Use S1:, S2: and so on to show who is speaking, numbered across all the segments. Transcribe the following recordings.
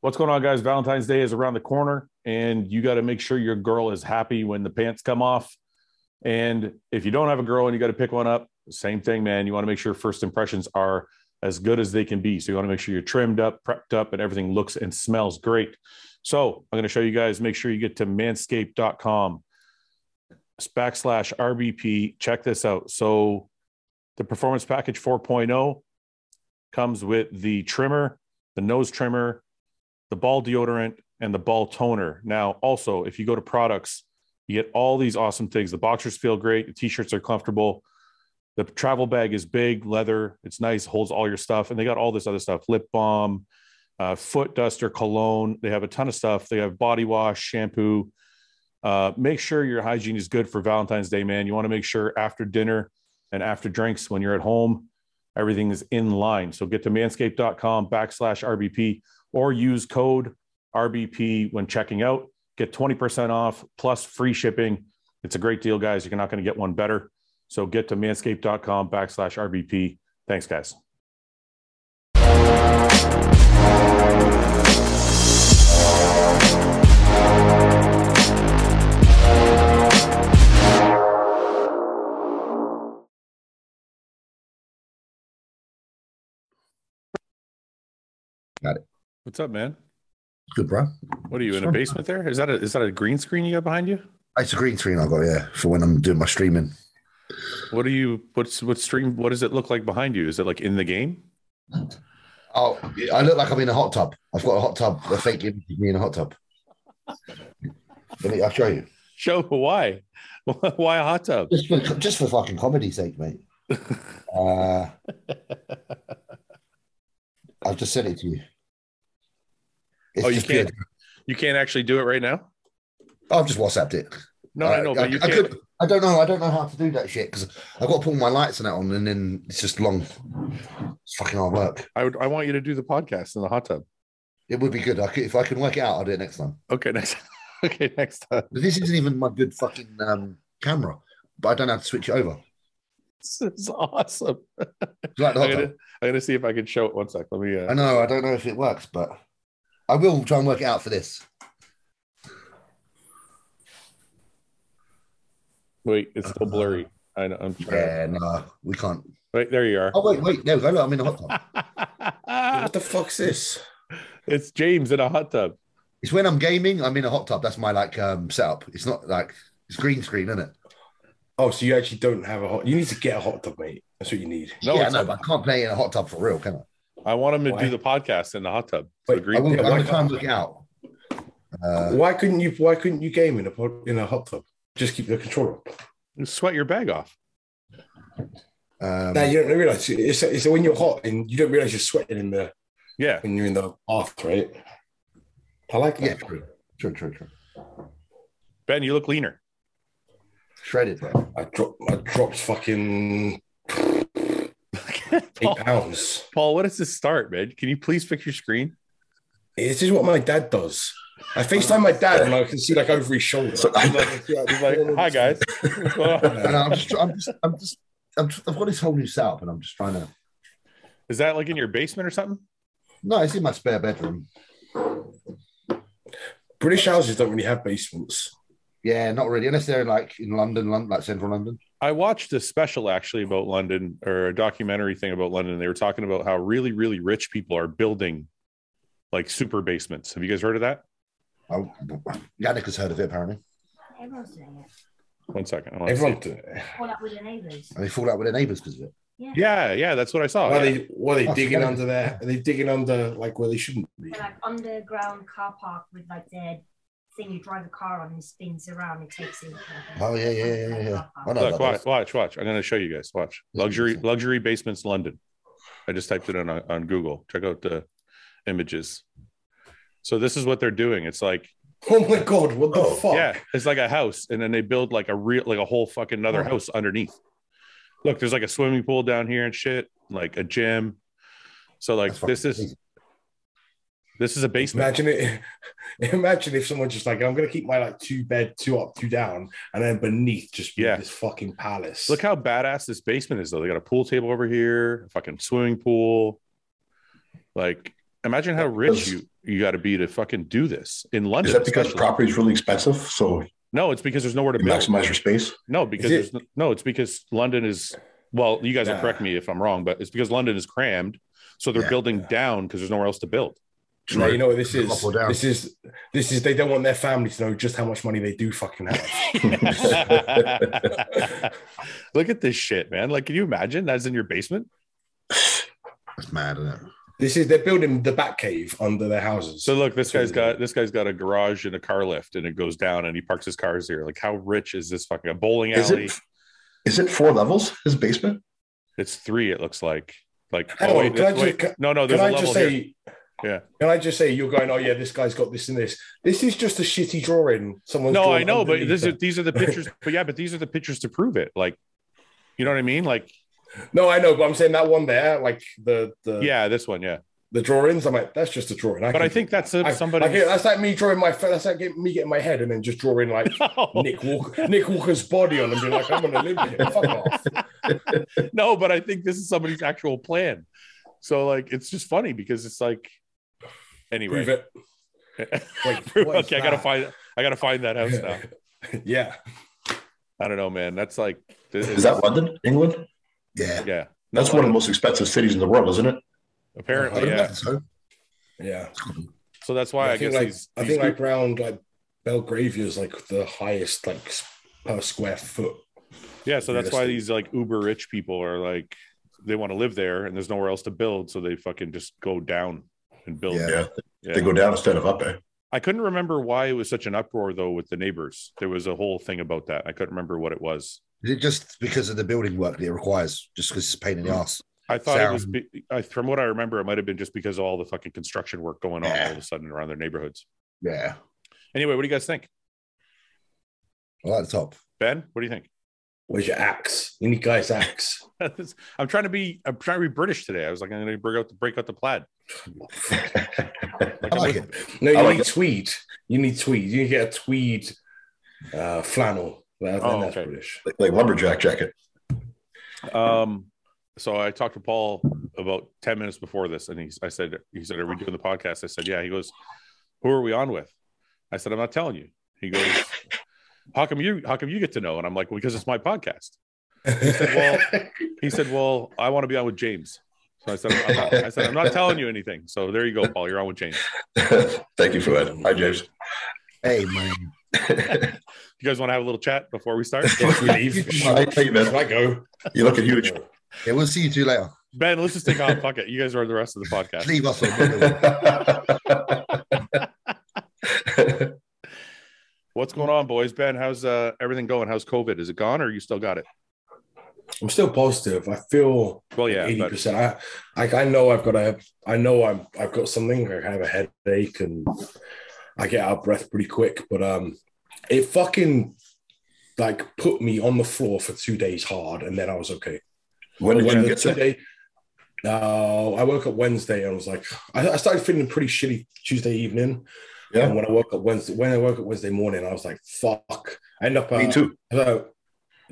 S1: what's going on, guys? Valentine's Day is around the corner, and you got to make sure your girl is happy when the pants come off. And if you don't have a girl and you got to pick one up, same thing, man. You want to make sure first impressions are as good as they can be. So you want to make sure you're trimmed up, prepped up, and everything looks and smells great. So I'm going to show you guys. Make sure you get to manscaped.com backslash RBP. Check this out. So the performance package 4.0 comes with the trimmer, the nose trimmer, the ball deodorant, and the ball toner. Now, also, if you go to products, you get all these awesome things. The boxers feel great, the t shirts are comfortable. The travel bag is big, leather. It's nice, holds all your stuff. And they got all this other stuff lip balm, uh, foot duster, cologne. They have a ton of stuff. They have body wash, shampoo. Uh, make sure your hygiene is good for Valentine's Day, man. You want to make sure after dinner and after drinks when you're at home, everything is in line. So get to manscaped.com backslash RBP or use code RBP when checking out. Get 20% off plus free shipping. It's a great deal, guys. You're not going to get one better. So get to manscaped.com backslash RBP. Thanks, guys.
S2: Got it.
S1: What's up, man?
S2: Good, bro.
S1: What are you in a
S2: Sure.
S1: basement there? Is that a is that a green screen you got behind you?
S2: It's a green screen I got, yeah, for when I'm doing my streaming.
S1: What are you what's what stream what does it look like behind you? Is it like in the game?
S2: Oh, I look like I'm in a hot tub. I've got a hot tub, a fake image of me in a hot tub. Let me, I'll show you.
S1: Show why? Why a hot tub?
S2: Just for, just for fucking comedy's sake, mate. Uh, I've just sent it to you. It's
S1: Oh, you
S2: just
S1: can't.
S2: good.
S1: You can't actually do it right now?
S2: I've just WhatsApped it.
S1: No,
S2: Uh,
S1: I know, but you
S2: I,
S1: can't.
S2: could- I don't know. I don't know how to do that shit because I've got to put all my lights and that on, and then it's just long. It's fucking hard work.
S1: I would. I want you to do the podcast in the hot tub.
S2: It would be good. I could, if I can work it out, I'll do it next time.
S1: Okay, next. Okay, next time.
S2: But this isn't even my good fucking um, camera, but I don't know how to switch it over.
S1: This is awesome.
S2: It's like the
S1: I'm
S2: hot
S1: gonna,
S2: tub.
S1: I'm gonna see if I can show it. One sec. Let me.
S2: I
S1: Uh,
S2: know. I don't know if it works, but I will try and work it out for this.
S1: wait, it's still blurry. I know. I'm trying.
S2: Yeah, no, we can't.
S1: Wait, there you are.
S2: Oh wait, wait, there we go. Look, I'm in a hot tub.
S3: What the fuck's this?
S1: it's James in a hot tub.
S2: It's when I'm gaming. I'm in a hot tub. That's my like um, setup. It's not like it's green screen, isn't it?
S3: Oh, so you actually don't have a hot? You need to get a hot tub, mate. That's what you need.
S1: No,
S2: yeah,
S1: it's
S2: no,
S1: not.
S2: but I can't play in a hot tub for real, can I?
S1: I want him to
S3: Why?
S1: do the podcast in the hot tub. It's
S3: Wait,
S1: the
S2: I
S1: green
S2: will,
S3: Yeah,
S2: I
S3: why
S2: will try and
S3: not?
S2: work it out. Uh,
S3: Why couldn't you? Why couldn't you game in a pod, in a hot tub? Just keep the controller. up.
S1: You Sweat your bag off.
S2: um,
S3: Now you don't realize it's, it's when you're hot and you don't realize you're sweating in the
S1: Yeah.
S3: when you're in the bath, right? I like
S2: yeah,
S3: that.
S2: true, true, true, true.
S1: Ben, you look leaner.
S2: Shredded, bro.
S3: I dropped. I dropped fucking eight
S1: Paul,
S3: pounds.
S1: Paul, what does this start, man? Can you please fix your screen?
S3: This is what my dad does. I FaceTime my dad and I can see like over his shoulder.
S1: He's like, hi guys. What's going on?
S2: And uh, I'm just, I'm just, I'm just, I'm just, I've got this whole new setup, and I'm just trying to.
S1: Is that like in your basement or something?
S2: No, it's in my spare bedroom.
S3: British houses don't really have basements.
S2: Yeah, not really, unless they're in like in London, London like central London.
S1: I watched a special actually about London or a documentary thing about London. They were talking about how really, really rich people are building like super basements. Have you guys heard of that?
S2: I, Yannick has Oh, heard of it apparently.
S4: Everyone's doing it.
S1: One second. I wanna
S3: Everyone do it.
S4: All up with your neighbours.
S2: And they fall out with their neighbours because of it.
S1: see. Yeah, yeah, that's what I saw.
S3: Why are
S1: yeah.
S3: they what are they
S2: Oh,
S3: digging
S2: yeah.
S3: under there? Are they digging under like where they shouldn't be?
S4: They're like underground car park with like their thing you drive a car on and spins around and takes in.
S2: Oh yeah, yeah, yeah, yeah. yeah. I know
S1: Look,
S2: about
S1: watch,
S2: those.
S1: watch, watch. I'm gonna show you guys. Watch. Luxury luxury basements London. I just typed it in on, on Google. Check out the images. So this is what they're doing. It's like
S3: Oh my god, what the fuck?
S1: Yeah, it's like a house, and then they build like a real, like a whole fucking another
S3: Oh.
S1: house underneath. Look, there's like a swimming pool down here and shit, like a gym. So like
S2: That's fucking
S1: this is
S2: crazy.
S1: this is a basement.
S3: Imagine it. Imagine if someone just like, I'm gonna keep my like two bed, two up, two down, and then beneath just be
S1: Yeah.
S3: this fucking palace.
S1: Look how badass this basement is, though. They got a pool table over here, a fucking swimming pool. Like Imagine how rich you you got to be to fucking do this in London.
S5: Is that because
S1: especially.
S5: property is really expensive? So
S1: No, it's because there's nowhere to
S5: you
S1: build.
S5: maximize your space?
S1: No, because
S3: it-
S1: there's no, no, it's because London is well, you guys will
S3: Yeah.
S1: correct me if I'm wrong, but it's because London is crammed, so they're
S2: Yeah.
S1: building down because there's nowhere else to build.
S3: Now, you know what this
S2: Up
S3: is?
S2: or down.
S3: This is this is they don't want their family to know just how much money they do fucking have.
S1: Look at this shit, man. Like, can you imagine that's in your basement?
S2: That's mad, isn't it?
S3: This is they're building the bat cave under their houses.
S1: So look, this
S3: So-
S1: guy's got this guy's got a garage and a car lift, and it goes down, and he parks his cars here. Like, how rich is this fucking a bowling
S5: Is
S1: alley?
S5: it is it four levels? His basement?
S1: It's three. It looks like like
S3: Hang
S1: oh,
S3: on,
S1: wait,
S3: can I
S1: this-
S3: just-
S1: wait.
S3: can-
S1: no no
S3: can
S1: there's a
S3: I
S1: level
S3: just
S1: here.
S3: say?
S1: Yeah.
S3: Can I just say you're going? Oh yeah, this guy's got this and this. This is just a shitty drawing. Someone's
S1: No,
S3: drawn
S1: I know, but
S3: underneath
S1: this
S3: it.
S1: is, these are the pictures. but yeah, but these are the pictures to prove it. Like, you know what I mean? Like,
S3: No, I know, but I'm saying that one there, like the the
S1: yeah, this one, yeah.
S3: the drawings. I'm like, that's just a drawing.
S1: But I think that's a, somebody.
S3: I get, that's like me drawing my. fa- That's like get- me getting my head and then just drawing like
S1: no,
S3: Nick Walker, Nick Walker's body on and being like, I'm gonna live here. Fuck off.
S1: no, but I think this is somebody's actual plan. So like, it's just funny because it's like,
S3: Prove
S1: anyway.
S3: it. Wait, what is
S1: okay, I gotta
S3: that?
S1: find. I gotta find that house now.
S3: yeah.
S1: I don't know, man. That's like. This,
S5: Is that London, England?
S2: Yeah.
S1: Yeah.
S5: That's one of the most expensive cities in the world, isn't it?
S2: I
S1: Apparently,
S2: don't
S1: Oh, yeah.
S2: think so.
S3: Yeah.
S1: So that's why I,
S3: think
S1: guess
S3: like,
S1: these.
S3: I
S1: these
S3: think like round like Belgravia is like the highest like s- per square foot.
S1: Yeah, so that's why
S3: Realistic.
S1: these like uber rich people are like they want to live there and there's nowhere else to build, so they fucking just go down and build.
S2: Yeah.
S5: Yeah.
S1: Yeah.
S5: They go down instead of up. Eh?
S1: I couldn't remember why it was such an uproar though with the neighbors. There was a whole thing about that. I couldn't remember what it was.
S2: Is it just because of the building work that it requires? Just because it's a pain in the
S5: Mm.
S2: ass?
S1: I thought it was be- I, from what I remember, it might have been just because of all the fucking construction work going on all of a sudden around their neighborhoods.
S2: Yeah.
S1: Anyway, what do you guys think,
S2: I like the top.
S1: Ben? What do you think?
S3: Where's your axe? Any guy's axe?
S1: I'm trying to be I'm trying to be British today. I was like I'm going to break out the break out the plaid.
S2: I like
S1: I'm-
S2: it.
S3: No, you
S1: Oh,
S5: I like
S3: need tweed. You need tweed. You need to get a tweed uh, flannel. Well, then
S1: Oh,
S3: that's
S1: okay.
S3: British.
S5: Like, like lumberjack jacket.
S1: Um, so I talked to Paul about 10 minutes before this, and he's I said, he said, Are we doing the podcast? I said, Yeah. He goes, Who are we on with? I said, I'm not telling you. He goes, How come you how come you get to know? And I'm like, well, because it's my podcast. well- He said, Well, I want to be on with James. So I said, I'm not, I said, I'm not telling you anything. So there you go, Paul. You're on with James.
S5: Thank you for that. Hi, James.
S2: Hey, man.
S1: You guys want to have a little chat before we start?
S3: If we leave, should
S5: Hi, hey,
S3: should
S5: man.
S3: I go?
S5: You look huge.
S2: Yeah, we'll see you two later.
S1: Ben, let's just take off. Fuck it. You guys are the rest of the podcast.
S2: Leave us on.
S5: That's
S1: What's going on, boys? Ben, how's uh, everything going? How's COVID? Is it gone or you still got it?
S3: I'm still positive. I feel
S1: Well, yeah,
S3: eighty
S1: but
S3: percent. I, I I know I've got a. I know I'm. I've got something. I have a headache and I get out of breath pretty quick. But um, it fucking like put me on the floor for two days hard, and then I was okay.
S5: when did
S3: When
S5: you
S3: the
S5: get
S3: two
S5: that?
S3: day, no, I woke up Wednesday and I was like, I, I started feeling pretty shitty Tuesday evening.
S5: Yeah.
S3: And when I woke up Wednesday, when I woke up Wednesday morning, I was like, fuck. I end up. Uh,
S5: Me too.
S3: hello.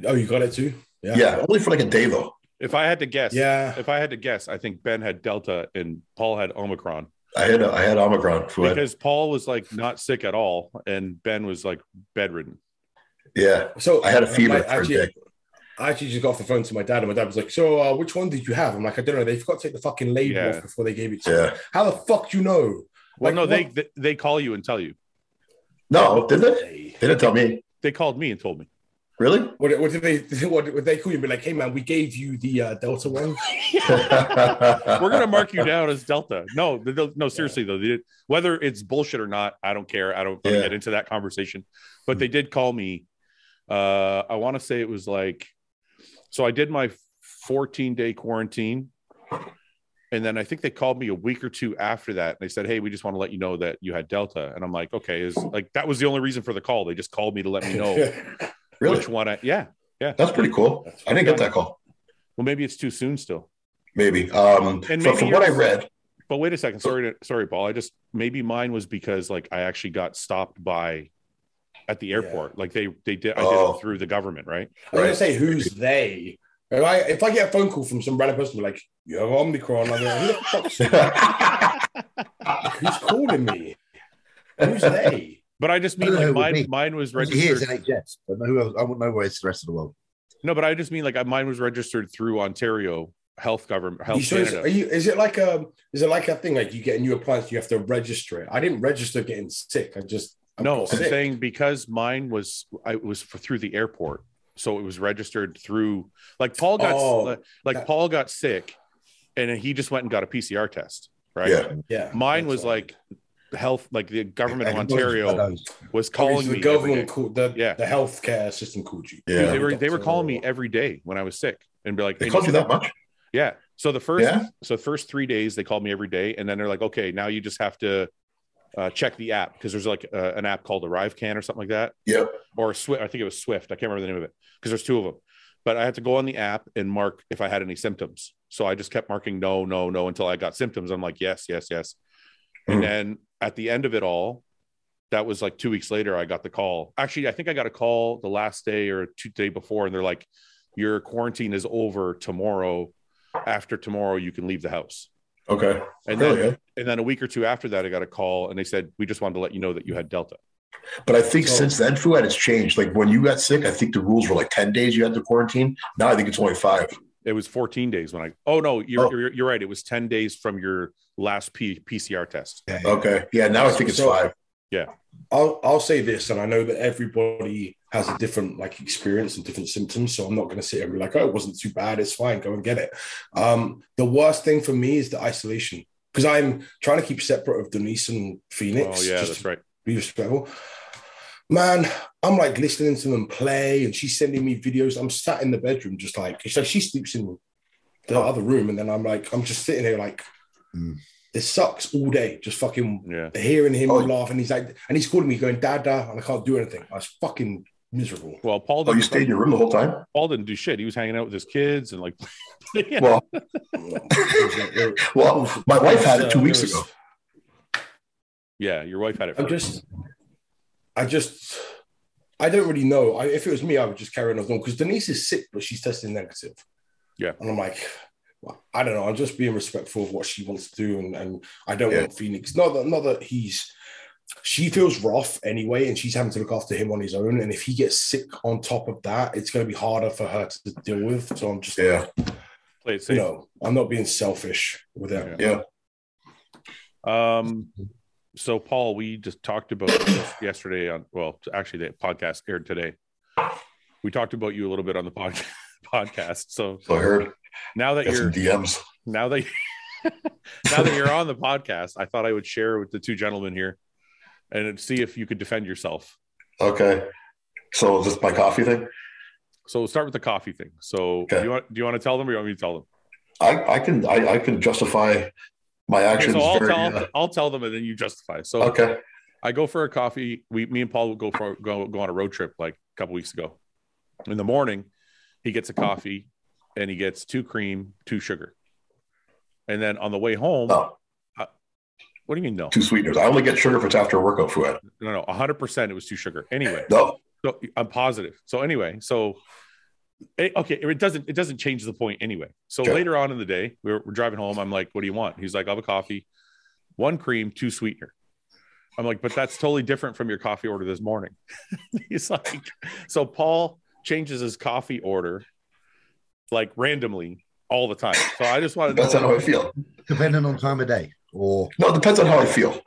S3: oh, you got it too?
S5: Yeah. only for like a day though.
S1: if I had to guess,
S3: Yeah.
S1: if I had to guess, I think Ben had Delta and Paul had Omicron
S5: I had I had Omicron. Fouad.
S1: because Paul was like not sick at all and Ben was like bedridden.
S5: yeah,
S3: So
S5: I had a fever
S3: I
S5: for a
S3: actually-
S5: day.
S3: I actually just got off the phone to my dad, and my dad was like, "So, uh, which one did you have?" I'm like, "I don't know. They forgot to take the fucking label
S1: Yeah.
S3: off before they gave it to me.
S5: Yeah,
S3: How the fuck do you know?"
S1: Well,
S3: Like,
S1: no, they,
S3: what-
S1: they they call you and tell you.
S5: no, did they?
S3: Hey.
S5: They didn't tell me.
S1: They called me and told me.
S5: Really?
S3: What, what did they? What would they call you? And be like, "Hey, man, we gave you the uh, Delta one."
S1: We're
S5: We're
S1: gonna mark you down as Delta. No, they don't- no, seriously though, they did, whether it's bullshit or not, I don't care. I don't wanna
S5: Yeah. Hmm.
S1: get into that conversation. But they did call me. Uh, I want to say it was like, so I did my 14 day quarantine, and then I think they called me a week or two after that. And they said, "Hey, we just want to let you know that you had Delta." And I'm like, "Okay," is like that was the only reason for the call. They just called me to let me know
S5: Really?
S1: which one. I, yeah.
S5: That's pretty cool. I didn't get that call.
S1: Well, maybe it's too soon still.
S5: Maybe. Um,
S1: And
S5: from,
S1: maybe
S5: from what I
S1: yours-
S5: read,
S1: But wait a second. Sorry, to, sorry, Paul. I just maybe mine was because like I actually got stopped by at the airport. Like they they did. I did
S5: Oh.
S1: it through the government, right?
S3: I'm gonna
S5: Right.
S3: say who's they. If I, if I get a phone call from some random person like, "You have Omicron," I'm like, "Who the fuck's
S5: I
S3: Who's calling me? Who's they?
S1: But I just
S2: I
S1: mean like
S2: don't know who it
S1: mine,
S2: would be.
S1: mine was
S2: He is
S1: registered.
S2: NHS, but who else? I wouldn't know where it's the rest of the world.
S1: No, but I just mean like I- mine was registered through Ontario Health Government Health
S3: You sure it's-
S1: Canada.
S3: are you, is it like a is it like a thing like you get a new appliance, you have to register it? I didn't register getting sick. I just I
S1: no, I'm
S3: got sick.
S1: saying because mine was I it was for, through the airport, so it was registered through like Paul got
S3: Oh,
S1: like, like
S3: that-
S1: Paul got sick, and then he just went and got a PCR test, right?
S5: Yeah.
S3: yeah,
S1: Mine
S3: that's
S1: was
S3: all.
S1: like health, like the government of
S2: And it wasn't
S1: Ontario
S2: those.
S1: was
S3: Obviously,
S1: calling
S3: the
S1: me. every day.
S3: government called the
S1: Yeah.
S3: the healthcare system called you.
S5: Yeah.
S1: They were they were calling me every day when I was sick and be like,
S5: They
S1: "Hey,
S5: called you that much?
S1: Yeah. So the first
S5: Yeah.
S1: so the first three days they called me every day, and then they're like, okay, now you just have to uh, check the app because there's like uh, an app called Arrive Can or something like that,
S5: Yep.
S1: or Swift. I think it was Swift. I can't remember the name of it because there's two of them. But I had to go on the app and mark if I had any symptoms. So I just kept marking no, no, no until I got symptoms. I'm like yes, yes, yes,
S5: Mhm.
S1: and then at the end of it all. That was like two weeks later. I got the call. Actually, I think I got a call the last day or two day before, and they're like, "Your quarantine is over tomorrow after tomorrow you can leave the house
S5: Okay.
S1: and then
S5: Really good.
S1: and then a week or two after that i got a call and they said we just wanted to let you know that you had delta
S5: But I think
S3: So-
S5: since then, Fuad, it's changed. Like when you got sick, I think the rules were like 10 days you had to quarantine. Now I think it's only five.
S1: it was 14 days when i oh no you're,
S5: Oh.
S1: you're, you're right it was 10 days from your last P, pcr test
S5: Okay. Yeah. Now I think it's
S3: So-
S5: five.
S3: I'll I'll say this, and I know that everybody has a different like experience and different symptoms, so I'm not going to sit here and be like, "Oh, it wasn't too bad. It's fine. Go and get it." Um, the worst thing for me is the isolation because I'm trying to keep separate of Denise and Phoenix.
S1: oh yeah
S3: just
S1: that's right
S3: to be respectful. Man, I'm like listening to them play, and she's sending me videos. I'm sat in the bedroom, just like it's like she sleeps in the other room, and then I'm like, I'm just sitting here like,
S2: Mm.
S3: this sucks all day, just fucking
S1: yeah
S3: hearing him
S5: Oh.
S3: laugh, and he's like, and he's calling me, going, "Dad, Dad," and I can't do anything. I was fucking miserable.
S1: well paul
S5: Oh,
S1: didn't,
S5: you stayed in your room the whole time?
S1: paul didn't do shit he was hanging out with his kids and like yeah.
S5: Well, well, my wife had it two
S3: Uh,
S5: weeks
S3: there was-
S5: ago.
S1: yeah your wife had it
S3: I'm
S1: first.
S3: just, I just, I don't really know. I, if it was me, I would just carry on as normal because Denise is sick, but she's testing negative.
S1: Yeah.
S3: and I'm like, well, I don't know. I'm just being respectful of what she wants to do, and, and I don't
S5: Yeah.
S3: want Phoenix. Not that, not that he's. She feels rough anyway, and she's having to look after him on his own. And if he gets sick on top of that, it's going to be harder for her to deal with. So I'm just,
S5: Yeah.
S1: play it safe
S3: no, I'm not being selfish with that.
S5: Yeah.
S1: Um, so Paul, we just talked about this yesterday on well, actually the podcast aired today. We talked about you a little bit on the pod, podcast. So
S5: So I heard.
S1: now that
S5: Got some
S1: you're
S5: DMs.
S1: now that now that you're on the podcast, I thought I would share with the two gentlemen here and see if you could defend yourself.
S5: Okay. So is this my coffee thing?
S1: So we'll start with the coffee thing. So
S5: Okay.
S1: do you want do you want to tell them or you want me to tell them?
S5: I, I can I, I can justify my
S1: Okay,
S5: actions.
S1: so I'll
S5: very,
S1: tell
S5: uh,
S1: I'll tell them and then you justify. So
S5: okay.
S1: I go for a coffee. We, me and Paul would go for go go on a road trip like a couple weeks ago. In the morning, he gets a coffee and he gets two cream, two sugar. And then on the way home,
S5: No,
S1: what do you mean no?
S5: two sweeteners. I only get sugar if it's after a workout, Fuad.
S1: No, no, hundred percent. It was two sugar. Anyway,
S5: No.
S1: so I'm positive. So anyway, so eh, okay, it doesn't it doesn't change the point anyway. So
S5: Sure.
S1: later on in the day, we were, we're driving home. I'm like, "What do you want?" He's like, "I'll have a coffee, one cream, two sweetener." I'm like, "But that's totally different from your coffee order this morning." He's like, "So Paul changes his coffee order like randomly all the time." So I just wanted
S5: That's
S1: to
S5: not how
S1: know,
S5: I feel.
S2: Depending on time of day or
S5: No, it depends on how I feel.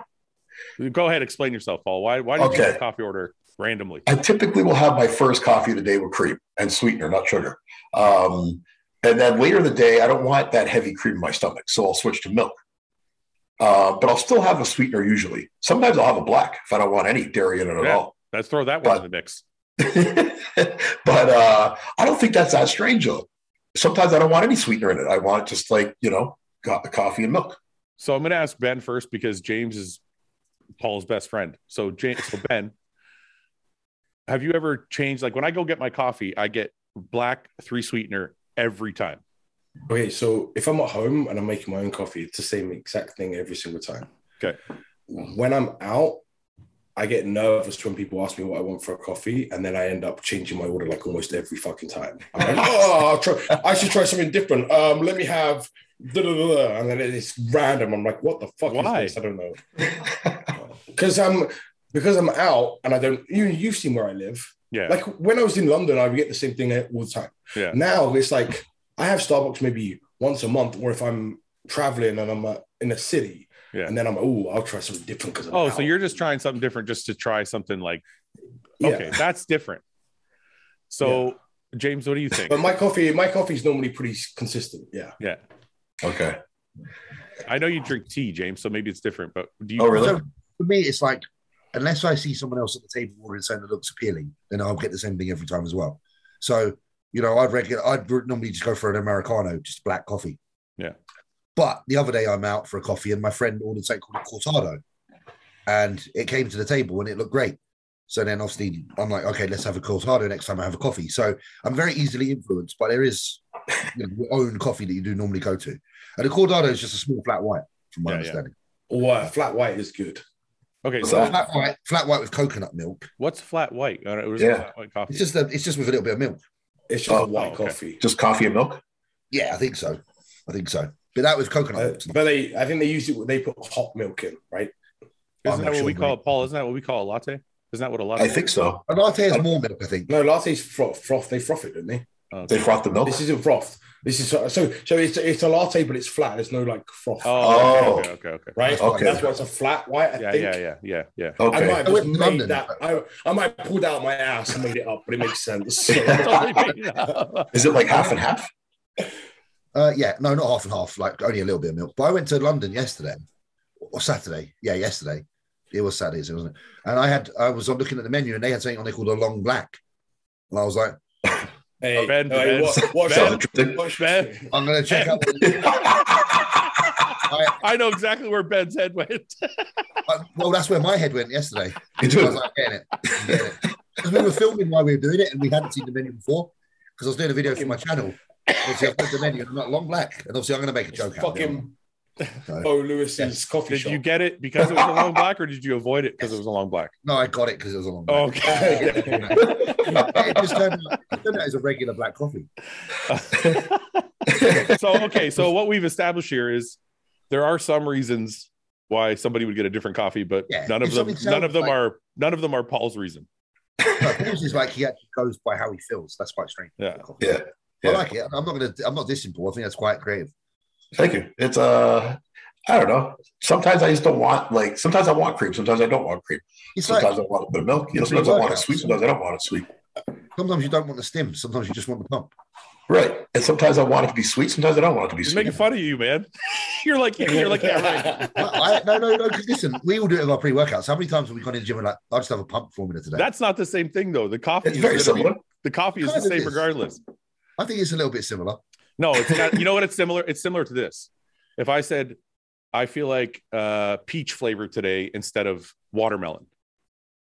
S1: go ahead explain yourself, Paul. Why why did you
S5: Okay.
S1: change your coffee order randomly?
S5: I typically will have my first coffee of the day with cream and sweetener, not sugar. Um, and then later in the day, I don't want that heavy cream in my stomach, so I'll switch to milk. Uh, but I'll still have a sweetener usually. Sometimes I'll have a black if I don't want any dairy in it at
S1: Yeah.
S5: all.
S1: Let's throw that one in
S5: But-
S1: the mix.
S5: but uh, I don't think that's that strange though. Sometimes I don't want any sweetener in it. I want just like you know, got the coffee and milk.
S1: So I'm going to ask Ben first because James is Paul's best friend. So James, so Ben, have you ever changed? Like when I go get my coffee, I get black three sweetener every time.
S3: Okay, so if I'm at home and I'm making my own coffee, it's the same exact thing every single time.
S1: Okay.
S3: When I'm out, I get nervous when people ask me what I want for a coffee, and then I end up changing my order like almost every fucking time. I'm like, oh, I'll try, I should try something different. Um, let me have duh, duh, duh, duh, and then it's random. I'm like, what the fuck
S1: Why?
S3: is this? I don't know. Because I'm because I'm out and I don't. You you've seen where I live.
S1: Yeah.
S3: Like when I was in London, I would get the same thing all the time.
S1: Yeah.
S3: Now it's like I have Starbucks maybe once a month, or if I'm traveling and I'm uh, in a city,
S1: Yeah.
S3: and then I'm oh, I'll try something different because
S1: oh, so you're just trying something different just to try something like,
S3: yeah.
S1: okay, that's different. So, James, what do you think?
S3: But my coffee, my coffee's normally pretty consistent. Yeah.
S1: yeah.
S5: Okay.
S1: I know you drink tea, James, so maybe it's different, but do you?
S5: Oh, really?
S2: So for me, it's like unless I see someone else at the table ordering something that looks appealing, then I'll get the same thing every time as well. So you know, I'd regular, I'd normally just go for an americano, just black coffee.
S1: Yeah.
S2: But the other day, I'm out for a coffee, and my friend ordered something called a cortado, and it came to the table, and it looked great. So then, obviously, I'm like, okay, let's have a cortado next time I have a coffee. So I'm very easily influenced, but there is you know, your own coffee that you do normally go to, and a cortado is just a small flat white, from my
S1: Yeah, yeah.
S2: understanding.
S3: Or uh, flat white is good.
S1: Okay,
S5: What's
S1: so
S5: that?
S2: Flat white, flat white with coconut milk.
S1: what's flat white? Or what is
S5: Yeah.
S1: flat white coffee?
S2: It's just a, it's just with a little bit of milk.
S3: It's just
S5: Oh,
S3: a white
S1: okay.
S3: coffee.
S5: Just coffee and milk.
S2: Yeah, I think so. I think so. But that with coconut.
S3: Uh,
S2: milk.
S3: but they, I think they use it. They put hot milk in, right?
S2: I'm
S1: isn't that
S2: not
S1: what we
S2: sure,
S1: call it, Paul? Isn't that what we call a latte? Isn't that what a latte?
S5: I think so.
S2: a latte is more milk, I think.
S3: No, lattes froth. froth they froth it, don't they?
S1: Oh, okay.
S5: They froth the milk.
S3: This isn't froth. This is uh, so. So it's it's a latte, but it's flat. There's no like froth,
S1: Oh,
S5: Oh.
S1: okay, okay, okay.
S3: right?
S5: Okay.
S3: That's why it's a flat white. I
S1: Yeah,
S3: think.
S1: yeah, yeah, yeah, yeah.
S3: I might
S5: Okay.
S3: have
S2: I
S3: just
S2: went to
S3: made
S2: London.
S3: that. I, I might have pulled out my ass and made it up, but it makes sense.
S5: Is it like half and half?
S2: Uh, yeah, no, not half and half. Like only a little bit of milk. But I went to London yesterday or Saturday. Yeah, yesterday. It was Saturday, wasn't it? And I had I was on looking at the menu and they had something on there called a long black, and I was like,
S3: hey,
S1: Ben, Ben,
S3: what, what,
S1: Ben.
S5: Sounds
S1: Bad.
S5: interesting.
S3: what-
S1: Ben.
S2: I'm going to check out. I,
S1: I know exactly where Ben's head went.
S2: I, well, that's where my head went yesterday. I
S5: You do.
S2: was like, getting it. I'm getting it. 'Cause we were filming while we were doing it and we hadn't seen the menu before because I was doing a video for my channel. Obviously, I've got the menu and I'm like, long black. And obviously, I'm going to make a joke out of it.
S3: Fucking Bo Lewis's coffee
S1: Did
S3: shop.
S1: you get it because it was a long black, or did you avoid it because it was a long black?
S2: No, I got it because it was a long black.
S1: Oh, Okay.
S2: It just turned out, it turned out it was a regular black coffee.
S1: so okay, so what we've established here is there are some reasons why somebody would get a different coffee, but
S2: Yeah,
S1: none of
S2: if
S1: them
S2: something
S1: none of
S2: sounds
S1: them
S2: like-
S1: are none of them are Paul's reason.
S2: No, Paul's is like he actually goes by how he feels. That's quite strange.
S1: Yeah.
S5: Yeah.
S2: I
S5: Yeah.
S2: like it. I'm not going to, I'm not dissing Paul. I think that's quite creative.
S5: Thank you. It's uh I don't know. Sometimes I just don't want like sometimes I want cream, sometimes I don't want cream.
S2: It's like
S5: Sometimes I want a bit of milk. You know, sometimes I want it sweet, sometimes I don't want it sweet.
S2: sometimes you don't want the stim, sometimes you just want the pump.
S5: Right. And sometimes I want it to be sweet, sometimes I don't want it to be
S1: He's
S5: sweet.
S1: making fun of you, man. You're like you're like yeah, right.
S2: I, I, no, no, no. 'cause Listen, we all do it with our pre workouts. How many times have we gone in the gym and like, I just have a pump formula today?
S1: That's not the same thing though. The coffee
S5: It's very
S1: is gonna be-
S5: similar.
S1: the coffee is the
S2: Kind of
S1: same
S2: is.
S1: regardless.
S2: I think it's a little bit similar.
S1: No, it's not. You know what? It's similar. It's similar to this. If I said, I feel like uh, peach flavor today instead of watermelon,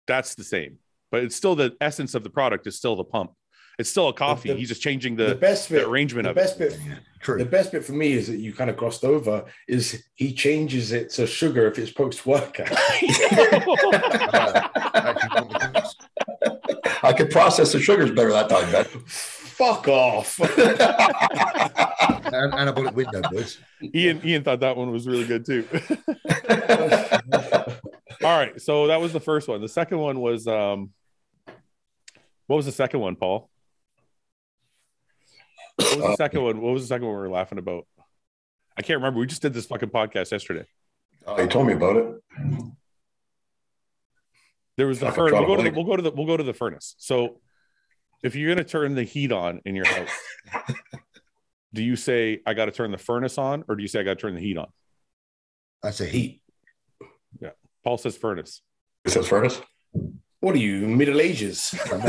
S1: that's the same. But it's still the essence of the product is still the pump. It's still a coffee.
S3: The-
S1: He's just changing
S3: the
S1: the,
S3: best
S1: the
S3: bit,
S1: arrangement
S3: the
S1: of it.
S3: best bit,
S2: True.
S3: the best bit for me is that you kind of crossed over. Is he changes it to sugar if it's post workout?
S2: Uh, actually, want the pumps.
S5: I could process the sugars better that time, man.
S3: Fuck off.
S2: An- anabolic window, boys.
S1: Ian Ian thought that one was really good too. All right, so that was the first one. The second one was um, what was the second one, Paul? What was the second one? What was the second one we were laughing about? I can't remember. We just did this fucking podcast yesterday.
S5: Oh, you told me about it.
S1: There was the
S5: Fucking
S1: furnace.
S5: trying
S1: We'll go
S5: to
S1: to the
S5: blink.
S1: we'll go to the we'll go to the furnace. So if you're gonna turn the heat on in your house, do you say I gotta turn the furnace on or do you say I gotta turn the heat on?
S2: That's a heat.
S1: Paul says furnace.
S5: It says furnace.
S3: What are you, Middle Ages?
S1: gotta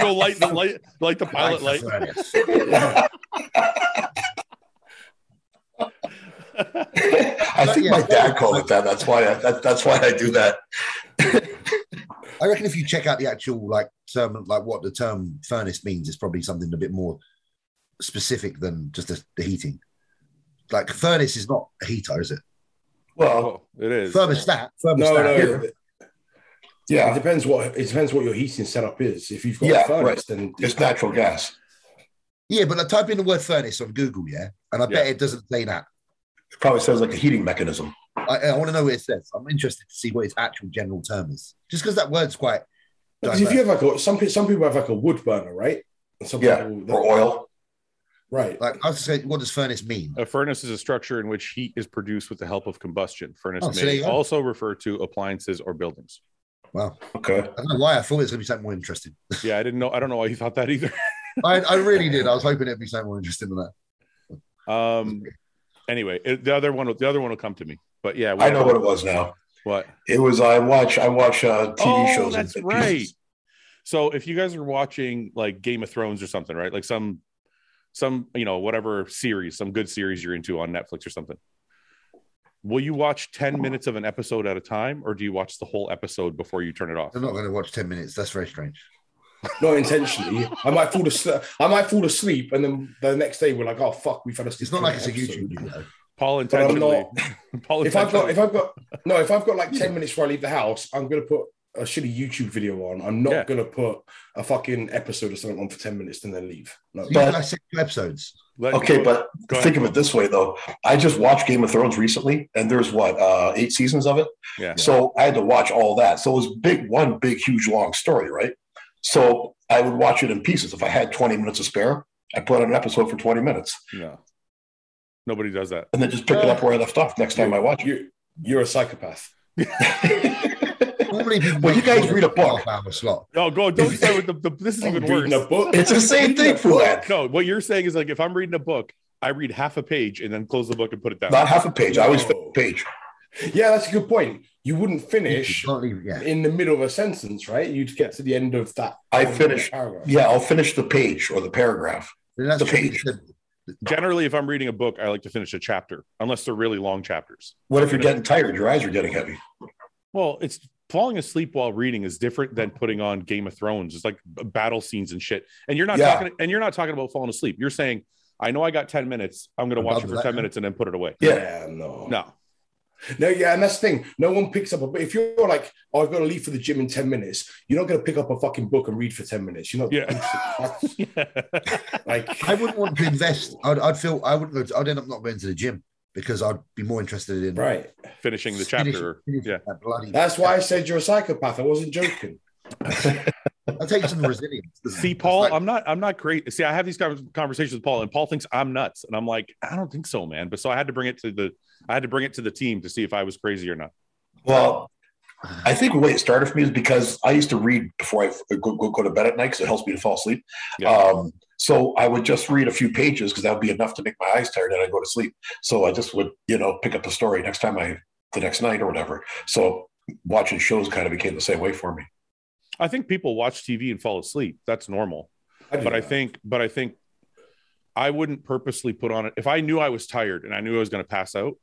S1: go light the light light the pilot
S2: Like
S1: light.
S2: the furnace.
S5: I think my dad called it that. That's why I, that, that's why I do that.
S2: I reckon if you check out the actual like term, like what the term furnace means, it's probably something a bit more specific than just the, the heating. Like furnace is not a heater, is it?
S5: Well,
S1: oh, it is.
S2: Thermostat. Thermostat.
S3: no, no. It
S5: yeah,
S3: depends what it depends what your heating setup is. If you've got
S5: Yeah,
S3: a furnace,
S5: right.
S3: then
S5: it's natural gas.
S2: Yeah, but I type in the word furnace on Google, yeah, and I bet it doesn't say that.
S5: It probably sounds like a heating mechanism.
S2: I, I want to know what it says. I'm interested to see what its actual general term is, just because that word's quite.
S3: Because if you have like a, some pe- some people have like a wood burner, right? And some
S5: Yeah,
S3: people-
S5: Or oil.
S3: right?
S2: Like I was just saying, what does furnace mean?
S1: A furnace is a structure in which heat is produced with the help of combustion. Furnace
S2: Oh, so there
S1: may
S2: you go.
S1: also refer to appliances or buildings.
S2: Well,
S5: Okay.
S2: I don't know why I thought it was going to be something more interesting.
S1: Yeah, I didn't know. I don't know why you thought that either.
S2: I, I really did. I was hoping it'd be something more interesting than that.
S1: Um. Anyway, it, the other one, will- the other one will come to me. But yeah,
S5: I know what it was now.
S1: What?
S5: It was I watch I watch uh, TV
S1: Oh,
S5: shows.
S1: that's
S5: and-
S1: right. So if you guys are watching like Game of Thrones or something, right? Like some, some you know whatever series, some good series you're into on Netflix or something. Will you watch ten minutes of an episode at a time, or do you watch the whole episode before you turn it off?
S2: I'm not going to watch ten minutes. That's very strange.
S3: Not intentionally. I might fall asleep. I might fall asleep, and then the next day we're like, "Oh fuck, we've had a."
S2: It's not like it's a
S3: episode."
S2: YouTube video.
S1: Paul
S3: But I'm
S1: intentionally.
S3: not.
S1: Paul
S3: If I've got,
S1: intentionally-
S3: if I've got, no, if I've got like ten minutes before I leave the house, I'm gonna put a shitty YouTube video on. I'm not
S1: Yeah.
S3: gonna put a fucking episode or something on for ten minutes and then leave. No.
S2: You
S5: But-
S2: guys said two episodes.
S1: Let-
S5: Okay, but
S1: go ahead.
S5: think of it this way though. I just watched Game of Thrones recently, and there's what uh, eight seasons of it.
S1: Yeah.
S5: So I had to watch all that. So it was big, one big, huge, long story, right? So I would watch it in pieces. If I had 20 minutes to spare, I put on an episode for 20 minutes,
S1: no, nobody does that.
S5: and then just pick it up where I left off next time I watch
S3: You, you're a psychopath.
S5: it.
S2: Normally, people
S5: Well, you
S2: watch
S5: guys
S2: more than
S5: read a book.
S2: Half hour slot.
S1: No, Oh, go. Don't start with the. the this is even worse.
S3: Reading a book.
S5: it's the same thing, Fuad.
S1: No, what you're saying is like if I'm reading a book, I read half a page and then close the book and put it down.
S5: Not half a page. I always fit
S3: No.
S5: a page.
S3: Yeah, that's a good point. You wouldn't finish
S2: You can't leave it, Yeah.
S3: in the middle of a sentence, right? You'd get to the end of that.
S5: I finish.
S3: Paragraph.
S5: Yeah, I'll finish the page or the paragraph.
S2: Then that's
S5: The
S2: tricky
S5: page.
S2: to say.
S1: Generally, if I'm reading a book, I like to finish a chapter, unless they're really long chapters.
S5: What if you're getting tired? Your eyes are getting heavy.
S1: Well, it's falling asleep while reading is different than putting on Game of Thrones. It's like b- battle scenes and shit. And you're not
S5: Yeah.
S1: talking. And you're not talking about falling asleep. You're saying, I know I got ten minutes. I'm going to
S2: I'm
S1: watch
S2: done
S1: it
S2: with
S1: for
S2: that
S1: ten
S2: now."
S1: minutes and then put it away.
S5: Yeah.
S3: Yeah, no,
S1: No,
S3: no, yeah, and that's the thing. No one picks up a. But if you're like, oh, I've got to leave for the gym in ten minutes, you're not going to pick up a fucking book and read for ten minutes. You're not.
S1: yeah.
S3: That's, like,
S2: I wouldn't want to invest. I'd, I'd feel I wouldn't. Go to, I'd end up not going to the gym because I'd be more interested in
S3: right.
S1: Finishing the
S2: finishing-
S1: chapter.
S2: finishing
S1: Yeah.
S2: that bloody.
S3: That's why I said you're a psychopath. I wasn't joking.
S2: I'll take some resilience.
S1: See,
S2: It's
S1: Paul,
S2: like-
S1: I'm not. I'm not great. See, I have these con- conversations with Paul, and Paul thinks I'm nuts, and I'm like, I don't think so, man. But so I had to bring it to the. I had to bring it to the team to see if I was crazy or not.
S5: Well, I think the way it started for me is because I used to read before I f- go, go, go to bed at night because it helps me to fall asleep.
S1: Yeah.
S2: Oh,
S5: Um, so I would just read a few pages because that would be enough to make my eyes tired and I go to sleep. So I just would, you know, pick up a story next time I, the next night or whatever. So watching shows kind of became the same way for me.
S1: I think people watch TV and fall asleep. That's normal.
S3: do
S1: But I
S3: that.
S1: think, but I think, I wouldn't purposely put on it if I knew I was tired and I knew I was going to pass out.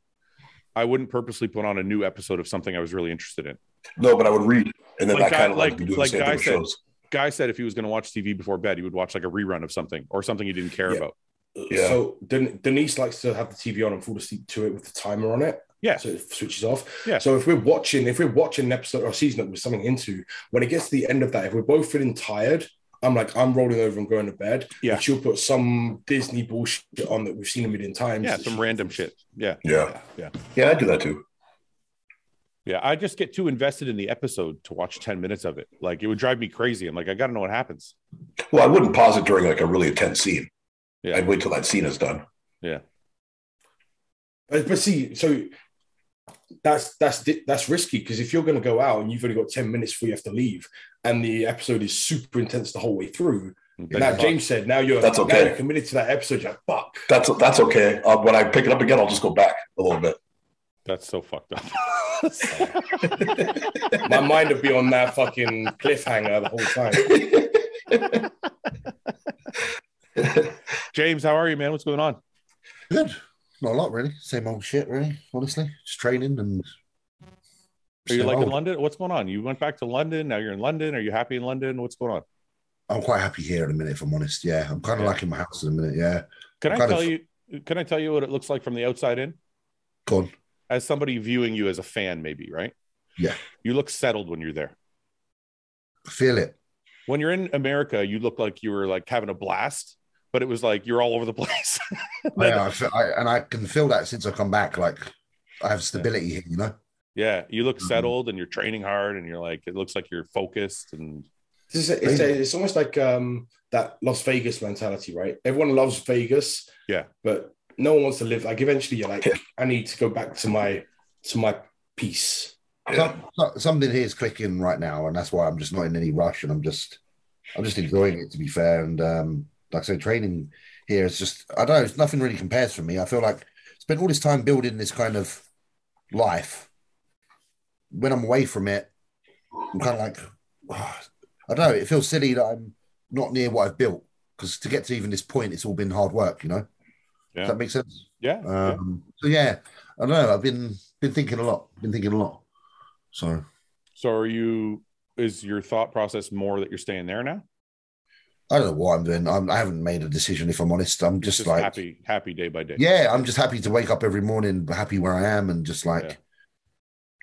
S1: I wouldn't purposely put on a new episode of something I was really interested in.
S5: No, but I would read. And then
S1: Like
S5: that
S1: Guy-
S5: kind of
S1: like-
S5: like, doing
S1: like
S5: the same
S1: Guy
S5: thing with
S1: said.
S5: shows.
S1: Guy said if he was going to watch TV before bed, he would watch like a rerun of something or something he didn't care
S3: Yeah.
S1: about.
S5: Yeah.
S3: So Den- Denise likes to have the TV on and fall asleep to it with the timer on it.
S1: Yeah.
S3: So it switches off.
S1: Yeah.
S3: So if we're watching, if we're watching an episode or a season that we're something into, when it gets to the end of that, if we're both feeling tired, I'm like, I'm rolling over and going to bed.
S1: Yeah.
S3: And she'll put some Disney bullshit on that we've seen a million times.
S1: Yeah,
S3: that
S1: some
S3: she-
S1: random shit. Yeah,
S5: Yeah.
S1: Yeah.
S5: Yeah, I do that too.
S1: yeah. I just get too invested in the episode to watch ten minutes of it. Like it would drive me crazy. I'm like, I got to know what happens.
S5: Well, I wouldn't pause it during like a really intense scene.
S1: Yeah.
S5: I'd wait till that scene is done.
S3: But, but see, so that's that's di- that's risky because if you're going to go out and you've only got ten minutes before you have to leave, and the episode is super intense the whole way through.
S1: Then
S3: Now
S1: fuck.
S3: James said, now you're
S5: That's
S3: now
S5: okay.
S3: you're committed to that episode. You're like, fuck.
S5: That's that's okay. Uh, when I pick it up again, I'll just go back a little bit.
S1: That's so fucked up.
S3: My mind would be on that fucking cliffhanger the whole time.
S1: James, how are you, man? What's going on?
S2: Good. Not a lot, really. Same old shit, really. Honestly, just training and. Oh,
S1: Are you
S2: Same
S1: like in
S2: old.
S1: London? What's going on? You went back to London. Now you're in London. Are you happy in London? What's going on?
S2: I'm quite happy here in a minute, if I'm honest. Yeah, I'm kind of
S1: Yeah.
S2: like in my house in a minute. Yeah,
S1: Can I
S2: Kind of-
S1: tell you? Can I tell you what it looks like from the outside in?
S2: go on.
S1: As somebody viewing you as a fan, maybe right?
S2: Yeah.
S1: You look settled when you're there.
S2: I feel it.
S1: When you're in America, you look like you were like having a blast. but it was like you're all over the place.
S2: I know, I feel, I, and I can feel that since I come back. Like I have stability here, you know.
S1: yeah, you look
S2: Mhm.
S1: settled and you're training hard and you're like it looks like you're focused and
S3: It's, it's, it's almost like um, that Las Vegas mentality, right? Everyone loves Vegas,
S1: Yeah.
S3: but no one wants to live. Like eventually, you're like,
S5: Yeah.
S3: I need to go back to my to my peace.
S5: Yeah.
S2: Some- so- something here is clicking right now, and that's why I'm just not in any rush, and I'm just, I'm just enjoying it. To be fair, and um, like I said, training here is just, I don't know, it's nothing really compares for me. I feel like I spent all this time building this kind of life. When I'm away from it, I'm kind of like, I don't know. It feels silly that I'm not near what I've built because to get to even this point, it's all been hard work. You know,
S1: Yeah.
S2: does that make sense?
S1: yeah, yeah.
S2: Um, So yeah, I don't know. I've been been thinking a lot. Been thinking a lot. So.
S1: So are you? Is your thought process more that you're staying there now?
S2: I don't know what I'm doing. I'm, I haven't made a decision, if I'm honest. I'm just,
S1: Just
S2: like,
S1: happy, happy day by day.
S2: yeah, I'm just happy to wake up every morning, happy where I am, and just like
S1: Yeah.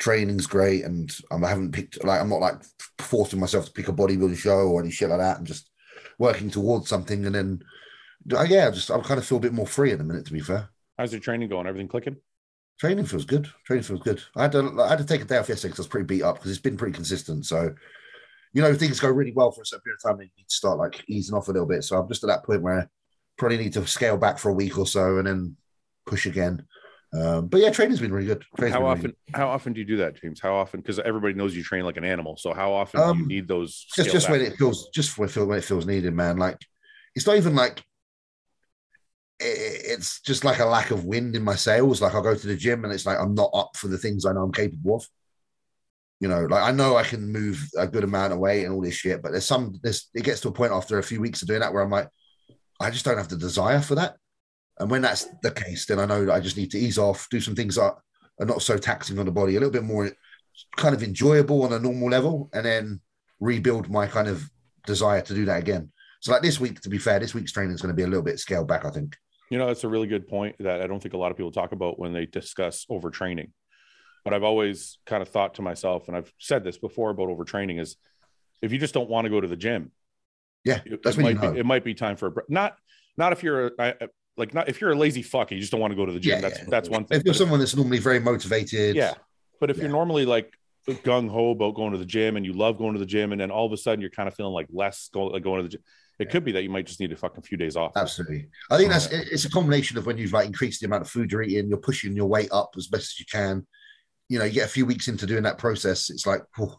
S2: training's great. And um, I haven't picked, like, I'm not like forcing myself to pick a bodybuilding show or any shit like that. I'm just working towards something. And then, uh, yeah, just I kind of feel a bit more free in a minute, to be fair.
S1: How's your training going? Everything clicking?
S2: Training feels good. Training feels good. I had to, I had to take a day off yesterday because I was pretty beat up because it's been pretty consistent. So, you know, things go really well for a certain period of time. And you need to start like easing off a little bit. So I'm just at that point where I probably need to scale back for a week or so and then push again. Um, but yeah, training's been really good. Training's
S1: How
S2: been really
S1: often?
S2: good.
S1: How often do you do that, James? How often? Because everybody knows you train like an animal. So how often do you
S2: Um,
S1: need those?
S2: Just
S1: scaled
S2: just
S1: back?
S2: when it feels just when it feels, when it feels needed, man. Like it's not even like i- i- it's just like a lack of wind in my sails. Like I'll go to the gym and it's like I'm not up for the things I know I'm capable of. You know, like I know I can move a good amount of weight and all this shit, but there's some there's it gets to a point after a few weeks of doing that where I'm like, I just don't have the desire for that. And when that's the case, then I know that I just need to ease off, do some things that are not so taxing on the body, a little bit more kind of enjoyable on a normal level, and then rebuild my kind of desire to do that again. So like this week, to be fair, this week's training is going to be a little bit scaled back, I think.
S1: You know, that's a really good point that I don't think a lot of people talk about when they discuss overtraining. But I've always kind of thought to myself, and I've said this before about overtraining is if you just don't want to go to the gym,
S2: Yeah,
S1: it,
S2: that's
S1: it
S2: when
S1: might
S2: you know.
S1: be it might be time for a break. Not not if you're a, I, I- like not if you're a lazy fuck, and you just don't want to go to the gym.
S2: Yeah,
S1: that's
S2: yeah.
S1: that's one thing.
S2: If
S1: But
S2: you're
S1: if-
S2: someone that's normally very motivated,
S1: yeah. But if
S2: Yeah.
S1: you're normally like gung ho about going to the gym and you love going to the gym, and then all of a sudden you're kind of feeling like less go, like going to the gym, it
S2: Yeah.
S1: could be that you might just need a fucking few days off.
S2: absolutely. I think that's
S1: Yeah.
S2: it- it's a combination of when you've like increased the amount of food you're eating, you're pushing your weight up as best as you can. You know, you get a few weeks into doing that process, it's like, whew.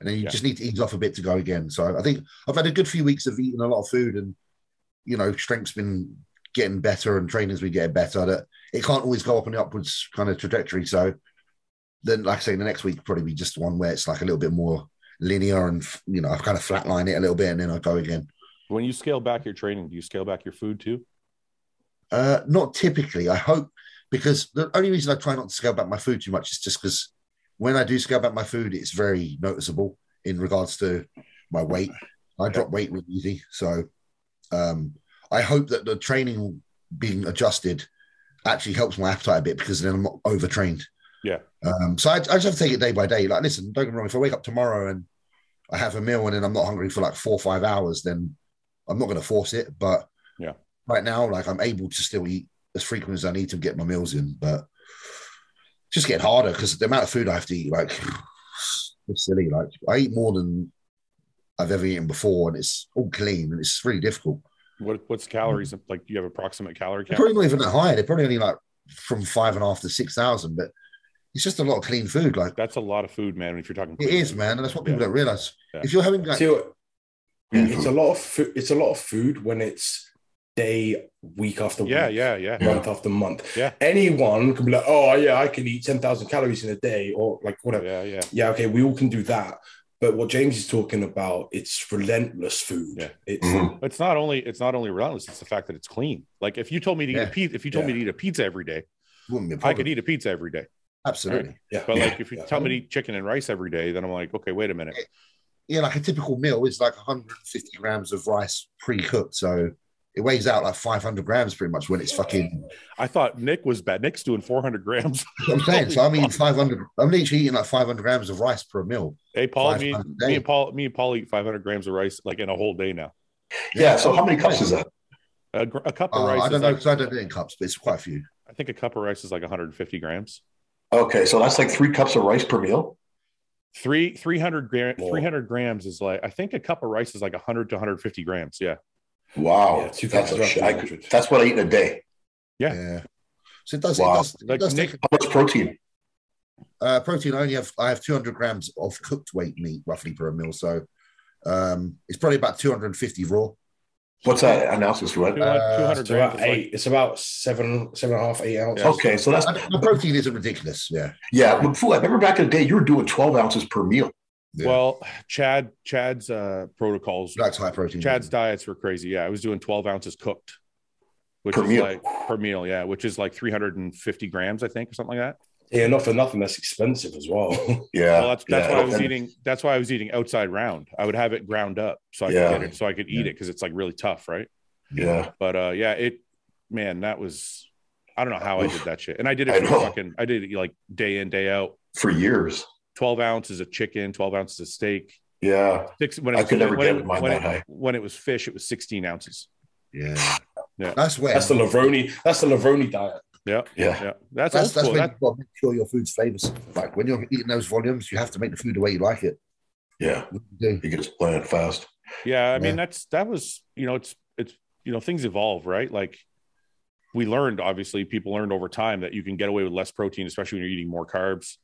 S2: and then you
S1: Yeah.
S2: just need to ease off a bit to go again. So I think I've had a good few weeks of eating a lot of food, and you know, strength's been getting better, and training's been getting better. That it can't always go up and upwards kind of trajectory. So then, like I say, the next week probably be just one where it's like a little bit more linear, and you know, I've kind of flatline it a little bit, and then I go again.
S1: When you scale back your training, do you scale back your food too?
S2: Uh, not typically. I hope because the only reason I try not to scale back my food too much is just because when I do scale back my food, it's very noticeable in regards to my weight. I drop weight really easy, so um, I hope that the training being adjusted actually helps my appetite a bit because then I'm not overtrained.
S1: Yeah.
S2: Um, so I, I just have to take it day by day. Like, listen, don't get me wrong. If I wake up tomorrow and I have a meal and then I'm not hungry for like four or five hours, then I'm not going to force it. But right now, like I'm able to still eat as frequent as I need to get my meals in, but it's just getting harder because the amount of food I have to eat, like, it's silly. Like I eat more than I've ever eaten before, and it's all clean, and it's really difficult.
S1: What what's calories
S2: Mm-hmm.
S1: like? Do you have approximate calorie
S2: They're
S1: count?
S2: probably not even that high. They're probably only like from five and a half to six thousand, but it's just a lot of clean food. Like
S1: That's a lot of food, man. If you're talking,
S2: it is, man, and that's what people
S1: Yeah.
S2: don't realize.
S1: Yeah.
S2: If you're having like,
S3: See what-
S5: Yeah.
S3: It's a lot of food. It's a lot of food when it's day, week after week.
S1: Yeah, yeah, yeah.
S3: month after month.
S1: Yeah.
S3: Anyone can be like, oh yeah, I can eat ten thousand calories in a day or like whatever. Yeah.
S1: Yeah, yeah.
S3: okay, we all can do that. But what James is talking about, it's relentless food.
S1: Yeah.
S3: It's
S5: Mhm.
S1: It's not only it's not only relentless. It's the fact that it's clean. Like if you told me to eat
S2: Yeah.
S1: a pizza, if you told me
S3: Yeah.
S1: to eat a pizza every day,
S2: wouldn't be a
S1: I
S2: problem.
S1: could eat a pizza every day.
S2: absolutely.
S3: yeah.
S1: But
S5: Yeah.
S1: like if you
S3: Yeah.
S1: tell me to eat chicken and rice every day, then I'm like, okay, wait a minute.
S2: yeah, like a typical meal is like 150 grams of rice pre-cooked, so it weighs out like 500 grams pretty much when it's fucking.
S1: I thought Nick was bad. Nick's doing 400 grams.
S2: That's what I'm saying so I'm eating 500. I'm literally eating like 500 grams of rice per meal.
S1: Hey, Paul,
S2: Five
S1: me,
S2: times a day.
S1: me and Paul, me and Paul eat 500 grams of rice like in a whole day now.
S5: Yeah. So how many cups is that?
S1: a, gr- a cup of
S2: Uh,
S1: rice.
S2: I
S1: is
S2: don't know
S1: like-
S2: because I don't do it in cups, but it's quite a few.
S1: I think a cup of rice is like 150 grams.
S5: Okay, so that's like three cups of rice per meal.
S1: Three 300 gram,
S3: More.
S1: 300 grams is like I think a cup of rice is like 100 to 150 grams. Yeah,
S5: Wow,
S3: Yeah, two
S5: that's,
S3: cups
S5: a
S3: of
S5: shit.
S3: rice,
S5: I could-
S3: 200.
S5: that's what I eat in a day.
S1: Yeah.
S2: Yeah. So it does.
S5: Wow.
S2: It does, it
S1: Like
S2: does
S1: Nick-
S2: take-
S5: How much protein?
S2: uh, protein. I only have I have 200 grams of cooked weight meat roughly per meal, so um, it's probably about 250 raw.
S5: What's that? An ounce is
S1: Two-
S5: what?
S2: Uh,
S1: 200
S3: It's
S1: grams.
S3: about
S1: Is like,
S3: eight. It's about seven, seven and a half, eight ounces.
S5: Okay, so that's
S2: I don't- The protein isn't ridiculous. Yeah.
S5: yeah. but fool, I remember back in the day, you were doing twelve ounces per meal.
S2: yeah.
S1: Well, Chad Chad's uh, protocols,
S2: that's high protein.
S1: Chad's diets were crazy. Yeah, I was doing 12 ounces cooked, which
S5: Per
S1: is
S5: meal.
S1: like per meal. Yeah, which is like 350 grams, I think, or something like that.
S3: Yeah, not for nothing. That's expensive as well.
S5: Yeah,
S1: well, that's that's
S5: yeah.
S1: why I was eating. That's why I was eating outside round. I would have it ground up so I
S5: Yeah.
S1: could get it, so I could eat it because it's like really tough, right?
S5: Yeah,
S1: But uh, yeah, it man, that was I don't know how I did that shit, and I did
S5: I
S1: it for
S5: know.
S1: fucking I did it like day in day out.
S5: for years.
S1: Twelve ounces of chicken, twelve ounces of steak.
S5: Yeah,
S1: Six when it
S5: I
S1: was,
S5: could never
S1: when
S5: get
S1: it,
S5: mine
S1: when it-
S5: that high.
S1: when it was fish, it was sixteen ounces.
S2: yeah.
S1: Yeah.
S2: That's where.
S3: that's the Lavroni. That's the Lavroni diet.
S1: Yeah,
S5: yeah.
S1: yeah, that's that's,
S2: that's, that's
S1: cool.
S2: when
S1: That,
S2: you've got to make sure your food's flavors. Like when you're eating those volumes, you have to make the food the way you like it.
S5: Yeah,
S2: You do.
S5: you can just plan it fast.
S1: yeah. I mean,
S2: Yeah.
S1: that's that was you know it's it's you know things evolve, right? Like we learned obviously people learned over time that you can get away with less protein, especially when you're eating more carbs.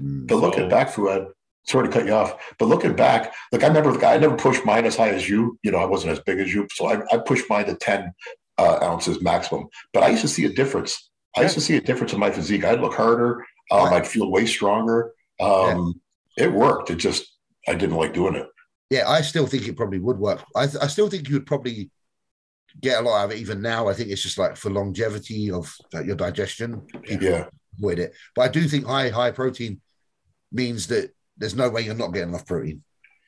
S2: Mm.
S1: Hmm.
S5: But looking
S1: So-
S5: back, Fuad, sorry to cut you off, but looking back, like I remember the guy, I never pushed mine as high as you. You know, I wasn't as big as you. So I, I pushed mine to 10 uh, ounces maximum. But I used to see a difference. I used to see a difference in my physique. I'd look harder. Um,
S2: Right.
S5: I'd feel way stronger. Um, It worked. It just, I didn't like doing it.
S2: Yeah, I still think it probably would work. I, th- I still think you would probably get a lot out of it even now. I think it's just like for longevity of like, your digestion, people
S5: Yeah.
S2: avoid it. But I do think high high protein means that there's no way you're not getting enough protein.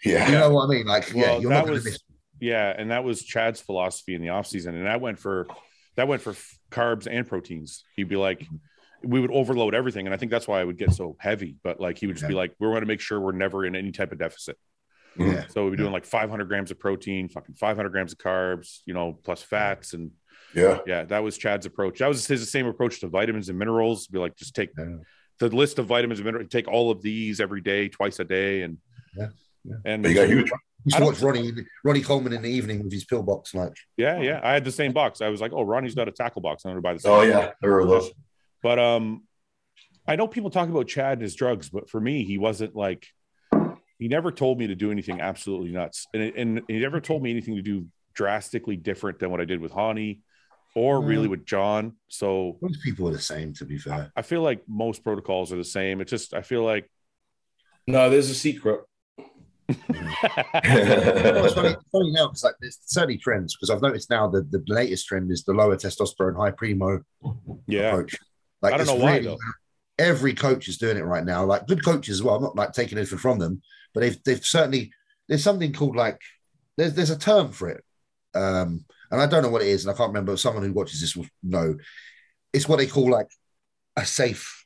S5: Yeah.
S2: You know what I mean? Like, yeah,
S1: Well,
S2: you're
S1: that
S2: not going
S1: was-
S2: to miss.
S1: Yeah, and that was Chad's philosophy in the off season, and that went for that went for f- carbs and proteins. He'd be like,
S2: Mm-hmm.
S1: we would overload everything, and I think that's why I would get so heavy. But like he would just be
S2: Yeah.
S1: like, we're going to make sure we're never in any type of deficit.
S2: Yeah,
S1: So we'd be doing like 500 grams of protein, fucking 500 grams of carbs, you know, plus fats, and
S5: Yeah.
S1: yeah, that was Chad's approach. That was his same approach to vitamins and minerals. Be like, just take
S2: Yeah.
S1: the list of vitamins and minerals, take all of these every day, twice a day, and
S2: Yeah, yeah.
S1: and
S5: But you got huge.
S2: you
S1: I
S2: should
S1: don't-
S2: watch Ronnie Ronnie Coleman in the evening with his pillbox. Like,
S1: Yeah, yeah. I had the same box. I was like, oh, Ronnie's got a tackle box. I'm gonna buy this.
S5: Oh, yeah. There were those.
S1: But um, I know people talk about Chad and his drugs, but for me, he wasn't like he never told me to do anything absolutely nuts, and and he never told me anything to do drastically different than what I did with Hani, or
S2: Hmm.
S1: really with John. So
S2: most people are the same, to be fair.
S1: I feel like most protocols are the same. It's just I feel like
S3: No, there's a secret.
S2: Well, it's funny, it's funny now because like there's certainly trends because I've noticed now that the latest trend is the lower testosterone, high primo
S1: yeah,
S2: approach. Like,
S1: I don't
S2: it's
S1: know why
S2: really-
S1: though.
S2: every coach is doing it right now. Like good coaches as well. I'm not like taking anything from them, but they've they've certainly there's something called like there's there's a term for it. Um, and I don't know what it is, and I can't remember. Someone who watches this will know. It's what they call like a safe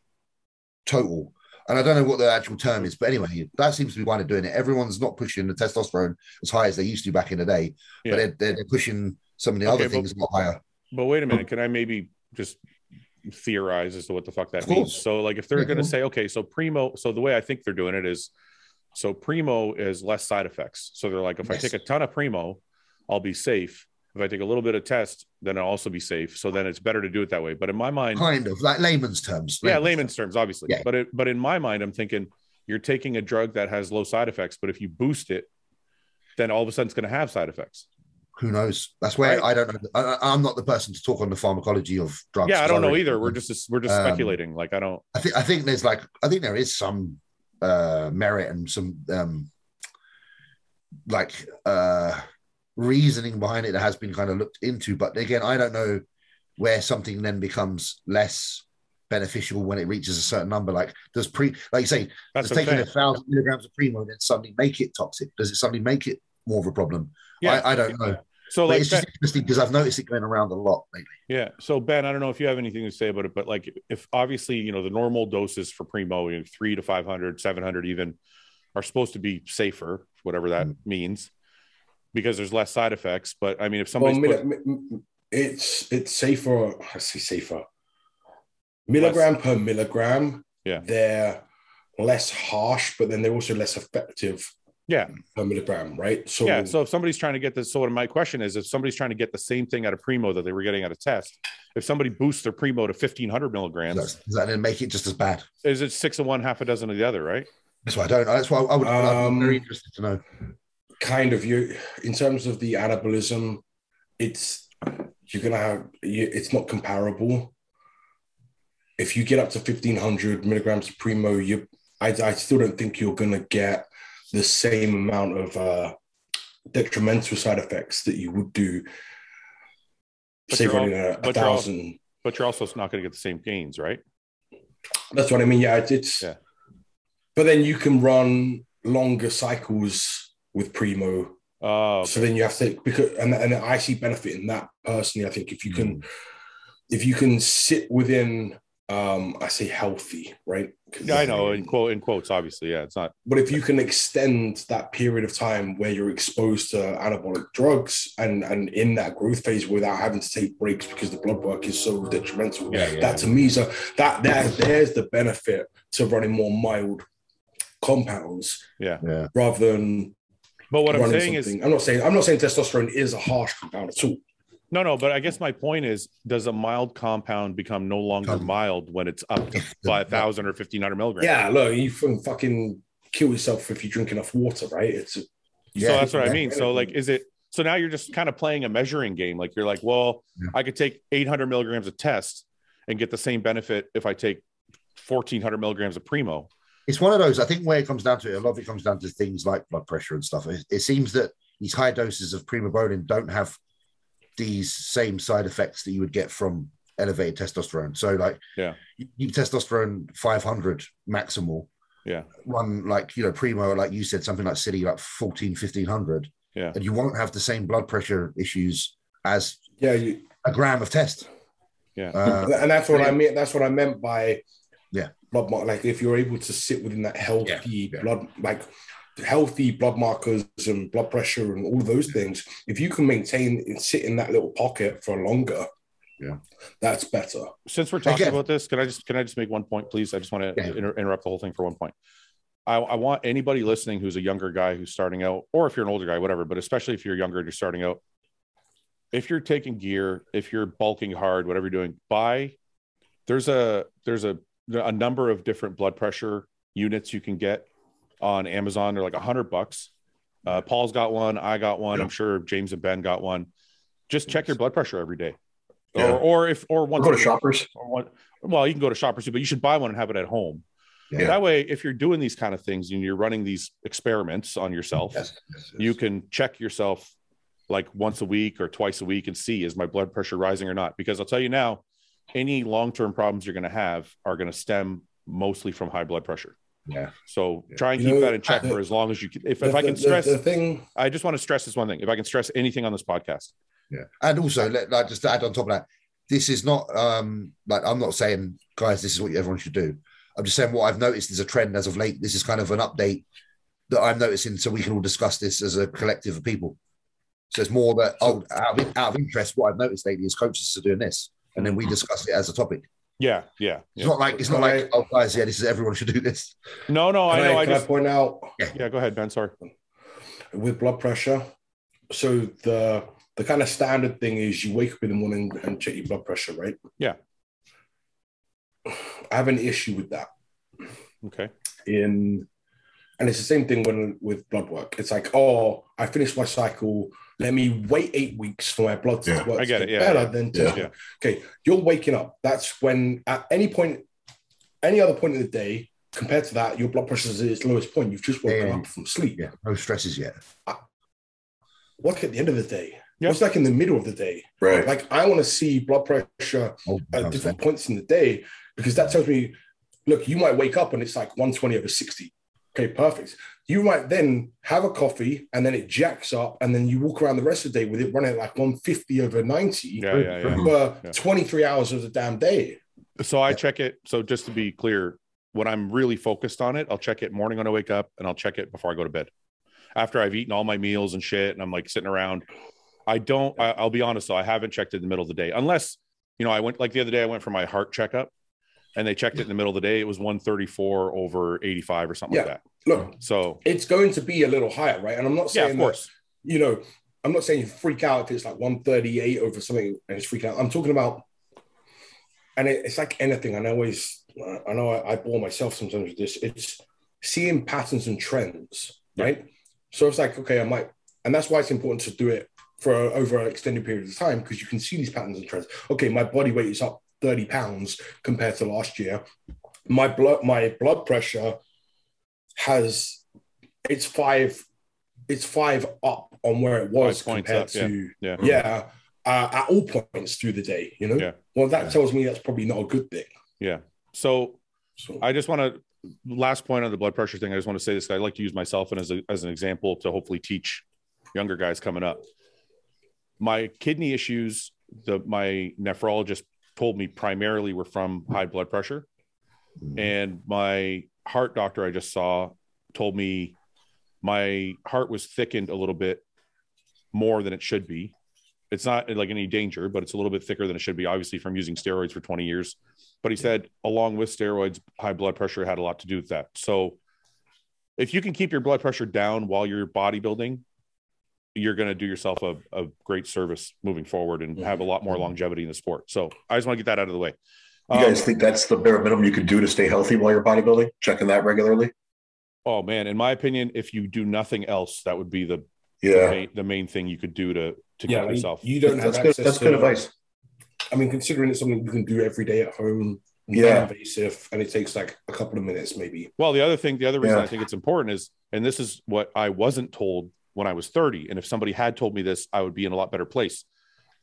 S2: total. And I don't know what the actual term is, but anyway, that seems to be why they're doing it. Everyone's not pushing the testosterone as high as they used to back in the day,
S1: Yeah.
S2: but they're, they're, they're pushing some of the
S1: Okay,
S2: other
S1: but-
S2: things a lot higher.
S1: But wait a minute, can I maybe just theorize as to what the fuck that
S2: Of
S1: means?
S2: course.
S1: So, like, if they're
S2: Yeah,
S1: going to
S2: cool.
S1: say, okay, so primo, so the way I think they're doing it is, so primo is less side effects. So they're like, if I
S2: Yes.
S1: take a ton of primo, I'll be safe. If I take a little bit of test, then I'll also be safe. So then it's better to do it that way. But in my mind,
S2: Kind of like layman's terms.
S1: yeah, layman's terms, obviously.
S2: Yeah.
S1: But it, but in my mind, I'm thinking you're taking a drug that has low side effects, but if you boost it, then all of a sudden it's going to have side effects.
S2: who knows? That's where
S1: Right.
S2: I don't know. I- I, I'm not the person to talk on the pharmacology of drugs.
S1: yeah, I don't know
S2: really-
S1: either. We're just we're just
S2: Um,
S1: speculating. Like I don't.
S2: I think I think there's like I think there is some uh, merit and some um, like uh, reasoning behind it that has been kind of looked into. But again, I don't know where something then becomes less beneficial when it reaches a certain number. Like does pre like you say,
S1: That's
S2: does
S1: what I'm
S2: taking a
S1: saying.
S2: thousand milligrams of primo then suddenly make it toxic? Does it suddenly make it more of a problem?
S1: Yeah.
S2: I, I don't know.
S1: so
S2: But
S1: like
S2: it's just interesting because I've noticed it going around a lot lately.
S1: Yeah. So Ben, I don't know if you have anything to say about it, but like if obviously, you know, the normal doses for primo, you know, three to 500, 700 even are supposed to be safer,
S2: Mm.
S1: whatever that means, because there's less side effects. But I mean, if
S3: Well,
S1: somebody's
S3: mil-
S1: put-
S3: mi- mi- it's it's safer. I say safer. Milligram per milligram.
S1: Yeah.
S3: They're less harsh, but then they're also less effective.
S1: Yeah.
S3: Per milligram, right? So,
S1: yeah. So if somebody's trying to get this, so what my question is, if somebody's trying to get the same thing out of primo that they were getting out of test, if somebody boosts their primo to fifteen hundred milligrams,
S2: Does that then make it just as bad?
S1: is it six of one, half a dozen of the other, right?
S2: That's why I don't. That's why I would. I'm
S3: Um,
S2: very interested to know.
S3: kind of you in terms of the anabolism, it's you're gonna have you, it's not comparable. If you get up to fifteen hundred milligrams of primo, you I, I still don't think you're gonna get the same amount of uh, detrimental side effects that you would do.
S1: But
S3: Say
S1: you're all-
S3: running a, a
S1: but you're all-
S3: thousand.
S1: But you're also not going to get the same gains, right?
S3: That's what I mean. Yeah, it's. it's
S1: Yeah.
S3: But then you can run longer cycles with primo
S1: Oh,
S3: So then you have to because and, and I see benefit in that personally. I think if you
S1: Hmm.
S3: can if you can sit within um I say healthy, right? 'Cause-
S1: yeah, I know. In quote, in quotes, obviously, yeah, it's not.
S3: But if you can extend that period of time where you're exposed to anabolic drugs and and in that growth phase without having to take breaks because the blood work is so detrimental,
S1: Yeah, yeah.
S3: that to me is a that there, there's the benefit to running more mild compounds
S1: Yeah.
S2: Yeah.
S3: rather than
S1: But what I'm
S3: running
S1: saying is,
S3: something. I'm not saying I'm not saying testosterone is a harsh compound at all.
S1: no, no. But I guess my point is, does a mild compound become no longer
S2: Um,
S1: mild when it's up to five thousand or fifteen hundred milligrams?
S3: Yeah, look, you can fucking kill yourself if you drink enough water, right? It's
S1: so
S2: Yeah.
S1: that's what I
S3: yeah.
S1: mean. So like, is it? So now you're just kind of playing a measuring game. Like you're like, well,
S2: Yeah.
S1: I could take 800 milligrams of test and get the same benefit if I take 1400 milligrams of primo.
S2: It's one of those. I think where it comes down to it, a lot of it comes down to things like blood pressure and stuff. It, it seems that these high doses of primobonin don't have these same side effects that you would get from elevated testosterone. So, like,
S1: Yeah.
S2: you, you testosterone 500 maximal.
S1: Yeah.
S2: One, like, you know, primo, like you said, something like city, like 14, 1500.
S1: Yeah.
S2: And you won't have the same blood pressure issues as
S3: yeah, you,
S2: a gram of test.
S1: Yeah.
S2: Uh,
S3: and that's what I mean. That's what I meant by
S2: Yeah.
S3: blood mark. Like if you're able to sit within that healthy
S2: Yeah.
S3: blood, like healthy blood markers and blood pressure and all those things. If you can maintain and sit in that little pocket for longer,
S2: Yeah.
S3: that's better.
S1: Since we're talking
S2: Again-
S1: about this, can I just can I just make one point, please? I just want to
S2: Yeah.
S1: inter- interrupt the whole thing for one point. I, I want anybody listening who's a younger guy who's starting out, or if you're an older guy, whatever, but especially if you're younger and you're starting out, if you're taking gear, if you're bulking hard, whatever you're doing, buy. There's a there's a a number of different blood pressure units you can get on Amazon. They're like a hundred bucks. Uh, Paul's got one. I got one. I'm sure James and Ben got one. Just check your blood pressure every day,
S5: Yeah.
S1: or or if or once
S5: Go
S1: a
S5: to
S1: week
S5: shoppers.
S1: or one well you can go to shoppers too but you should buy one and have it at home
S2: Yeah.
S1: that way if you're doing these kind of things and you're running these experiments on yourself
S2: yes, yes, yes.
S1: you can check yourself like once a week or twice a week and see is my blood pressure rising or not because i'll tell you now any long-term problems you're going to have are going to stem mostly from high blood pressure
S2: Yeah.
S1: so
S2: Yeah.
S1: try and
S3: You
S1: keep
S3: know,
S1: that in check
S3: I-
S1: for as long as you can if,
S3: The-
S1: if i
S3: the-
S1: can
S3: the-
S1: stress
S3: the thing.
S1: i just want to stress this one thing if i can stress anything on this podcast
S2: Yeah. And also, let, like, just to add on top of that, this is not um like I'm not saying, guys, this is what everyone should do. I'm just saying what I've noticed is a trend as of late. This is kind of an update that I'm noticing, so we can all discuss this as a collective of people. So it's more that oh, out, of, out of interest, what I've noticed lately is coaches are doing this, and then we discuss it as a topic.
S1: yeah yeah,
S2: It's
S1: yeah.
S2: not like it's not like oh, guys, yeah, this is everyone should do this.
S1: no no
S3: Can
S1: Oh, i know
S3: I,
S1: i
S3: can I
S1: just
S3: point out
S1: yeah go ahead ben sorry
S3: with blood pressure. So the the kind of standard thing is you wake up in the morning and check your blood pressure, right?
S1: Yeah.
S3: I have an issue with that
S1: okay
S3: in and it's the same thing when with blood work. It's like, oh, I finished my cycle. Let me wait eight weeks for my blood
S5: Yeah,
S3: work
S1: I get
S3: to
S1: it,
S3: get
S1: yeah,
S3: better
S1: yeah,
S3: than
S5: yeah.
S1: Yeah.
S3: okay. You're waking up. That's when at any point, any other point in the day, compared to that, your blood pressure is at its lowest point. You've just woken
S2: Yeah.
S3: up from sleep
S2: Yeah, no stresses yet.
S3: what's at the end of the day?
S1: Yeah.
S3: What's like in the middle of the day?
S5: Right.
S3: Like I want to see blood pressure
S2: Oh,
S3: at
S2: okay.
S3: different points in the day because that tells me, look, you might wake up and it's like 120 over 60. Okay, perfect. You might then have a coffee and then it jacks up and then you walk around the rest of the day with it running at like 150 over 90
S1: yeah yeah yeah
S3: for
S1: Yeah.
S3: 23 hours of the damn day.
S1: So I
S2: Yeah.
S1: check it. So just to be clear, when I'm really focused on it, I'll check it morning when I wake up and I'll check it before I go to bed. After I've eaten all my meals and shit and I'm like sitting around, I don't. I, I'll be honest though. I haven't checked it in the middle of the day, unless you know. I went like the other day. I went for my heart checkup, and they checked it in the middle of the day. It was 134 over 85 or something like that.
S3: Look,
S1: So
S3: it's going to be a little higher, right? And I'm not
S1: yeah,
S3: saying
S1: of
S3: that-
S1: course.
S3: you know, I'm not saying you freak out if it's like 138 over something and it's freaking out. I'm talking about, and it, it's like anything. And I always, I know I, I bore myself sometimes with this. It's seeing patterns and trends, right? So it's like, okay, I might, and that's why it's important to do it for over an extended period of time because you can see these patterns and trends. Okay, my body weight is up 30 pounds compared to last year. My blood, my blood pressure has it's five, it's five up on where it was
S1: Five points
S3: compared
S1: up, yeah.
S3: to
S1: Yeah.
S3: yeah, uh, at all points through the day, you know.
S1: Yeah.
S3: Well, that
S5: Yeah.
S3: tells me that's probably not a good thing.
S1: So
S3: So
S1: I just want to last point on the blood pressure thing. I just want to say this. 'cause I like to use myself and as a, as an example to hopefully teach younger guys coming up. My kidney issues, the my nephrologist told me primarily were from high blood pressure, and my heart doctor I just saw told me my heart was thickened a little bit more than it should be. It's not like any danger, but it's a little bit thicker than it should be, obviously from using steroids for 20 years but he said along with steroids high blood pressure had a lot to do with that so if you can keep your blood pressure down while you're bodybuilding you're going to do yourself a, a great service moving forward and have
S5: Mm-hmm.
S1: a lot more longevity in the sport so i just want to get that out of the way
S5: You
S1: Um,
S5: guys think that's the bare minimum you could do to stay healthy while you're bodybuilding? Checking that regularly?
S1: oh man in my opinion if you do nothing else that would be the the,
S5: Yeah.
S1: main, the main thing you could do to to
S3: yeah,
S1: keep
S3: like,
S1: yourself
S3: you don't have
S5: That's good,
S3: access
S5: that's
S3: to,
S5: good advice.
S3: I mean, considering it's something you can do every day at home,
S5: Yeah.
S3: invasive, and it takes like a couple of minutes maybe.
S1: Well, the other thing, the other reason
S5: Yeah.
S1: I think it's important is, and this is what I wasn't told when I was 30. And if somebody had told me this, I would be in a lot better place.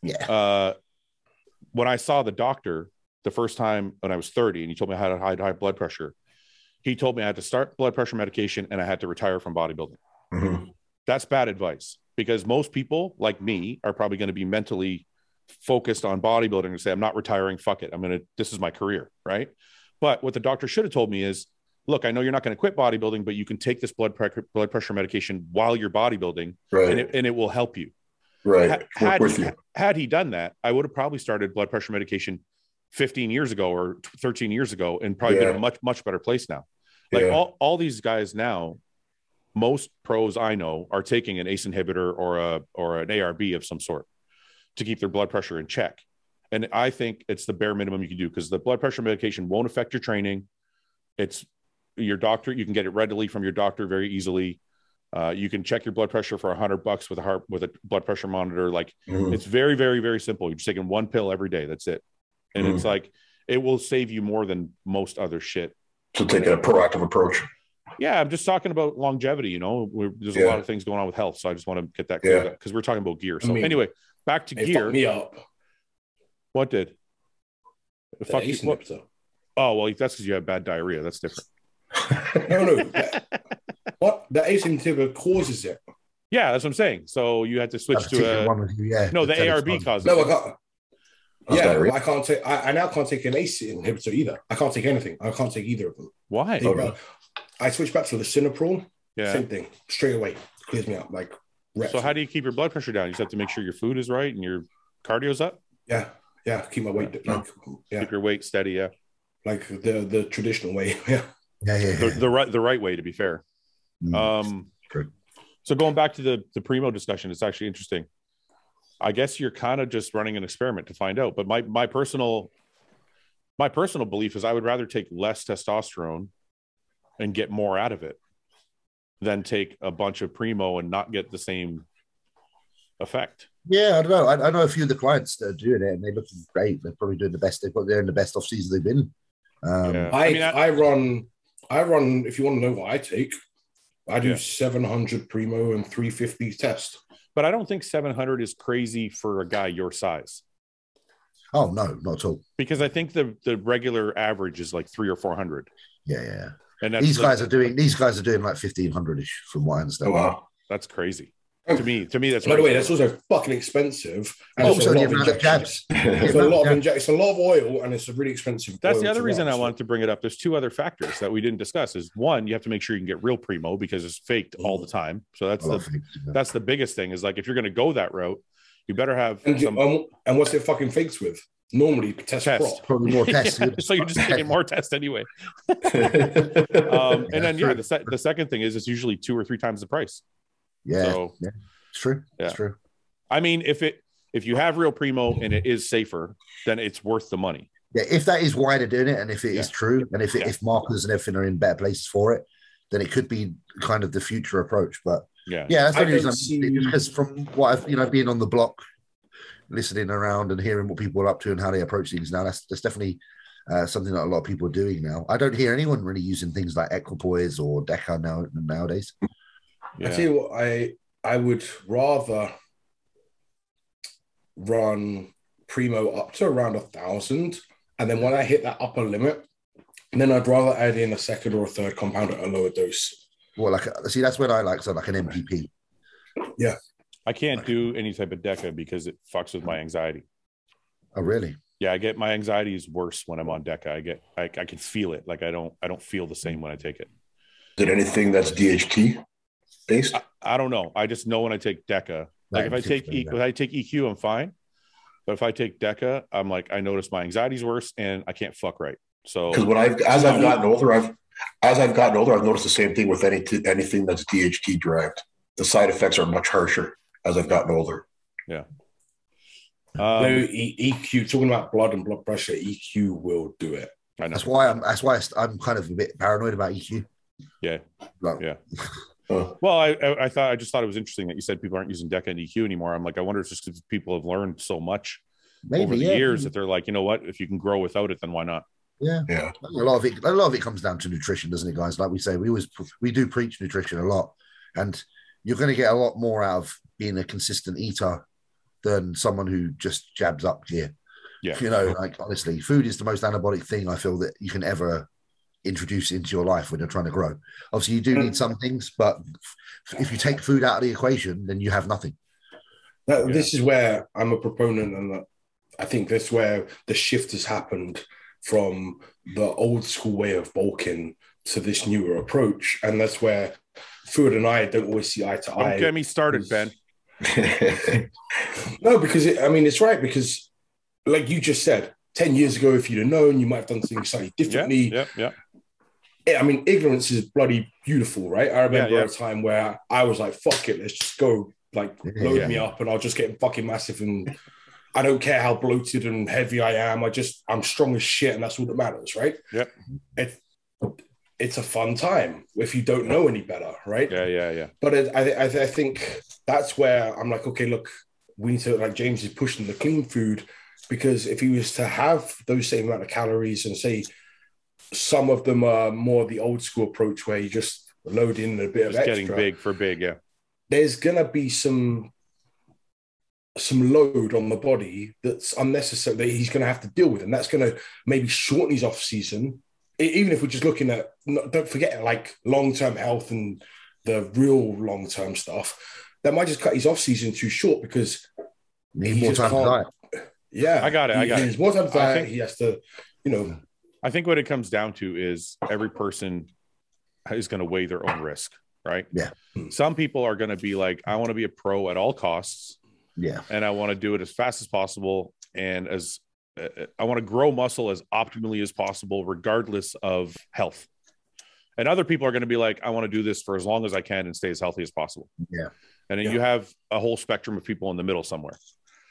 S2: Yeah.
S1: Uh, when I saw the doctor the first time when I was 30 and he told me I had high, high blood pressure, he told me I had to start blood pressure medication and I had to retire from bodybuilding.
S5: Mhm.
S1: That's bad advice because most people like me are probably going to be mentally focused on bodybuilding and say, I'm not retiring. Fuck it. I'm going to, this is my career. Right. But what the doctor should have told me is, look, I know you're not going to quit bodybuilding, but you can take this blood, pre- blood pressure medication while you're bodybuilding
S5: Right.
S1: and it, and it will help you.
S5: right.
S1: Ha-
S5: Work
S1: had, Mm-hmm.
S5: with
S1: he,
S5: you.
S1: had he done that, I would have probably started blood pressure medication 15 years ago or t- 13 years ago and probably been in
S5: Yeah.
S1: a much, much better place now. Like
S5: Yeah.
S1: all, all these guys now, most pros I know are taking an ACE inhibitor or a or an ARB of some sort to keep their blood pressure in check. And I think it's the bare minimum you can do because the blood pressure medication won't affect your training. It's your doctor; you can get it readily from your doctor very easily. Uh, you can check your blood pressure for a hundred bucks with a heart with a blood pressure monitor. Like
S3: Mm-hmm.
S5: Mhm.
S1: it's very, very, very simple. You're just taking one pill every day. That's it. And
S3: Mm-hmm.
S1: it's like it will save you more than most other shit.
S5: So taking a proactive approach.
S1: Yeah, I'm just talking about longevity. You know, We're, there's a
S5: Yeah.
S1: lot of things going on with health, so I just want to get that cleared
S5: Yeah.
S1: up because we're talking about gear. So
S3: mean,
S1: anyway, back to
S3: It
S1: gear.
S3: fucked me up.
S1: What did? It
S3: the
S1: fucked you-
S3: ACE
S1: what-
S3: inhibitor.
S1: oh well, that's because you have bad diarrhea. That's different.
S3: No, no. that- what the ACE inhibitor causes it?
S1: Yeah, that's what I'm saying. So you had to switch
S2: That
S1: to
S2: particular
S1: a
S2: one with you, yeah.
S1: no. The
S2: tennis
S1: ARB
S2: one.
S1: causes.
S3: No,
S1: it.
S3: I got.
S5: That's
S3: yeah,
S5: diarrhea.
S3: I can't take. I, I now can't take an ACE inhibitor either. I can't take anything. I can't take either of them.
S1: Why?
S3: They- I switched back to the Cineprol.
S1: Yeah.
S3: Same thing, straight away. Clears me up. Like, reps.
S1: So how do you keep your blood pressure down? You just have to make sure your food is right and your cardio's up.
S3: yeah, yeah. Keep my weight.
S5: Yeah.
S3: Like, yeah,
S1: Keep your weight steady. Yeah.
S3: like the the traditional way. Yeah.
S2: Yeah, yeah,
S1: the,
S2: yeah.
S1: the right the right way to be fair.
S5: Mm.
S1: Um,
S5: Good.
S1: So going back to the the primo discussion, it's actually interesting. I guess you're kind of just running an experiment to find out. But my my personal my personal belief is I would rather take less testosterone and get more out of it than take a bunch of primo and not get the same effect.
S2: Yeah, I don't know. I, I know a few of the clients that are doing it, and they're looking great. They're probably doing the best. They've got they're in the best off season they've been. Um,
S1: Yeah.
S3: I,
S1: I mean, I-
S3: I, run, I run. If you want to know what I take, I do
S1: Yeah.
S3: 700 primo and 350 test.
S1: But I don't think 700 is crazy for a guy your size
S2: Oh no, not at all.
S1: because I think the the regular average is like three or four hundred,
S2: Yeah, yeah.
S1: and
S2: yeah.
S1: that's
S2: These
S1: like-
S2: guys are doing. These guys are doing like fifteen hundred ish, from what I
S5: Oh,
S2: understand.
S5: wow.
S1: That's crazy.
S3: Oh.
S1: To me, to me, that's
S3: By the way, that's
S1: crazy.
S3: also fucking expensive. And
S2: Oh,
S3: it's
S2: so
S3: a
S2: the
S3: lot of
S2: amount of
S3: injections.
S2: jabs.
S5: Uh,
S3: It's a lot of
S2: Yeah.
S3: inject. It's a lot of oil, and it's a really expensive.
S1: That's
S3: oil
S1: the other
S3: to
S1: reason
S3: run,
S1: I
S3: so-
S1: wanted to bring it up. There's two other factors that we didn't discuss. Is one, you have to make sure you can get real
S3: Mm.
S1: primo because it's faked all the time. So that's
S2: I love
S1: the
S3: Oh,
S2: things, you know.
S1: that's the biggest thing. Is like if you're going to go that route, You better have
S3: And,
S1: some.
S3: um, and what's it fucking fakes with? Normally, test,
S1: Test.
S3: prop.
S2: Probably more tests.
S1: so you're just taking more tests anyway. Um, and then yeah, the, se- the second thing is it's usually two or three times the price.
S2: Yeah,
S1: So
S2: it's true.
S1: Yeah.
S2: It's true.
S1: I mean, if it if you have real primo and it is safer, then it's worth the money.
S2: Yeah, if that is why they're doing it, and if it is
S1: Yeah.
S2: true, and if it,
S1: Yeah.
S2: if markers and everything are in better places for it, then it could be kind of the future approach. But
S1: Yeah.
S2: yeah, that's the
S3: I
S2: only reason.
S3: don't
S2: I'm,
S3: see-
S2: Because from what I've you know being on the block, listening around and hearing what people are up to and how they approach things now, that's that's definitely. Uh, something that a lot of people are doing now. I don't hear anyone really using things like equipoise or deca now nowadays.
S1: yeah.
S3: I tell you what, I I would rather run Primo up to around a thousand, and then when I hit that upper limit, then I'd rather add in a second or a third compound at a lower dose.
S2: Well, like uh, see, that's when I like so like an MPP.
S1: I can't do any type of DECA because it fucks with my anxiety.
S2: Oh, really?
S1: Yeah, I get my anxiety is worse when I'm on DECA. I get I, I can feel it. Like I don't I don't feel the
S2: Mm.
S1: same when I take it.
S5: Did anything that's DHT based?
S1: I, I don't know. I just know when I take DECA. Like if I take e- if I take EQ, I'm fine. But if I take DECA, I'm like I notice my anxiety's worse and I can't fuck right. So
S5: Because when I've as I've gotten older, I've as I've gotten older, I've noticed the same thing with any anything that's DHT derived. The side effects are much harsher as I've gotten older.
S3: no,
S1: um,
S3: e- EQ talking about blood and blood pressure, EQ will do it.
S1: I know.
S2: That's why I'm. That's why I st- I'm kind of a bit paranoid about E EQ.
S1: Yeah.
S2: Like,
S1: Yeah.
S5: Uh,
S1: Well, I, I I thought I just thought it was interesting that you said people aren't using DECA and EQ anymore. I'm like, I wonder if it's just 'cause people have learned so much
S2: Maybe
S1: over the
S2: yeah.
S1: years that they're like, you know what, if you can grow without it, then why not?
S5: yeah,
S2: a lot of it. A lot of it comes down to nutrition, doesn't it, guys? Like we say, we always we do preach nutrition a lot, and you're going to get a lot more out of being a consistent eater than someone who just jabs up gear.
S1: Yeah.
S2: You know, like honestly, food is the most anabolic thing I feel that you can ever introduce into your life when you're trying to grow. Obviously, you do
S3: Mm.
S2: need some things, but f- if you take food out of the equation, then you have nothing.
S3: That,
S1: Yeah.
S3: This is where I'm a proponent, and that- I think this is where the shift has happened from the old school way of bulking to this newer approach, and that's where Food and I don't always see eye to
S1: Don't
S3: eye.
S1: get me started, Ben.
S3: No, because it, I mean it's right because, like you just said, ten years ago, if you'd have known, you might have done something slightly
S1: Yeah,
S3: differently.
S1: yeah, yeah.
S3: Yeah, I mean, ignorance is bloody beautiful, right? I remember
S1: yeah.
S3: a time where I was like, fuck it, let's just go, like,
S2: Yeah.
S3: load me up and I'll just get fucking massive. And I don't care how bloated and heavy I am. I just, I'm strong as shit and that's all that matters, right?
S1: Yep.
S3: It, it's a fun time if you don't know any better, right?
S1: Yeah, yeah, yeah.
S3: But it, I, I, I think that's where I'm like, okay, look, we need to like James is pushing the clean food because if he was to have those same amount of calories and say some of them are more the old school approach where you just load in a bit of
S1: Just
S3: extra,
S1: getting big for big, yeah.
S3: there's gonna be some some load on the body that's unnecessary that he's gonna have to deal with, and that's gonna maybe shorten his off season. E-, Even if we're just looking at, no- don't forget, like long term health and the real long term stuff, that might just cut his off season too short because
S2: You need
S3: He
S2: more
S3: just
S2: time to
S3: can't-
S2: diet.
S3: yeah,
S1: I got it, I
S3: he-
S1: got it.
S3: he's More time to
S1: I
S3: diet,
S1: think-
S3: he has to, you know,
S1: I think what it comes down to is every person is going to weigh their own risk, right?
S2: Yeah.
S1: Some people are going to be like, I want to be a pro at all costs
S2: Yeah.
S1: and I want to do it as fast as possible and as uh, I want to grow muscle as optimally as possible, regardless of health. And other people are going to be like, I want to do this for as long as I can and stay as healthy as possible.
S2: Yeah.
S1: And then
S3: Yeah.
S1: you have a whole spectrum of people in the middle somewhere.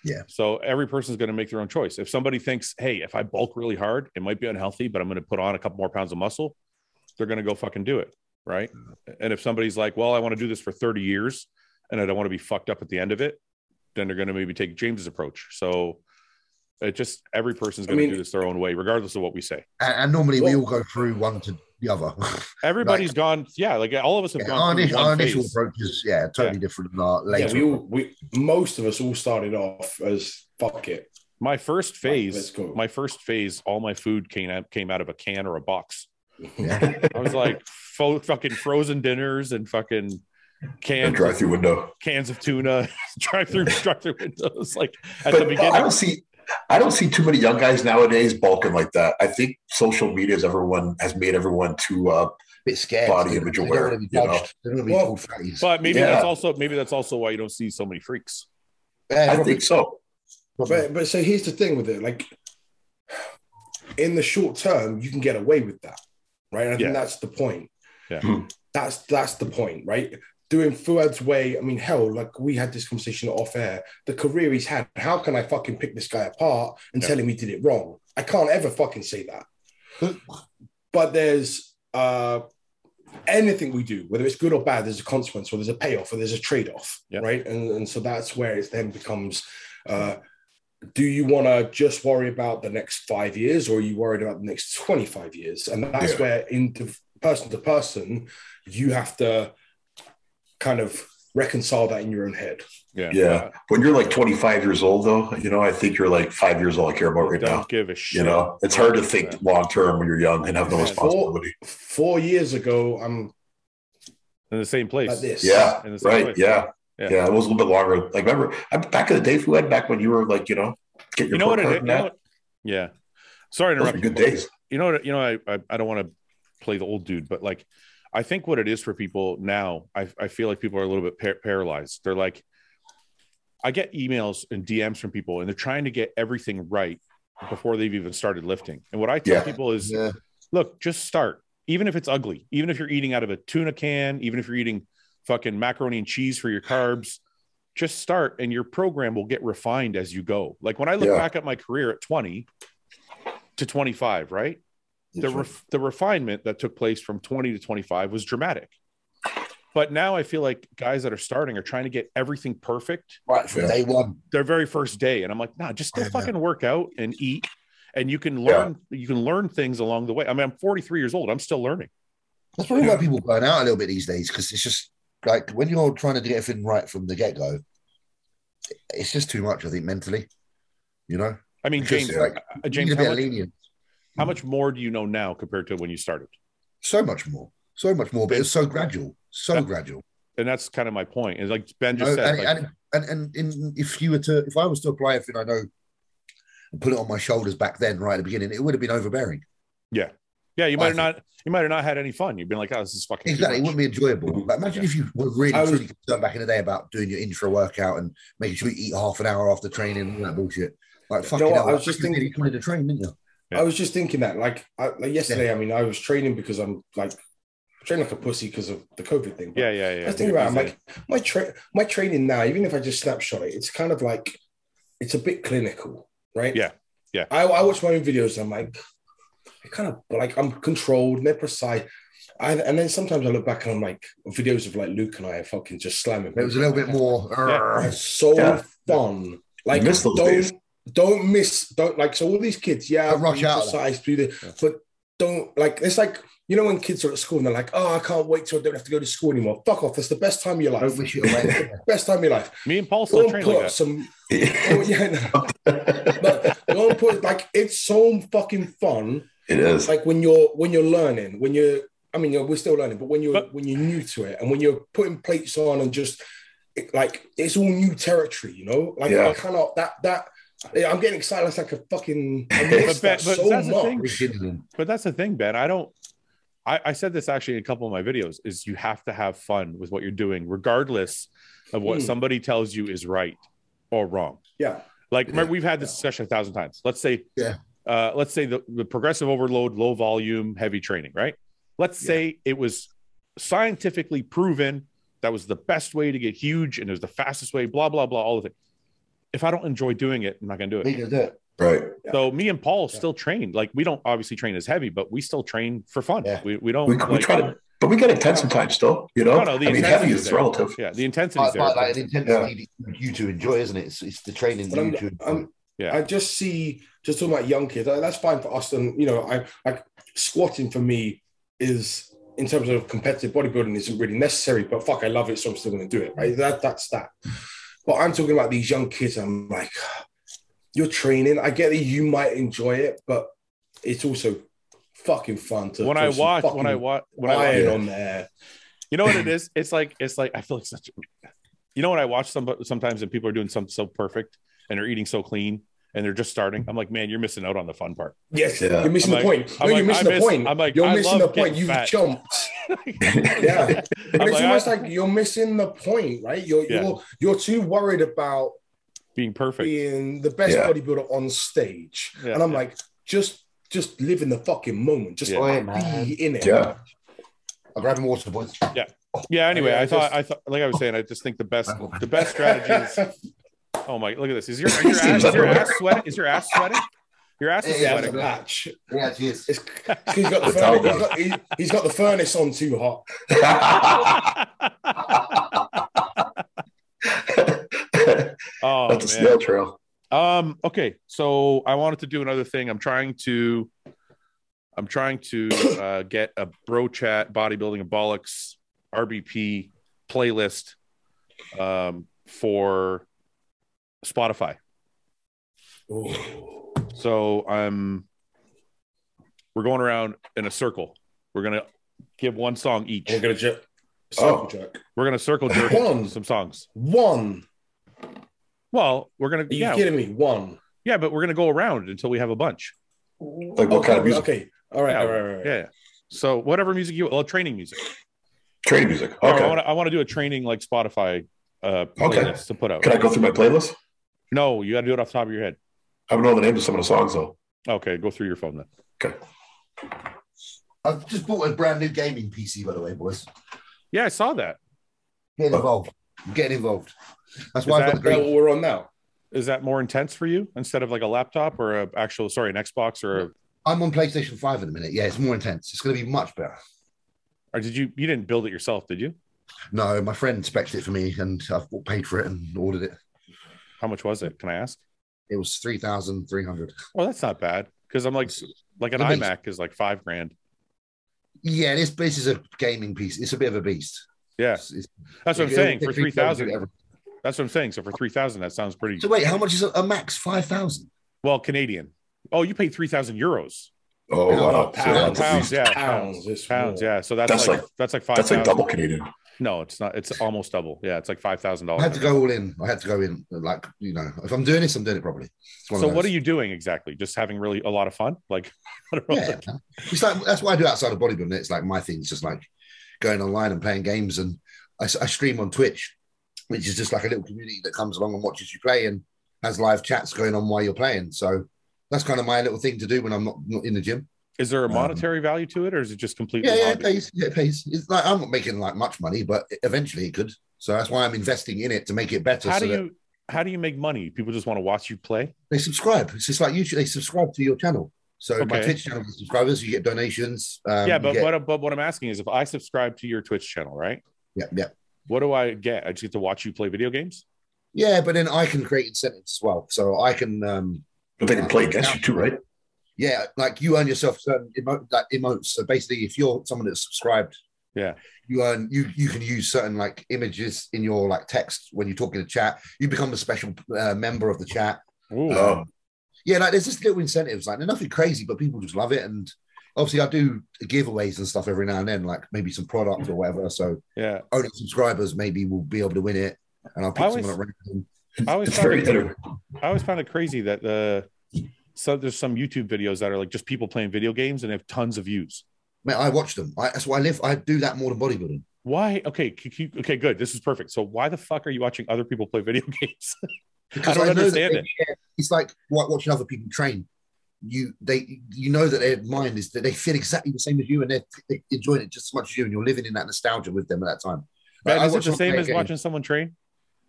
S2: Yeah.
S1: So every person's going to make their own choice. If somebody thinks, hey, if I bulk really hard, it might be unhealthy, but I'm going to put on a couple more pounds of muscle, they're going to go fucking do it. Right.
S3: Mm.
S1: And if somebody's like, well, I want to do this for 30 years and I don't want to be fucked up at the end of it, then they're going to maybe take James's approach. So it just every person's
S3: I
S1: going to
S3: mean-
S1: do this their own way, regardless of what we say.
S2: And, and normally we
S3: Well-
S2: all go through one to the other.
S1: Everybody's gone. Yeah. Like all of us have
S2: Yeah, our,
S1: gone. through
S2: initial,
S1: one
S2: our initial
S1: phase.
S2: approach is yeah, totally different than our
S3: yeah,
S2: later.
S3: we all, we most of us all started off as fuck it,
S1: My first
S3: let's
S1: phase,
S3: go.
S1: my first phase, all my food came out, came out of a can or a box.
S2: Yeah.
S1: I was like fo- fucking frozen dinners and fucking
S5: and
S1: cans,
S5: drive through window.
S1: cans of tuna, drive through, drive through windows. Like at the
S5: But
S1: beginning,
S5: I don't see I don't see too many young guys nowadays bulking like that. I think social media has everyone has made everyone too uh,
S2: bit scared.
S5: Body
S2: They don't
S5: image
S2: wanna
S5: aware,
S2: be
S5: you know.
S2: judged. They don't want to be
S3: Well,
S2: called fatties.
S1: but maybe
S5: Yeah.
S1: that's also maybe that's also why you don't see so many freaks.
S2: Yeah,
S5: I
S2: probably-
S5: think so.
S2: probably.
S3: But but so here's the thing with it, like in the short term, you can get away with that, right? And I
S1: Yeah.
S3: think that's the point.
S1: Yeah.
S5: Hmm.
S3: That's that's the point, right? Doing Fuad's way, I mean, hell, like we had this conversation off air. The career he's had, how can I fucking pick this guy apart and
S1: Yeah.
S3: tell him he did it wrong? I can't ever fucking say that. but there's uh anything we do, whether it's good or bad, there's a consequence, or there's a payoff, or there's a trade-off,
S1: Yeah.
S3: right? And and so that's where it then becomes uh do you want to just worry about the next five years or are you worried about the next 25 years? And that's
S5: Yeah.
S3: where, in the person to person, you have to kind of reconcile that in your own head.
S1: Yeah.
S5: Yeah. When you're like 25 years old, though, you know, I think you're like five years old. I care about right
S1: Don't
S5: now.
S1: give a shit.
S5: You know, it's hard to think long term when you're young and have no
S1: Yeah.
S5: responsibility.
S3: Four years ago, I'm
S1: in the same place.
S3: like this.
S5: Yeah.
S1: In the same
S5: Right.
S1: place.
S5: Yeah.
S1: Yeah.
S5: yeah. It was a little bit longer. Like, remember, I, back in the day, Fuad, back when you were like, you know, get your
S1: You know what it
S5: pro
S1: is?
S5: card
S1: You
S5: and
S1: know
S5: that.
S1: what- yeah. Sorry to
S5: Those
S1: interrupt.
S5: were
S1: you,
S5: good
S1: but-
S5: days.
S1: you know what you know I, I i don't want to play the old dude but like i think what it is for people now i, I feel like people are a little bit par- paralyzed they're like i get emails and dms from people and they're trying to get everything right before they've even started lifting and what i tell
S5: Yeah.
S1: people is
S2: Yeah.
S1: look just start even if it's ugly even if you're eating out of a tuna can even if you're eating fucking macaroni and cheese for your carbs just start and your program will get refined as you go like when i look
S5: Yeah.
S1: back at my career at 20 to 25 right the,
S5: That's right.
S1: ref- the refinement that took place from 20 to 25 was dramatic. But now I feel like guys that are starting are trying to get everything perfect
S2: Right from
S5: Yeah.
S2: day one.
S1: their very first day. And I'm like, nah, just go
S2: Yeah.
S1: fucking work out and eat. And you can learn, you can learn things along the way. I mean, I'm 43 years old. I'm still learning.
S2: That's probably why people burn out a little bit these days because it's just like when you're trying to get everything right from the get go, it's just too much. I think mentally, you know,
S1: I mean,
S2: Because,
S1: James,
S2: like,
S1: uh,
S2: you
S1: James,
S2: need a
S1: how
S2: bit of
S1: much,
S2: lenient.
S1: how much more do you know now compared to when you started?
S2: So much more, so much more, but it's so gradual, so
S1: Yeah.
S2: gradual.
S1: And that's kind of my point. And like Ben
S2: No,
S1: just
S2: Oh, and,
S1: said, like,
S2: and, and and in, if you were to, if I was to apply everything I know and put it on my shoulders back then, right at the beginning, it would have been overbearing.
S1: yeah, you
S2: I
S1: might have
S2: think-
S1: not, you might have not had any fun. You've been like, oh, this is fucking too
S2: Exactly, it
S1: much.
S2: wouldn't be enjoyable. But imagine if you were really
S3: I was-
S2: truly concerned back in the day about doing your intro workout and making sure you eat half an hour after training and all that bullshit. Like fucking
S3: what,
S2: hell,
S3: I was just
S2: you really
S3: thinking-
S2: wanted to train, didn't you?
S1: Yeah.
S3: I was just thinking that, like, I, like yesterday, I mean, I was training because I'm like training like a pussy because of the COVID thing.
S1: Yeah, yeah, yeah.
S3: I was thinking about it, I'm
S1: Easily.
S3: like my tra- my training now, even if I just snapshot it, it's kind of like it's a bit clinical, right?
S1: Yeah, yeah.
S3: I, I watch my own videos and I'm like, I kind of like I'm controlled and they're precise. I, and then sometimes I look back and I'm like videos of like Luke and I are fucking just slamming.
S2: It was a little bit more.
S1: Yeah.
S3: It's so
S5: Yeah.
S3: fun. Like
S5: miss those
S3: don't
S5: days.
S3: don't miss don't like so all these kids, yeah,
S2: Don't rush
S3: be
S2: out of
S3: precise, do the,
S1: Yeah.
S3: but don't like it's like you know when kids are at school and they're like, oh, I can't wait till I don't have to go to school anymore. Fuck off, that's the best time of your life.
S2: Don't wish it away.
S3: Best time of your life.
S1: me and Paul
S3: Go
S1: still
S3: and
S1: train
S3: put
S1: like
S3: up
S1: that.
S3: some oh, yeah, no, but go and put like it's so fucking fun.
S5: it is.
S3: Like when you're when you're learning, when you're I mean you're, we're still learning, but when you're
S1: But-
S3: when you're new to it and when you're putting plates on and just it, like it's all new territory, you know? Like
S5: Yeah.
S3: I cannot that that I'm getting excited. It's like a fucking I
S5: But
S3: miss
S1: that-
S3: that
S1: but
S3: so
S1: that's the thing.
S3: much.
S2: Rekindling.
S1: but that's the thing, Ben. I don't. I, I said this actually in a couple of my videos: is you have to have fun with what you're doing, regardless of what
S3: Hmm.
S1: somebody tells you is right or wrong.
S3: Yeah.
S1: Like remember, we've had this discussion a thousand times. Let's say,
S2: Yeah.
S1: uh, let's say the, the progressive overload, low volume, heavy training, right? Let's
S3: Yeah.
S1: say it was scientifically proven that was the best way to get huge and it was the fastest way. Blah blah blah. All of it. If I don't enjoy doing it, I'm not going to do it.
S2: We can do it.
S5: Right.
S1: So me and Paul
S3: Yeah.
S1: still train. Like we don't obviously train as heavy, but we still train for fun.
S2: Yeah.
S1: We, we don't
S5: We, we
S1: like,
S5: try to, but we get intense sometimes still, you know?
S1: No, no, the
S5: I mean,
S1: intensity
S5: heavy
S1: is
S5: is
S1: there.
S5: relative.
S1: yeah, the intensity
S2: But,
S1: there.
S2: but like an intensity you to enjoy, isn't it? It's, it's the training
S3: But
S2: that you
S3: I'm,
S2: to enjoy.
S3: I'm,
S1: Yeah.
S3: I just see just talking about young kids. like, That's fine for us, and you know, I like squatting for me is in terms of competitive bodybuilding isn't really necessary. But fuck, I love it, so I'm still going to do it. Right? That that's that. But I'm talking about these young kids. I'm like, you're training. I get that you might enjoy it, but it's also fucking fun to
S1: when
S3: throw
S1: I
S3: some
S1: watch, when I
S3: fucking
S1: watch, when I
S3: iron
S1: watch,
S3: on there.
S1: you know what it is? It's like it's like I feel like such. You know what I watch some sometimes and people are doing something so perfect and they're eating so clean and they're just starting. I'm like, man, you're missing out on the fun part.
S3: Yes,
S5: Yeah.
S3: you're missing
S1: I'm
S3: the
S1: like-
S3: point.
S1: I'm
S3: no,
S1: like,
S3: you're missing
S1: I
S3: the
S1: miss-
S3: point.
S1: I'm like,
S3: you're
S1: I
S3: missing the
S1: love
S3: point.
S1: getting
S3: You've
S1: fat.
S3: jumped. Yeah.
S1: I'm
S3: But it's
S1: like, "Ah,
S3: almost
S1: I-
S3: like you're missing the point, right? You're
S1: Yeah.
S3: you're you're too worried about
S1: being perfect.
S3: being the best
S5: Yeah.
S3: bodybuilder on stage.
S1: Yeah,
S3: and I'm
S1: yeah.
S3: like, just just live in the fucking moment. Just
S1: Yeah.
S3: like,
S6: Man.
S3: be in it.
S5: Yeah.
S2: I'll grab him water, boys.
S1: Yeah. Anyway,
S3: Yeah,
S1: I thought
S3: just-
S1: I thought like I was saying, I just think the best the best strategy is. Oh my! Look at this. Is your is your ass,
S5: Seems
S1: is your
S5: unaware.
S1: ass sweating? Is your ass sweating? Your ass is
S2: Yeah,
S3: It's a
S1: sweating.
S3: match.
S2: Yeah, it is.
S3: It's, he's, got the
S5: It's all
S3: furnace, he's, got, he, he's got the furnace on too hot.
S1: oh
S5: That's a
S1: man.
S5: snail trail.
S1: Um, okay, so I wanted to do another thing. I'm trying to, I'm trying to uh, get a bro chat bodybuilding and bollocks RBP playlist um, for Spotify.
S3: Ooh.
S1: So I'm, we're going around in a circle. We're gonna give one song each.
S3: We're gonna jerk. Circle
S5: Oh.
S3: jerk.
S1: We're gonna circle jerk
S3: One.
S1: some songs.
S3: One.
S1: Well, we're gonna
S3: Are you
S1: yeah
S3: kidding me? One.
S1: yeah, but we're gonna go around until we have a bunch.
S5: Like what kind of music?
S3: Okay. All right.
S1: Yeah,
S3: all right, all right, all right.
S1: Yeah. So whatever music you well training music.
S5: Training music.
S1: No,
S5: Okay.
S1: I want to I want to do a training like Spotify uh playlist
S5: Okay.
S1: to put out.
S5: Can I go through my playlist?
S1: no, you got to do it off the top of your head.
S5: I don't know the names of some of the songs though.
S1: Okay, go through your phone then.
S2: I've just bought a brand new gaming PC, by the way, boys.
S1: Yeah, I saw that.
S2: Get involved. Get involved. That's why
S1: Oh. Is that-
S2: I've got the
S3: Is that
S2: green.
S3: what we're on now?
S1: Is that more intense for you instead of like a laptop or a actual sorry, an Xbox or, a,
S2: I'm on PlayStation 5 in a minute. Yeah, it's more intense. It's going to be much better.
S1: or did you you didn't build it yourself, did you?
S2: No, my friend specced it for me and I've paid for it and ordered it.
S1: How much was it? Can I ask?
S2: It was 3,300.
S1: Well, that's not bad because I'm like like an
S2: Good beast.
S1: iMac is like 5 grand.
S2: Yeah, this, this is a gaming piece. It's a bit of a beast.
S1: Yeah.
S2: It's- it's-
S1: That's what I'm
S2: it'll
S1: saying
S2: take
S1: for
S2: 3,000 to
S1: 3000.
S2: do it.
S1: That's what I'm saying. So for 3000 that sounds pretty
S2: So, wait, how much is a, a max? 5,000?
S1: well Canadian. Oh, you paid 3000 euros.
S5: Oh wow. So
S3: Pounds.
S5: that's, a
S1: Pounds,
S5: beast.
S1: yeah.
S3: Pounds. It's
S1: Pounds,
S3: more.
S1: yeah. So that's,
S5: That's
S1: like,
S5: like-
S1: that's like 5
S5: that's like double Canadian.
S1: No, it's not. It's almost double. Yeah, it's like five thousand
S2: I had
S1: dollars.
S2: to go all in. I had to go in. Like, you know, if I'm doing this, I'm doing it properly. It's one
S1: So
S2: of
S1: what are
S2: those.
S1: you doing exactly? Just having really a lot of fun? Like, I don't know.
S2: Yeah. It's like, that's what I do outside of bodybuilding. It's like my thing's just like going online and playing games. And I, s- I stream on Twitch, which is just like a little community that comes along and watches you play and has live chats going on while you're playing. So that's kind of my little thing to do when I'm not, not in the gym.
S1: Is there a
S2: Um,
S1: monetary value to it, or is it just completely?
S2: Yeah, yeah, it
S1: hobby?
S2: pays. Yeah, it pays. It's like I'm not making like much money, but eventually it could. So that's why I'm investing in it to make it better.
S1: How
S2: so
S1: do
S2: that
S1: you how do you make money? People just want to watch you play.
S2: they subscribe. It's just like YouTube. They subscribe to your channel. So my
S1: Okay.
S2: Twitch channel has subscribers. You get donations. Um,
S1: yeah,
S2: you
S1: but
S2: get-
S1: what but what I'm asking is, if I subscribe to your Twitch channel, right?
S2: Yeah, yeah,
S1: What do I get? I just get to watch you play video games.
S2: yeah. But then I can create incentives as well. So I can, um,
S5: But they can play against you too, right?
S2: yeah, like you earn yourself certain emo- like emotes. So basically, if you're someone that's subscribed,
S1: Yeah.
S2: you earn you you can use certain like images in your like text when you talk in the chat. You become a special uh, member of the chat.
S1: Ooh.
S5: Oh,
S2: yeah, like there's just little incentives, like they're nothing crazy, but people just love it. And obviously, I do giveaways and stuff every now and then, like maybe some product or whatever. So
S1: yeah,
S2: only subscribers maybe will be able to win it, and I'll pick
S1: I
S2: someone
S1: always-
S2: at random.
S1: I always
S5: it's
S1: found
S5: very
S1: it,
S5: innovative.
S1: I always found it crazy that the so there's some YouTube videos that are like just people playing video games and they have tons of views.
S2: Mate, I watch them. I, that's why I live. I do that more than bodybuilding.
S1: Why? Okay, c- c- okay, good. This is perfect. So why the fuck are you watching other people play video games? I
S2: Because
S1: don't
S2: know that
S1: understand
S2: they-
S1: it.
S2: yeah, It's like wa- watching other people train. You they you know that their mind is that they feel exactly the same as you, and they're, they're enjoying it just as much as you, and you're living in that nostalgia with them at that time.
S1: Ben,
S2: Like, I
S1: is it
S2: watch
S1: the
S2: them play
S1: same
S2: a
S1: as
S2: game.
S1: watching someone train?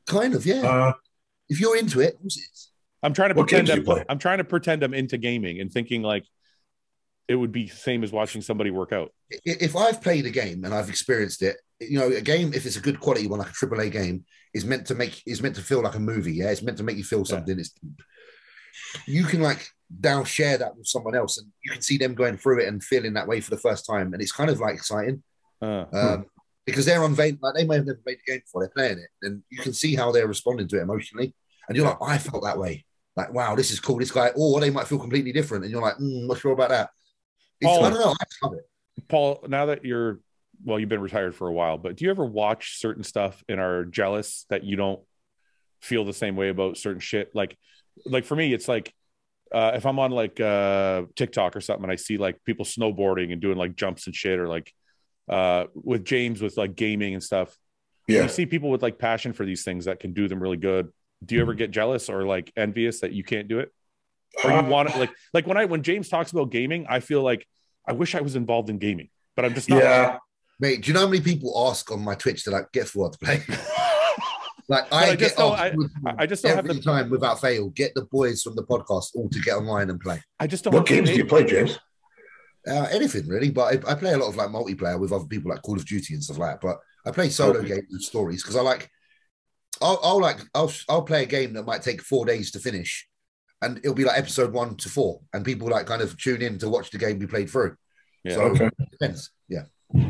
S2: Kind of, yeah.
S5: Uh,
S2: if you're into it, of course it is.
S1: I'm trying to
S5: What
S1: pretend
S5: games do you
S1: I'm,
S5: play?
S1: I'm trying to pretend I'm into gaming and thinking like it would be same as watching somebody work out.
S2: i- if I've played a game and I've experienced it, you know, a game if it's a good quality one, like a triple A game, is meant to make is meant to feel like a movie. Yeah, it's meant to make you feel something. It's you can like now share that with someone else, and you can see them going through it and feeling that way for the first time, and it's kind of like exciting
S1: Uh,
S2: um, because they're unveiled. Like they may have never played a game before, they're playing it, and you can see how they're responding to it emotionally, and you're like, I felt that way. Like, wow, this is cool. This guy, or they might feel completely different, and you're like, mm, not sure about that. It's,
S1: Paul.
S2: I don't know. I just love it.
S1: Paul, now that you're well, you've been retired for a while, but do you ever watch certain stuff and are jealous that you don't feel the same way about certain shit? Like, like for me, it's like uh, if I'm on like uh, TikTok or something and I see like people snowboarding and doing like jumps and shit, or like uh, with James with like gaming and stuff.
S5: yeah.
S1: you see people with like passion for these things that can do them really good do you ever get jealous or like envious that you can't do it? Or you want it like like when I when James talks about gaming, I feel like I wish I was involved in gaming, but I'm just not.
S5: yeah.
S2: Mate, do you know how many people ask on my Twitch to like get forward to play? like
S1: I
S2: I,
S1: just
S2: get
S1: don't-
S2: asked
S1: I I just don't have
S2: every
S1: the
S2: time without fail. Get the boys from the podcast all to get online and play.
S1: I just don't have
S5: What games
S1: the
S5: do you play, James?
S2: Uh, anything really, but I, I play a lot of like multiplayer with other people, like Call of Duty and stuff like that. But I play solo
S5: Okay.
S2: games with stories because I like, I'll, I'll like, I'll, I'll play a game that might take four days to finish, and it'll be like episode one to four, and people like kind of tune in to watch the game be played through.
S1: Yeah.
S2: So
S5: Okay.
S2: it depends. Yeah,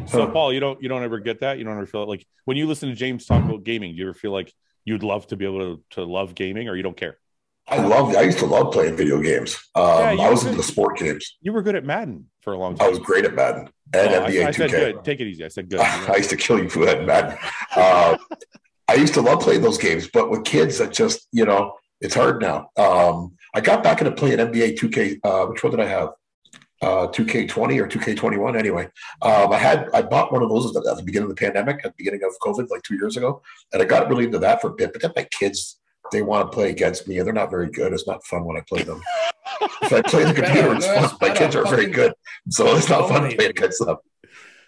S1: So Paul, you don't you don't ever get that? You don't ever feel like when you listen to James talk about gaming, do you ever feel like you'd love to be able to, to love gaming or you don't care?
S5: I loved. I used to love playing video games. Um,
S1: you
S5: I was
S1: could-
S5: into the sport games.
S1: You were good at Madden for a long time.
S5: I was great at Madden and
S1: No, Oh, I-
S5: NBA
S1: I, said
S5: 2K.
S1: good. Take it easy. I said good.
S5: I used to kill you for that, Madden. Uh, I used to love playing those games, but with kids, that just you know, it's hard now. Um, I got back into playing NBA 2K. Uh, which one did I have? Uh, 2K20 or 2K21. Anyway, um, I had I bought one of those at the, at the beginning of the pandemic, at the beginning of COVID, like two years ago, and I got really into that for a bit. But then my kids, they want to play against me, and they're not very good. It's not fun when I play them. if I play the computer, it's fun. My kids aren't very good, so it's not fun playing against them.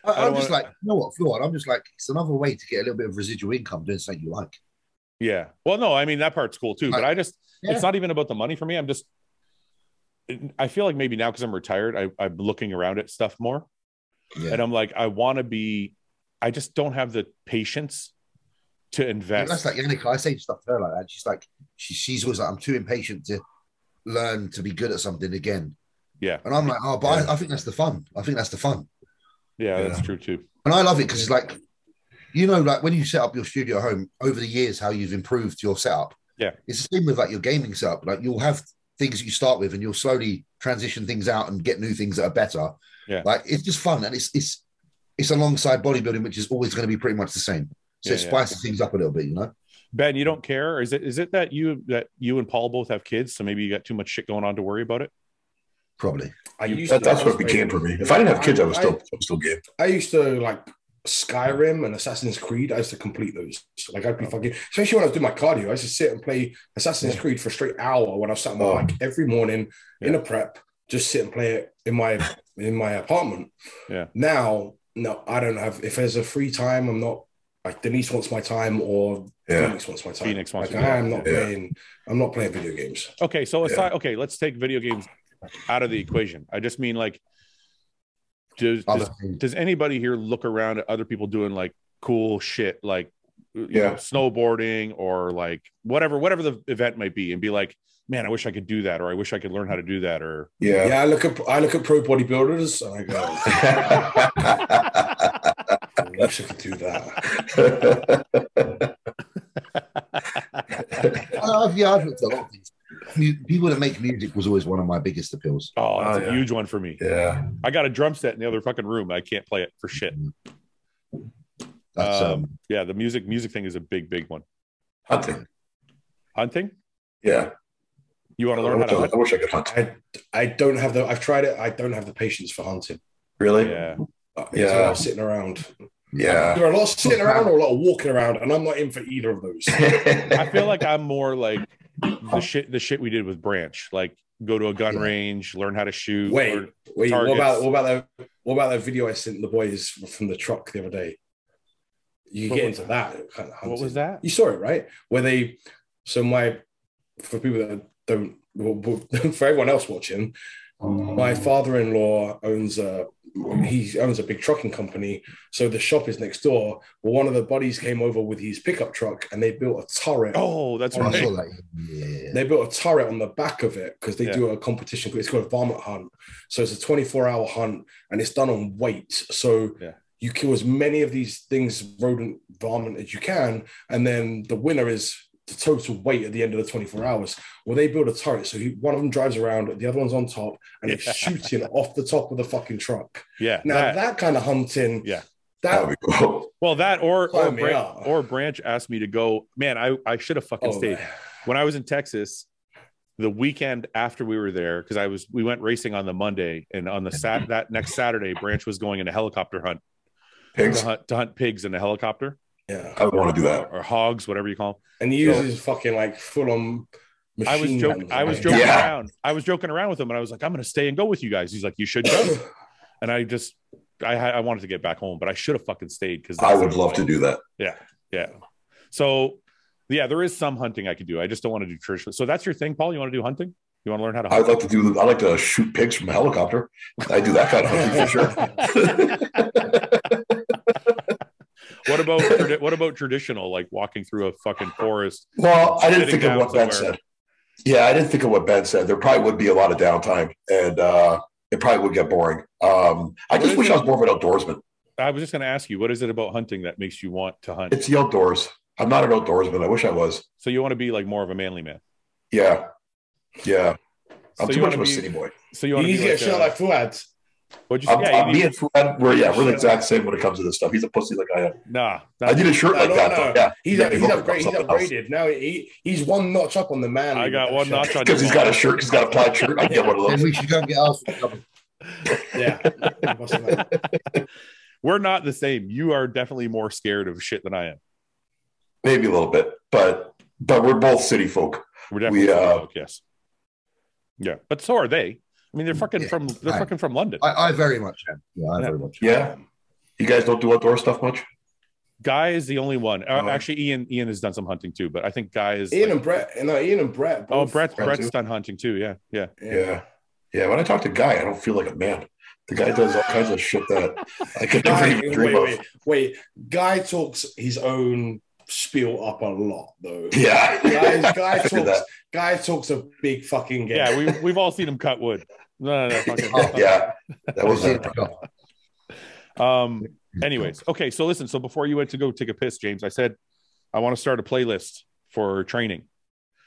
S2: I,
S1: I don't
S2: I'm just
S1: wanna-
S2: like, you know what, Fluid? I'm just like, it's another way to get a little bit of residual income doing something you like.
S1: Yeah. Well, no, I mean that part's cool too, but I just
S2: Yeah.
S1: it's not even about the money for me. I'm just I feel like maybe now because I'm retired, I, I'm looking around at stuff more,
S2: Yeah,
S1: and I'm like, I want to be. I just don't have the patience to invest.
S2: that's like Yannicka. I say stuff to her like that. She's like, she, she's always like, I'm too impatient to learn to be good at something again.
S1: Yeah.
S2: and I'm like, oh, but
S5: Yeah.
S2: I, I think that's the fun. I think that's the fun.
S1: yeah,
S5: Yeah.
S1: that's true too.
S2: And I love it because it's like, you know, like when you set up your studio at home over the years, how you've improved your setup.
S1: Yeah.
S2: It's the same with like your gaming setup. Like you'll have things that you start with and you'll slowly transition things out and get new things that are better.
S1: Yeah.
S2: Like it's just fun and it's it's it's alongside bodybuilding, which is always going to be pretty much the same. So
S1: Yeah,
S2: it
S1: yeah.
S2: spices things up a little bit, you know?
S1: Ben, you don't care, or is it is it that you that you and Paul both have kids, so maybe you got too much shit going on to worry about it?
S2: Probably.
S3: I
S5: You-
S3: used
S5: that,
S3: to
S5: that's what it
S3: always
S5: became
S3: play-
S5: for me. If I didn't have kids, I was
S3: I-
S5: still I was still game.
S3: I used to like Skyrim and Assassin's Creed. I used to complete those. Like
S1: Oh.
S3: I'd be fucking, especially when I was doing my cardio. I used to sit and play Assassin's Creed for a straight hour when I sat on my
S5: Oh.
S3: bike every morning in a prep, just sit and play it in my in my apartment.
S1: Yeah.
S3: Now, no, I don't have. If there's a free time, I'm not. Like Denise wants my time, or
S5: Yeah.
S3: Phoenix wants my time.
S1: Phoenix wants
S3: like,
S1: your
S3: I
S1: time.
S3: am not
S5: Yeah.
S3: playing. I'm not playing video games.
S1: Okay, so
S5: Yeah.
S1: aside, okay, let's take video games out of the equation. I just mean like, does does,
S2: Other things.
S1: does anybody here look around at other people doing like cool shit, like you
S5: Yeah.
S1: know, snowboarding or like whatever, whatever the event might be, and be like, man, I wish I could do that, or I wish I could learn how to do that, or
S5: Yeah.
S3: Yeah, I look at I look at pro bodybuilders and I go, I wish I could do that.
S2: Uh, yeah, I've looked at a lot of things. Mu- People that make music was always one of my biggest appeals.
S1: oh, that's
S5: Oh,
S1: a
S5: yeah.
S1: huge one for me.
S5: yeah.
S1: I got a drum set in the other fucking room. I can't play it for shit.
S2: That's um,
S1: Um, yeah, the music music thing is a big, big one.
S5: Hunting.
S1: Hunting?
S5: Yeah.
S1: You want
S5: I
S1: to learn how
S5: wish
S1: to
S5: I,
S1: hunt?
S5: I wish I could hunt.
S3: I I don't have the. I've tried it. I don't have the patience for hunting.
S5: Really?
S1: Yeah,
S5: Yeah.
S3: Uh, It's
S5: Yeah.
S3: a lot of sitting around. There are a lot of sitting around or a lot of walking around, and I'm not in for either of those.
S1: I feel like I'm more like the shit the shit we did with Branch, like go to a gun
S2: Yeah.
S1: range, learn how to shoot.
S3: Wait, wait.
S1: Targets.
S3: What about what about that? What about that video I sent the boys from the truck the other day? You
S1: What
S3: get
S1: was-
S3: into that. Kind of
S1: or, what
S3: hunting.
S1: was that?
S3: You saw it, right? Where they, so my, for people that don't, well, well, for everyone else watching, my father-in-law owns a, he owns a big trucking company. So the shop is next door. Well, one of the buddies came over with his pickup truck, and they built a turret.
S1: Oh, that's
S2: I saw
S1: right.
S2: that. Yeah, yeah, yeah.
S3: They built a turret on the back of it because they
S1: Yeah.
S3: do a competition. It's called a varmint hunt. So it's a 24 hour hunt and it's done on weight. So
S1: Yeah.
S3: you kill as many of these things, rodent varmint, as you can. And then the winner is the total weight at the end of the 24 hours. Well, they build a turret. So he, one of them drives around, the other one's on top, and it's
S1: Yeah.
S3: shooting off the top of the fucking truck.
S1: Yeah.
S3: Now,
S1: that.
S3: that, kind of hunting,
S1: Yeah.
S5: That
S3: that
S5: would be cool.
S1: well, that or or,
S3: Sign me
S1: Bran-
S3: up.
S1: or Branch asked me to go. Man, I I should have fucking
S3: oh,
S1: stayed. when I was in Texas, the weekend after we were there, because I was we went racing on the Monday, and on the sat that next Saturday, Branch was going in a helicopter hunt to
S5: Pigs.
S1: hunt to hunt pigs in a helicopter.
S3: Yeah.
S5: I would want to do that.
S1: or hogs, whatever you call them.
S3: And he uses fucking like full on machine.
S1: I was joking.
S3: guns,
S1: I was
S3: right?
S1: joking
S5: Yeah.
S1: around. I was joking around with him, and I was like, "I'm going to stay and go with you guys." He's like, "You should go," and I just, I had, I wanted to get back home, but I should have fucking stayed because
S5: I would love to do that.
S1: Yeah. So, yeah, there is some hunting I could do. I just don't want to do traditional. So that's your thing, Paul. You want to do hunting? You want to learn how to
S5: I'd
S1: hunt?
S5: like to do. I like to shoot pigs from a helicopter. I do that kind of hunting for sure.
S1: What about tradi- what about traditional, like walking through a fucking forest?
S5: well, I didn't
S1: Sitting
S5: think of
S1: down
S5: what Ben
S1: somewhere.
S5: said. Yeah, I didn't think of what Ben said. There probably would be a lot of downtime, and uh, it probably would get boring. Um, I
S1: What is
S5: just wish
S1: it?
S5: I was more of an outdoorsman.
S1: I was just going to ask you, what is it about hunting that makes you want to hunt?
S5: It's the outdoors. I'm not an outdoorsman. I wish I was.
S1: so you want to be like more of a manly man.
S5: Yeah, yeah.
S1: So
S5: I'm too
S1: you
S5: much
S1: want
S5: of
S1: to be.
S5: a city boy.
S1: So you
S3: You
S1: want
S3: need
S1: to
S3: to
S1: be
S3: get
S1: like, uh,
S3: shot
S1: a-
S3: like Fuad.
S1: what'd you say?
S5: I'm,
S1: Yeah,
S5: I'm,
S1: you
S5: me
S1: need-
S5: and Fred, we're yeah, we're the
S3: Shut
S5: exact same when it comes to this stuff. He's a pussy like I am.
S1: nah, nah.
S5: I need a shirt
S3: No,
S5: like
S3: no,
S5: that.
S3: no.
S5: though. Yeah,
S3: He's,
S5: Yeah,
S3: up,
S5: he
S3: he's,
S5: worked
S3: upgrade, he's
S5: on something
S3: upgraded. Now he, he's one notch up on the man.
S1: I got one notch on
S5: because
S1: you,
S5: he's got
S1: Paul.
S5: a shirt. He's got a plaid shirt. I get one of
S2: Then
S5: those.
S2: we should go and get asked. Well,
S3: Yeah. What's that?
S1: We're not the same. You are definitely more scared of shit than I am.
S5: Maybe a little bit, but but we're both city folk.
S1: We're definitely
S5: We,
S1: similar
S5: uh,
S1: folk, yes. Yeah, but so are they. I
S5: Mm,
S1: mean, they're fucking
S2: Yeah,
S1: from they're
S2: I-
S1: fucking from London.
S2: I, I very much am. Yeah, I very much. am.
S5: Yeah, you guys don't do outdoor stuff much.
S1: Guy is the only one. Uh,
S5: Oh.
S1: Actually, Ian Ian has done some hunting too, but I think Guy is.
S3: Ian
S1: like-
S3: and Brett. No, Ian and Brett.
S1: oh,
S3: both-
S1: Brett
S5: Brett
S1: Brett's
S5: too.
S1: done hunting too. Yeah, yeah.
S5: Yeah, yeah. When I talk to Guy, I don't feel like a man. The guy does all kinds of shit that I could never
S3: Guy,
S5: even
S3: wait,
S5: dream
S3: wait,
S5: of.
S3: wait. Guy talks his own spiel up a lot, though.
S5: Yeah,
S3: Guy, guy
S5: I heard
S3: talks.
S5: that.
S3: Guy talks a big fucking game.
S1: Yeah, we we've all seen him cut wood. No, no, no. fucking-
S5: Oh, Yeah, that was
S2: We've
S5: it.
S2: seen it go.
S1: Um. Anyways, okay. So listen. So before you went to go take a piss, James, I said I want to start a playlist for training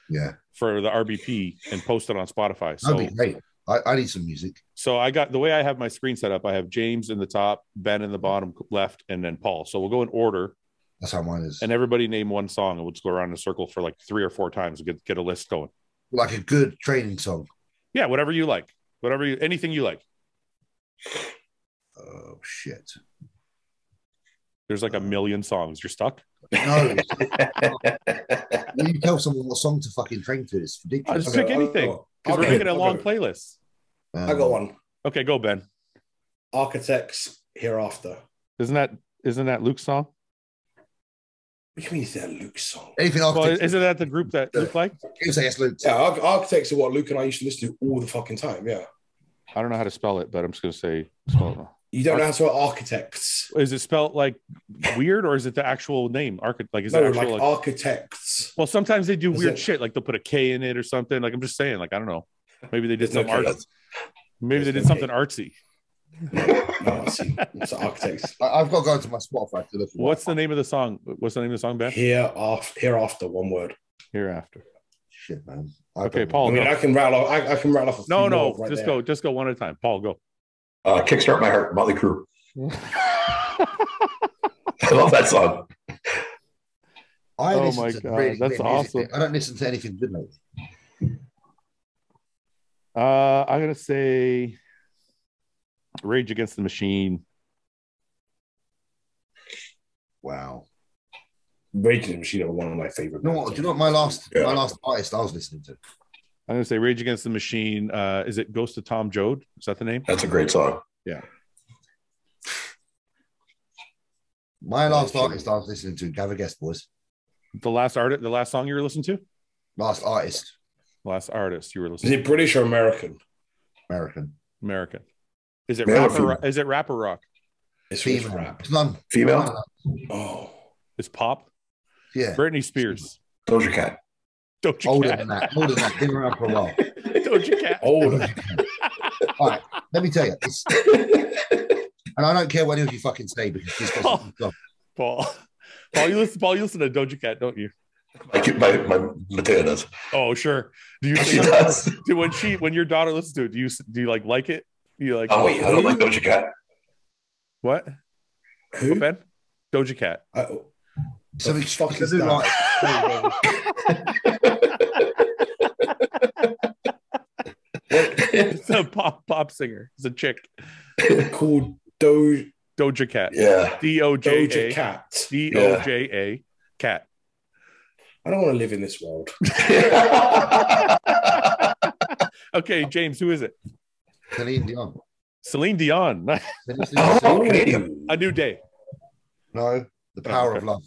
S2: yeah,
S1: for the RBP and post it on Spotify. So
S2: that'd be great. I, I need some music.
S1: So I got the way I have my screen set up. I have James in the top, Ben in the bottom left, and then Paul. So we'll go in order,
S2: That's how mine is.
S1: and everybody name one song, and we'll just go around in a circle for like three or four times. Get get a list going.
S2: like a good training song.
S1: Yeah, whatever you like, whatever you, anything you like.
S2: Oh shit!
S1: There's like a million songs. You're stuck.
S2: No, when you tell someone what song to fucking train to,
S1: I
S2: it's ridiculous.
S1: just pick anything,
S3: I'll go-
S1: because
S3: I'll
S1: we're
S3: go-
S1: making a
S3: I'll
S1: long
S3: go.
S1: playlist.
S2: Um,
S3: I got one.
S1: Okay, go Ben.
S3: Architects hereafter.
S1: Isn't that isn't that Luke's song?
S3: What do you mean is that Luke's song?
S2: Anything
S1: Well,
S2: architects?
S1: isn't that the group that Luke liked?
S2: you say yes, Luke.
S3: Yeah, Arch- architects are what Luke and I used to listen to all the fucking time. Yeah.
S1: I don't know how to spell it, but I'm just gonna say spell it wrong.
S3: You don't know how to spell architects.
S1: Is it spelled like weird, or is it the actual name? Archi- like is
S3: no,
S1: it actual
S3: like,
S1: like,
S3: architects.
S1: Well, sometimes they do
S3: Is
S1: weird
S3: it-
S1: shit, like they'll put a K in it or something. Like I'm just saying, like I don't know. Maybe they did
S3: It's
S1: some
S3: okay.
S1: art.
S5: That's-
S1: Maybe they did
S3: it's okay.
S1: something artsy.
S3: No, I see. It's architects.
S2: I, I've got to go into my Spotify to look. at
S1: What's the name of the song? What's the name of the song, Ben?
S3: Hereafter, hereafter, one word.
S1: Hereafter.
S2: shit, man.
S1: Okay,
S2: don't know.
S1: Paul.
S3: I mean,
S1: go.
S3: I can rattle off. I, I can rattle off. A few
S1: Oh, No,
S3: more
S1: no,
S3: right
S1: just
S3: there.
S1: go, just go one at a time. Paul, go.
S5: Uh, Kickstart my heart, Motley Crue. I love that song.
S2: I
S1: Oh
S2: listen
S1: my
S2: to
S1: God,
S2: really
S1: that's
S2: good music,
S1: awesome.
S2: mate. I don't listen to anything good lately.
S1: Uh, I'm gonna say Rage Against the Machine.
S2: Wow.
S3: Raging the Machine are one of my favorite.
S2: You know what? Do you know what my last
S5: Yeah.
S2: my last artist I was listening to?
S1: I'm gonna say Rage Against the Machine. Uh, is it Ghost of Tom Joad? Is that the name?
S5: That's a great song.
S2: My last
S3: shit.
S2: artist I was listening to. Have a guess, boys.
S1: The last artist, the last song you were listening to?
S2: Last artist,
S1: The last artist you were
S3: Is
S1: listening
S3: it British or American?
S2: American.
S1: to? American. Is it
S5: Male or
S1: rapper?
S5: female?
S1: Is it rapper rock?
S3: It's it's
S2: Female.
S3: rap.
S2: It's none.
S5: Female,
S3: Oh,
S1: Is pop?
S2: Yeah.
S1: Britney Spears.
S5: Doja Cat.
S1: Doja
S5: Oh,
S2: Older
S1: Cat.
S2: than that. Older than that. Been around for a while.
S1: Doja Cat.
S3: older.
S2: All right. Let me tell you. It's, and I don't care what any of you fucking say because this
S1: Oh. Paul. Paul, you listen. Paul, you listen to Doja Cat, don't you?
S5: I keep my my Matea does.
S1: Oh, sure. Do you
S5: She
S1: think
S5: does.
S1: do- when she when your daughter listens to it? Do you do you like like it? Do you like
S5: Oh wait, I don't like Doja Cat.
S1: what? What
S3: Who?
S1: Ben? Doja Cat.
S3: I,
S2: Some
S3: The fuck is
S2: exclusive
S3: that?
S2: artist.
S1: It's a pop pop singer. It's a chick.
S3: called Doja
S1: Doja Cat.
S5: Yeah.
S1: D O J
S3: Doja
S1: A.
S3: Cat.
S1: D O J A. Cat.
S3: I don't want to live in this world.
S1: Okay,
S5: Oh.
S1: James, who is it?
S2: Celine Dion.
S1: Celine Dion.
S5: oh, Canadian.
S1: A New Day.
S2: No, the power of
S1: Okay.
S2: love.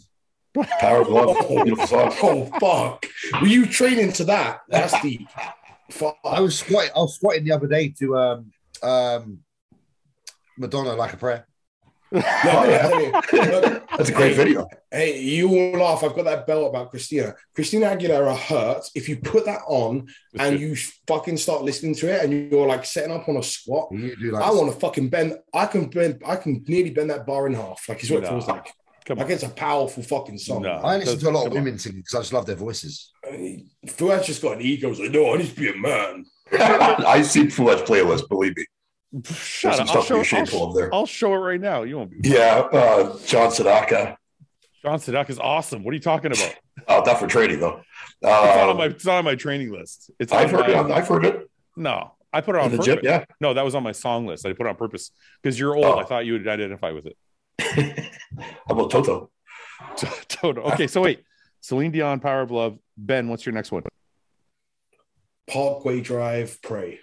S5: Power of Love. Beautiful song.
S3: Oh fuck! Were you training to that? That's the fuck.
S2: I was squatting. I was squatting the other day to um um Madonna like a prayer.
S3: No, I tell you, look,
S5: That's a great video.
S3: hey, you will laugh. I've got that belt about Christina. Christina Aguilera hurt. If you put that on and you fucking start listening to it, and you're like setting up on a squat,
S2: You do like
S3: I want to fucking bend. I can bend. I can nearly bend that bar in half. Like it's what it feels
S1: No.
S3: like.
S1: Come
S3: Like
S1: on.
S3: it's a powerful fucking song.
S1: No.
S2: I listen to a lot of
S1: Come on.
S2: women singing because I just love their voices.
S3: I mean, Fuad's just got an ego. He's like, no, I need to be a man.
S5: I see Fulet's playlist, believe me.
S1: Shut
S5: some
S1: up. I'll
S5: stuff
S1: show,
S5: you're
S1: I'll,
S5: shameful of there.
S1: I'll show it right now. You won't be.
S5: Yeah, uh, John Sadaka.
S1: John Sadak is awesome. What are you talking about? It's
S5: Oh, not for trading though.
S1: not on
S5: Uh,
S1: my. It's not on my training list. It's
S5: I've
S1: on
S5: heard it.
S1: my,
S5: I've heard it.
S1: No, I put it on
S5: In the
S1: purpose.
S5: gym, yeah.
S1: No, that was on my song list. I put it on purpose because you're old.
S5: Oh.
S1: I thought you would identify with it.
S5: How about Toto?
S1: Toto. Okay, so wait. Celine Dion, Power of Love. Ben, what's your next one?
S3: Parkway Drive, pray.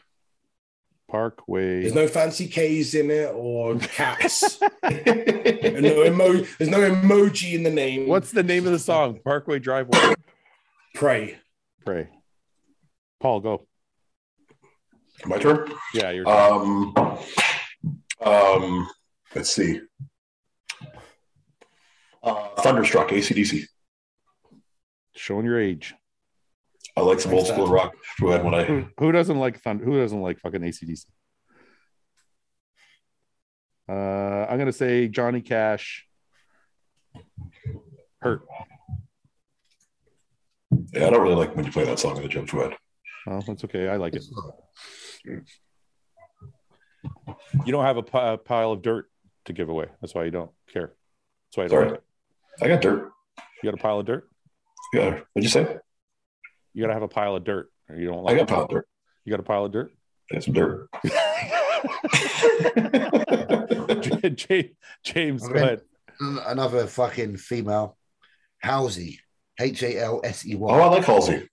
S1: Parkway.
S3: There's no fancy K's in it or cats. And no emo- there's no emoji in the name.
S1: What's the name of the song? Parkway Driveway.
S3: pray?
S1: Pray. Paul, go.
S5: my turn.
S1: Yeah, you're.
S5: Um, um, let's see. Uh, Thunderstruck, ACDC.
S1: showing your age.
S5: I like some old school rock. Who had when I
S1: Who, who doesn't like thunder? Who doesn't like fucking ACDC? Uh, I'm gonna say Johnny Cash. Hurt.
S5: yeah, I don't really like when you play that song in the gym. Fuad.
S1: Oh, that's okay. I like it.
S2: It's not.
S1: You don't have a pi- a pile of dirt to give away. That's why you don't care. That's why you don't
S5: Sorry,
S1: like it.
S5: I got dirt.
S1: You got a pile of dirt.
S5: Yeah, what'd you say?
S1: You gotta have a pile of dirt. Or you don't
S5: I
S1: like.
S5: got
S1: it.
S5: pile of dirt.
S1: You got a pile of dirt.
S5: I got some dirt.
S1: J- James, go
S2: Okay.
S1: ahead.
S2: An- Another fucking female. Halsey. H A L S E
S5: oh, I
S2: Y.
S5: like Halsey.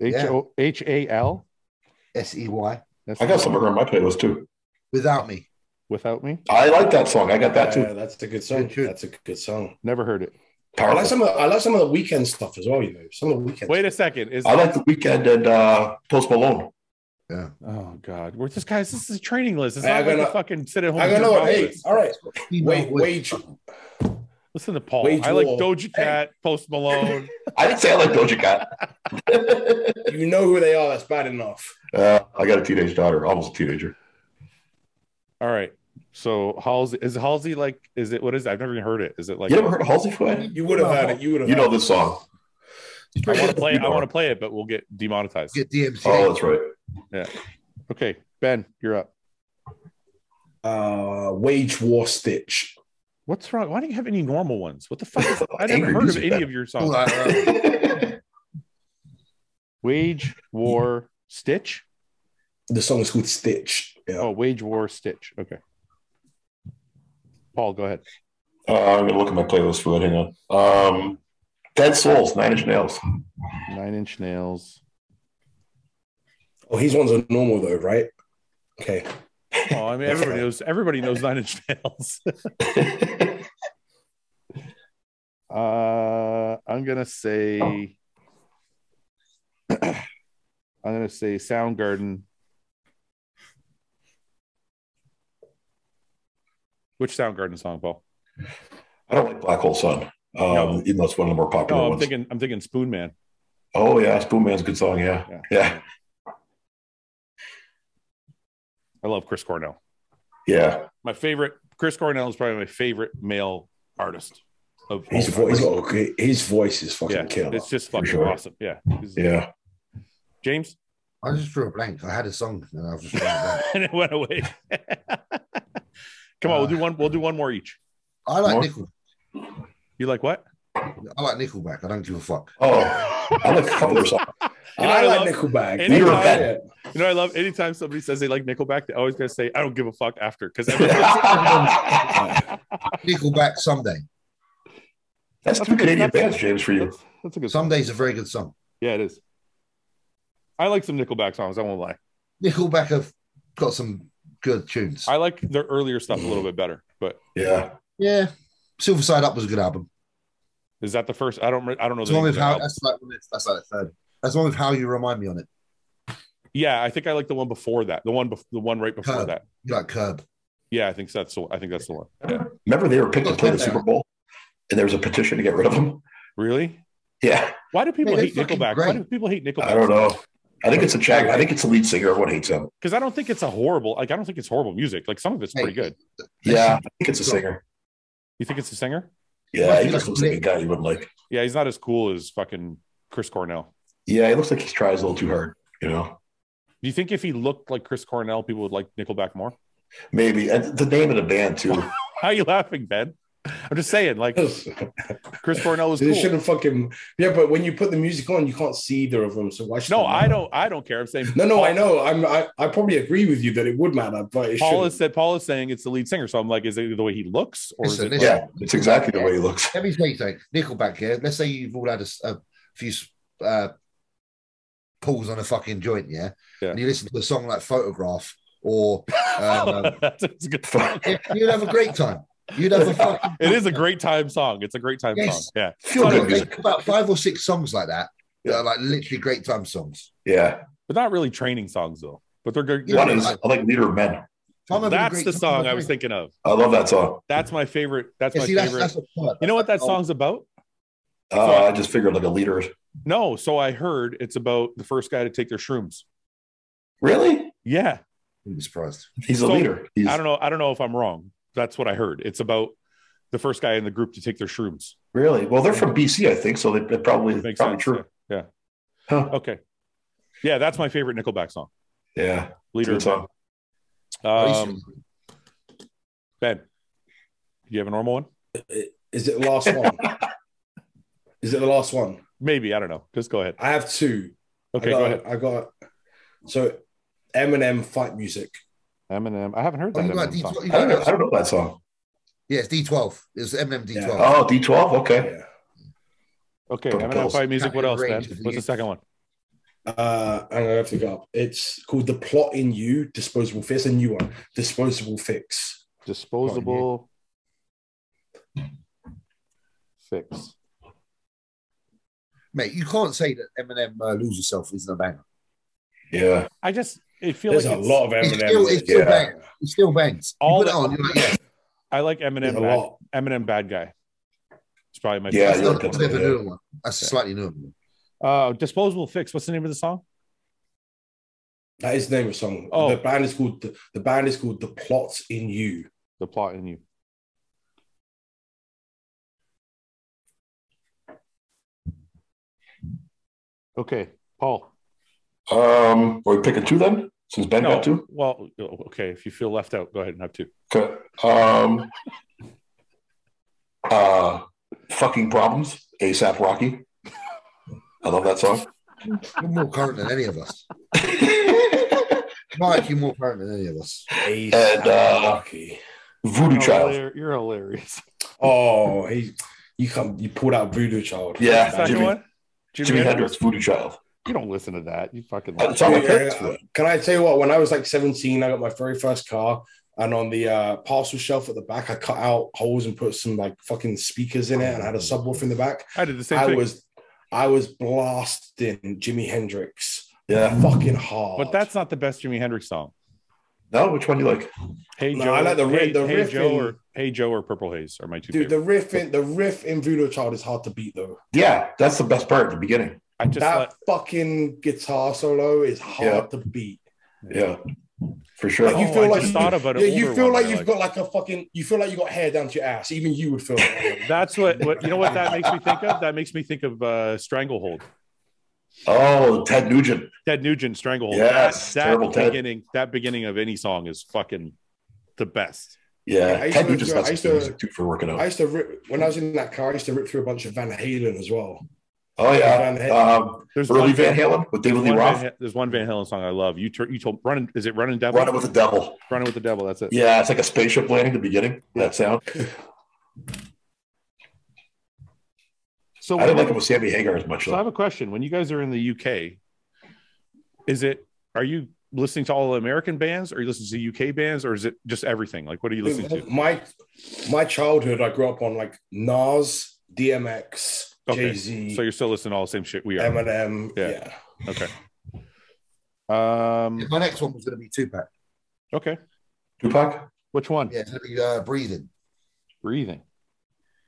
S1: H O H A L.
S2: S E Y.
S1: That's
S5: I got some on my playlist too.
S2: Without me.
S1: without me.
S5: I like that song. I got that too.
S3: Yeah, Uh, that's a good song.
S2: Good, good.
S3: That's a good song.
S1: Never heard it.
S3: I
S5: Powerful.
S3: like some of the, I like some of the weekend stuff as well. You know, some of the weekend.
S1: Wait a second. Is
S5: I like the weekend and uh, Post Malone.
S1: Oh God, we're this guys. This is a training list. It's
S3: Hey,
S1: not
S3: I
S1: like
S3: gotta-
S1: a fucking sit at home.
S3: I
S1: and
S3: don't know.
S1: do
S3: Hey,
S1: this.
S3: all right.
S2: Female
S3: Wait,
S2: voice.
S3: wage.
S1: listen to Paul.
S3: Wage
S1: I like
S3: war.
S1: Doja Cat, Post Malone.
S5: I didn't say I like Doja Cat.
S3: You know who they are. That's bad enough.
S5: Uh, I got a teenage daughter, almost a teenager.
S1: All right. So Halsey is Halsey like? Is it what is? It? I've never even heard it. Is it like?
S5: you ever heard of Halsey Floyd?
S3: You would have had it. You would have.
S5: You know
S3: had
S5: this song.
S1: I want to play.
S5: You
S1: it. I
S5: know
S1: want to
S5: it.
S1: play it, but we'll get demonetized.
S2: Get DMCA.
S5: Oh, that's right.
S1: Okay, Ben, you're up.
S3: it. Uh, wage war stitch.
S1: What's wrong? Why do you have any normal ones? What the fuck? Is, I never
S5: Angry
S1: heard of
S5: music,
S1: any
S5: Ben.
S1: of your
S2: All
S1: songs.
S2: right, all right.
S1: Wage War Stitch.
S3: The song is called Stitch. Yeah.
S1: Oh, Wage War Stitch. Okay. Paul, go ahead.
S5: Uh, I'm gonna look at my playlist for it. Hang on. Um, Dead Souls, Nine Inch Nails.
S1: Nine Inch Nails.
S3: Oh, his ones are normal though, right? Okay.
S1: Oh, I mean, everybody knows. Everybody knows Nine Inch Nails. Uh, I'm gonna say, I'm gonna say Soundgarden. Which Soundgarden song, Paul?
S5: I don't like Black Hole Sun, um,
S1: No.
S5: even though it's one of the more popular
S1: No, Oh, I'm
S5: ones.
S1: thinking, I'm thinking Spoon Man.
S5: oh yeah, Spoon Man's a good song. Yeah,
S1: Yeah.
S5: yeah,
S1: I love Chris Cornell.
S5: yeah.
S1: My favorite, Chris Cornell is probably my favorite male artist of all
S5: Oh,
S3: His
S1: time.
S3: voice, okay, his voice is fucking
S1: Yeah,
S3: killer.
S1: it's just fucking
S5: sure.
S1: awesome. Yeah, He's-
S5: yeah.
S1: James,
S2: uh, I just drew a blank. I had a song and I've just drawn it blank.
S1: and it went away. Come on,
S5: Uh,
S1: we'll do one. We'll do one more each.
S2: I like
S5: More?
S2: Nickel.
S1: You like what?
S2: I like Nickelback. I don't give a fuck.
S5: Oh, I like a couple of songs.
S1: You know,
S3: I,
S1: I
S3: like
S1: love-
S3: Nickelback.
S1: Anytime-
S5: You're a vet.
S1: You know, I love anytime somebody says they like Nickelback, they always gotta say, I don't give a fuck after. Because
S5: yeah,
S2: Nickelback someday.
S1: That's
S5: That's, two
S1: a good-
S5: Canadian
S1: that's a-
S5: bands, James, for you.
S1: That's, that's a good song.
S2: Someday's a very good song.
S1: Yeah, it is. I like some Nickelback songs. I won't lie.
S2: Nickelback have got some good tunes.
S1: I like their earlier stuff a little bit better. But
S5: Yeah.
S2: yeah, Silver Side Up was a good album.
S1: is that the first? I don't. re- I don't know.
S2: That's
S1: The
S2: the
S1: name
S2: one
S1: of
S2: with
S1: the
S2: how.
S1: album.
S2: That's like one that's- that's like the third. That's the one with how you remind me on it.
S1: Yeah, I think I like the one before that. The one. Bef- the one right before
S2: Curb.
S1: that.
S2: You like Curb?
S1: Yeah, I think that's the. I think that's the one. Yeah.
S5: Remember they were picked to play the
S2: Yeah.
S5: Super Bowl and there was a petition to get rid of them?
S1: Really?
S5: Yeah.
S1: Why do people
S2: they're
S1: hate
S2: fucking
S1: Nickelback? Why
S2: great.
S1: do people hate Nickelback?
S5: I don't know. I think it's a jag. I think it's a lead singer. Everyone hates him.
S1: Because I don't think it's a horrible. Like I don't think it's horrible music. Like some of it's
S2: Hey.
S1: pretty good.
S5: Yeah. I think it's a singer.
S1: You think it's a singer?
S5: Yeah. He just looks like a guy you would like.
S1: Yeah, he's not as cool as fucking Chris Cornell.
S5: Yeah. He looks like he's tries a little too hard, you know?
S1: Do you think if he looked like Chris Cornell, people would like Nickelback more?
S5: Maybe. And the name of the band, too.
S1: How are you laughing, Ben? I'm just saying, like Chris Cornell was
S3: They
S1: cool.
S3: should have fucking yeah, but when you put the music on, you can't see either of them. So why should
S1: No,
S3: it
S1: I
S3: matter?
S1: don't. Oh. I don't care. I'm saying
S3: No, no, I know. I'm I, I probably agree with you that it would matter, but it
S1: Paul
S3: should.
S1: is that Paul is saying it's the lead singer. So I'm like, is it the way he looks, or is
S2: Listen,
S1: it?
S2: listen.
S5: yeah. It's exactly the way he looks.
S2: Let me say something. Nickelback. Yeah. Let's say you've all had a, s- a few uh, pulls on a fucking joint. Yeah?
S1: Yeah.
S2: And you listen to a song like Photograph or. Um,
S1: That's a good song.
S2: yeah, you'd have a great time. You'd have a fucking.
S1: It is a great time song. It's a great time
S2: Yes.
S1: song. Yeah,
S5: Feel
S2: I've
S5: good
S2: got
S5: music.
S2: like about five or six songs like that that are like literally great time songs.
S5: Yeah.
S1: but not really training songs though. But they're good.
S2: Yeah,
S5: One
S2: but
S5: is
S2: like-
S5: I like Leader of Men.
S2: If I'm having a
S1: That's
S2: great
S1: the
S2: time,
S1: song
S2: I'm
S1: I was
S2: great.
S1: thinking of.
S5: I love that song.
S1: That's my favorite. That's
S2: Yeah,
S1: my
S2: see, that's,
S1: favorite.
S2: that's a perk.
S1: you know what that song's about?
S5: Uh, I just figured like a leader.
S1: No, so I heard it's about the first guy to take their shrooms.
S5: Really?
S1: Yeah,
S2: I'm surprised.
S5: He's a
S1: So,
S5: leader. He's,
S1: I don't know. I don't know if I'm wrong. That's what I heard. It's about the first guy in the group to take their shrooms.
S5: really? Well, they're from BC, I think. So they, they probably, probably
S1: Makes sense.
S5: true.
S1: Yeah.
S5: Huh.
S1: yeah. Okay. Yeah, that's my favorite Nickelback song.
S5: Yeah.
S1: Leader
S5: Good
S1: of
S5: song.
S1: Men. Um, ben, do you have a normal one?
S3: Is it the last one? is it the last one?
S1: Maybe I don't know. Just go ahead.
S3: I have two.
S1: Okay,
S3: I got,
S1: go ahead.
S3: I got so Eminem fight music.
S1: Eminem. I haven't heard
S2: Oh,
S1: that.
S2: you
S1: Eminem song.
S2: got D12.
S5: I
S2: You
S5: don't, know, I
S2: got
S5: don't know that song.
S2: yeah, it's D12. It's Eminem D12.
S5: Oh, D12? Okay.
S3: Yeah.
S1: Okay,
S5: From
S1: Eminem
S5: Pulse.
S1: fight music. What else, Ben?
S2: Range of the
S1: What's the
S2: youth.
S1: second one?
S3: Uh, I'm gonna have to go up. It's called The Plot in You, Disposable Fix. It's a new one, Disposable Fix.
S1: Disposable fix.
S2: Mate, you can't say that Eminem uh, Lose Yourself isn't a banger.
S5: Yeah.
S1: I just it feels
S3: There's
S1: like
S3: a
S1: it's-
S3: lot of
S2: It's still,
S3: Eminem.
S2: it's still
S5: Yeah.
S2: bangs. It still bangs. You
S1: All
S2: put it
S1: the-
S2: on, you're like, yes,
S1: I like
S3: There's
S1: Eminem.
S3: a
S1: Bad,
S3: lot.
S1: Eminem bad guy. It's probably my
S5: Yeah,
S2: that's
S5: you
S1: favorite.
S2: not
S5: like that
S2: a
S5: song,
S2: bit of a
S5: yeah.
S2: newer one. That's a slightly newer one.
S1: Uh, disposable fix. What's the name of the song?
S3: That is the name of the song.
S1: Oh.
S3: The band is called the, the band is called The Plot in You.
S1: The plot in you. Okay, Paul.
S5: Um, are we picking two then? Since Ben
S1: No,
S5: got two?
S1: well, okay. If you feel left out, go ahead and have two.
S5: Okay. Um, uh, fucking problems. ASAP Rocky. I love that song.
S2: You're more current than any of us. Mike, you're more current than any of us.
S3: Ace
S5: And, uh,
S3: Rocky.
S5: Voodoo Child.
S1: Hilar- You're hilarious.
S3: Oh, he you come you pulled out Voodoo Child.
S5: Yeah,
S1: Second
S5: Jimmy-
S1: one. Jimi
S5: Jimi Hendrix, Voodoo Child.
S1: You don't listen to that. You fucking.
S5: That's all I picked.
S3: Yeah, Can I tell you what? When I was like 17, I got my very first car, and on the uh, parcel shelf at the back, I cut out holes and put some like fucking speakers in it, and I had a subwoofer in the back.
S1: I did the Oh, same
S3: I
S1: thing.
S3: was, I was blasting Jimi Hendrix
S5: Yeah.
S3: fucking hard.
S1: but that's not the best Jimi Hendrix song.
S5: No, which one do you like?
S1: Hey
S3: No,
S1: Joe,
S3: I like the ri-
S1: hey,
S3: the
S1: hey
S3: riff
S1: Joe
S3: in-
S1: or Hey Joe or Purple Haze are my two
S3: dude.
S1: favorites.
S3: The riff in the riff in Voodoo Child is hard to beat though.
S5: Yeah, that's the best part at the beginning.
S1: I just
S3: that
S1: let,
S3: fucking guitar solo is hard
S5: Yeah.
S3: to beat.
S5: Yeah, for sure.
S3: Like you
S1: Oh,
S3: feel
S1: I
S3: like
S1: just
S3: you-
S1: thought about it.
S3: yeah, you feel like you've got like a fucking. You feel like you got hair down to your ass. Even you would feel. That
S1: That's what, what you know. What that makes me think of? That makes me think of uh, Stranglehold.
S5: Oh, Ted Nugent.
S1: Ted Nugent Stranglehold.
S5: Yes,
S1: that,
S5: terrible
S1: that
S5: Ted.
S1: beginning. That beginning of any song is fucking the best.
S5: Yeah,
S3: Yeah, I used
S5: Ted
S3: to-
S5: Nugent's got
S3: I
S5: some
S3: used
S5: good
S3: to-
S5: music too for working out.
S3: I used to rip when I was in that car. I used to rip through a bunch of Van Halen as well.
S5: oh yeah,
S3: Van
S1: Ah,
S3: Halen.
S5: um,
S1: There's
S5: early
S1: one
S5: Van Halen with David
S1: There's
S5: Lee
S1: one, Van,
S5: Roth.
S1: Ha- there's one Van Halen song I love. You tur- you told running. Is it running devil?
S5: Running with the Devil.
S1: running with the devil. That's it.
S5: Yeah, it's like a spaceship landing at the beginning. That sound.
S1: So
S5: I didn't like it with Sammy Hagar as much.
S1: So I
S5: though.
S1: have a question. When you guys are in the UK, is it are you listening to all the American bands? Are you listening to UK bands, or is it just everything? Like, what are you listening to?
S3: My my childhood, I grew up on like Nas, DMX,
S1: Okay.
S3: Jay Z,
S1: So you're still listening to all the same shit we are.
S3: Eminem.
S1: Yeah.
S3: Yeah.
S1: Okay. Um.
S2: My next one was going to be Tupac.
S1: Okay.
S5: Tupac.
S1: Which one?
S2: Yeah, it's going to be uh, Breathing.
S1: Breathing.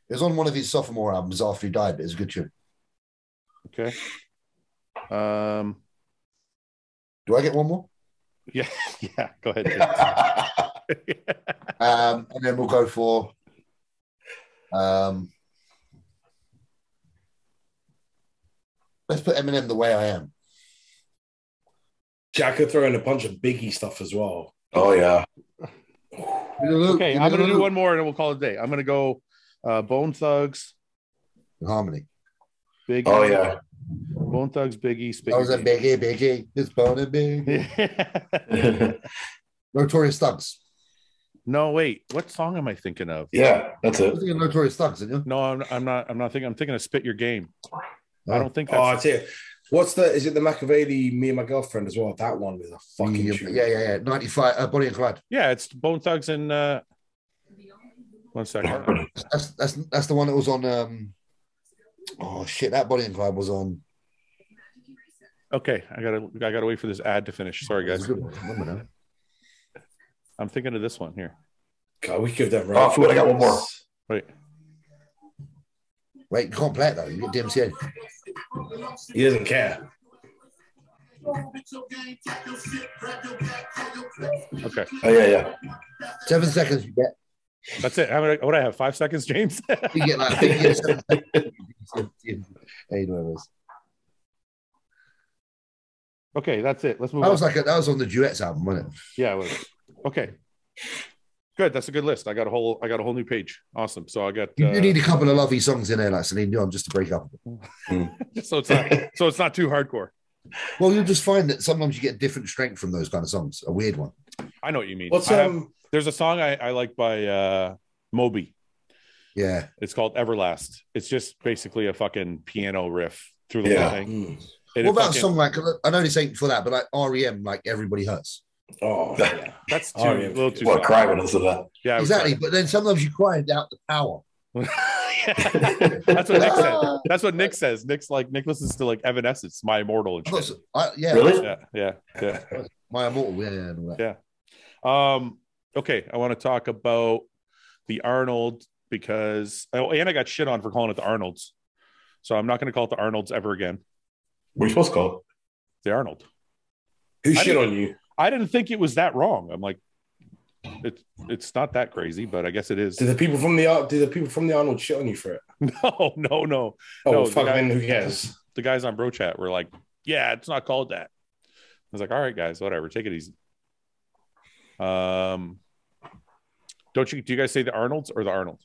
S2: It was on one of his sophomore albums after he died, but it's a good tune.
S1: Okay. Um.
S2: Do I get one more?
S1: Yeah. Yeah. Go ahead. Jim.
S5: I
S2: Um, and then we'll go for. Um, let's put Eminem the way I am.
S3: Yeah, I could throw in a bunch of Biggie stuff as well.
S5: oh yeah.
S1: Okay. I'm gonna do one more, and then we'll call it a day. I'm gonna go. Uh, Bone Thugs.
S2: in harmony.
S1: Biggie.
S5: Oh yeah.
S1: Bone Thugs. Biggie. Spit
S2: I was a
S1: Your Game.
S2: biggie, biggie. This bone and big. Notorious Thugs.
S1: no, wait. What song am I thinking of?
S5: yeah. That's
S2: You're
S5: it.
S2: thinking Notorious Thugs, aren't you?
S1: No, I'm, I'm not. I'm not thinking. I'm thinking of Spit Your Game. I
S2: Oh.
S1: don't think
S3: Oh,
S1: that's.
S3: I tell you, what's the? Is it the Machiavelli? Me and my girlfriend as well. That one is a fucking.
S2: yeah,
S3: tune.
S2: yeah, yeah, yeah. 95, uh, Bonnie and Clyde.
S1: yeah, it's Bone Thugs and. Uh, one second.
S2: That's, that's that's the one that was on. Um, oh, shit. That Bonnie and Clyde was on.
S1: Okay, I gotta. I gotta wait for this ad to finish. Sorry,
S2: It was
S1: guys.
S2: a good one. I remember now.
S1: I'm thinking of this one here.
S3: God, we could have done.
S5: Oh, food, I got one more.
S1: Wait.
S2: Wait, you can't play it though. You get DMCA.
S3: He doesn't care.
S1: Okay,
S5: Oh yeah, yeah.
S2: Seven seconds you get.
S1: that's it. How many? What I have? Five seconds, James.
S2: You get like I think you get seven seconds. Hey, whatever it is.
S1: okay, that's it. Let's move
S2: That
S1: on.
S2: was like a, that was on the duets album, wasn't it?
S1: yeah. It was. Okay. Good. That's a good list. I got a whole. I got a whole new page. Awesome. So I got.
S2: You do
S1: Uh,
S2: need a couple of lovely songs in there, like Celine Dion, just to break up.
S1: so it's not. So it's not too hardcore.
S2: Well, you'll just find that sometimes you get different strength from those kind of songs. A weird one.
S1: I know what you mean.
S3: What's
S1: I have-
S3: um?
S1: there's a song I, I like by uh, Moby.
S2: Yeah.
S1: It's called Everlast. It's just basically a fucking piano riff through the
S5: Yeah.
S1: whole thing.
S3: mm,
S1: And
S2: what
S1: it
S2: about
S1: fucking-
S2: a song like I know this ain't for that, but like REM, like everybody hurts.
S3: Oh, yeah.
S1: That's too,
S3: Oh,
S1: a
S3: yeah.
S1: little too.
S5: What
S1: soft.
S5: crime and listen to
S1: Yeah, I was
S2: Exactly. But then sometimes you cried out the power.
S1: trying.
S5: that?
S1: That's what Nick said. That's what Nick says. Nick's like Nick listens to like Evanescence, My Immortal, and
S2: I'm not
S1: shit.
S2: so- I- yeah,
S5: really?
S1: Yeah, yeah, yeah.
S2: my immortal. Yeah, yeah, and all that.
S1: Yeah. Um, okay, I want to talk about the Arnold because oh, and I got shit on for calling it the Arnold's, so I'm not going to call it the Arnold's ever again.
S5: What are you supposed to call
S1: The Arnold.
S3: Who
S1: I
S3: shit on you?
S1: I didn't think it was that wrong. I'm like, it's it's not that crazy, but I guess it is.
S3: Did the people from the Ar- did the people from the Arnold shit on you for it?
S1: No, no, no. No,
S3: Oh, well,
S1: the
S3: fuck.
S1: guy-
S3: Then who cares?
S1: The guys on Bro Chat were like, "Yeah, it's not called that." I was like, "All right, guys, whatever. Take it easy." Um, don't you? Do you guys say the Arnold's or the Arnold?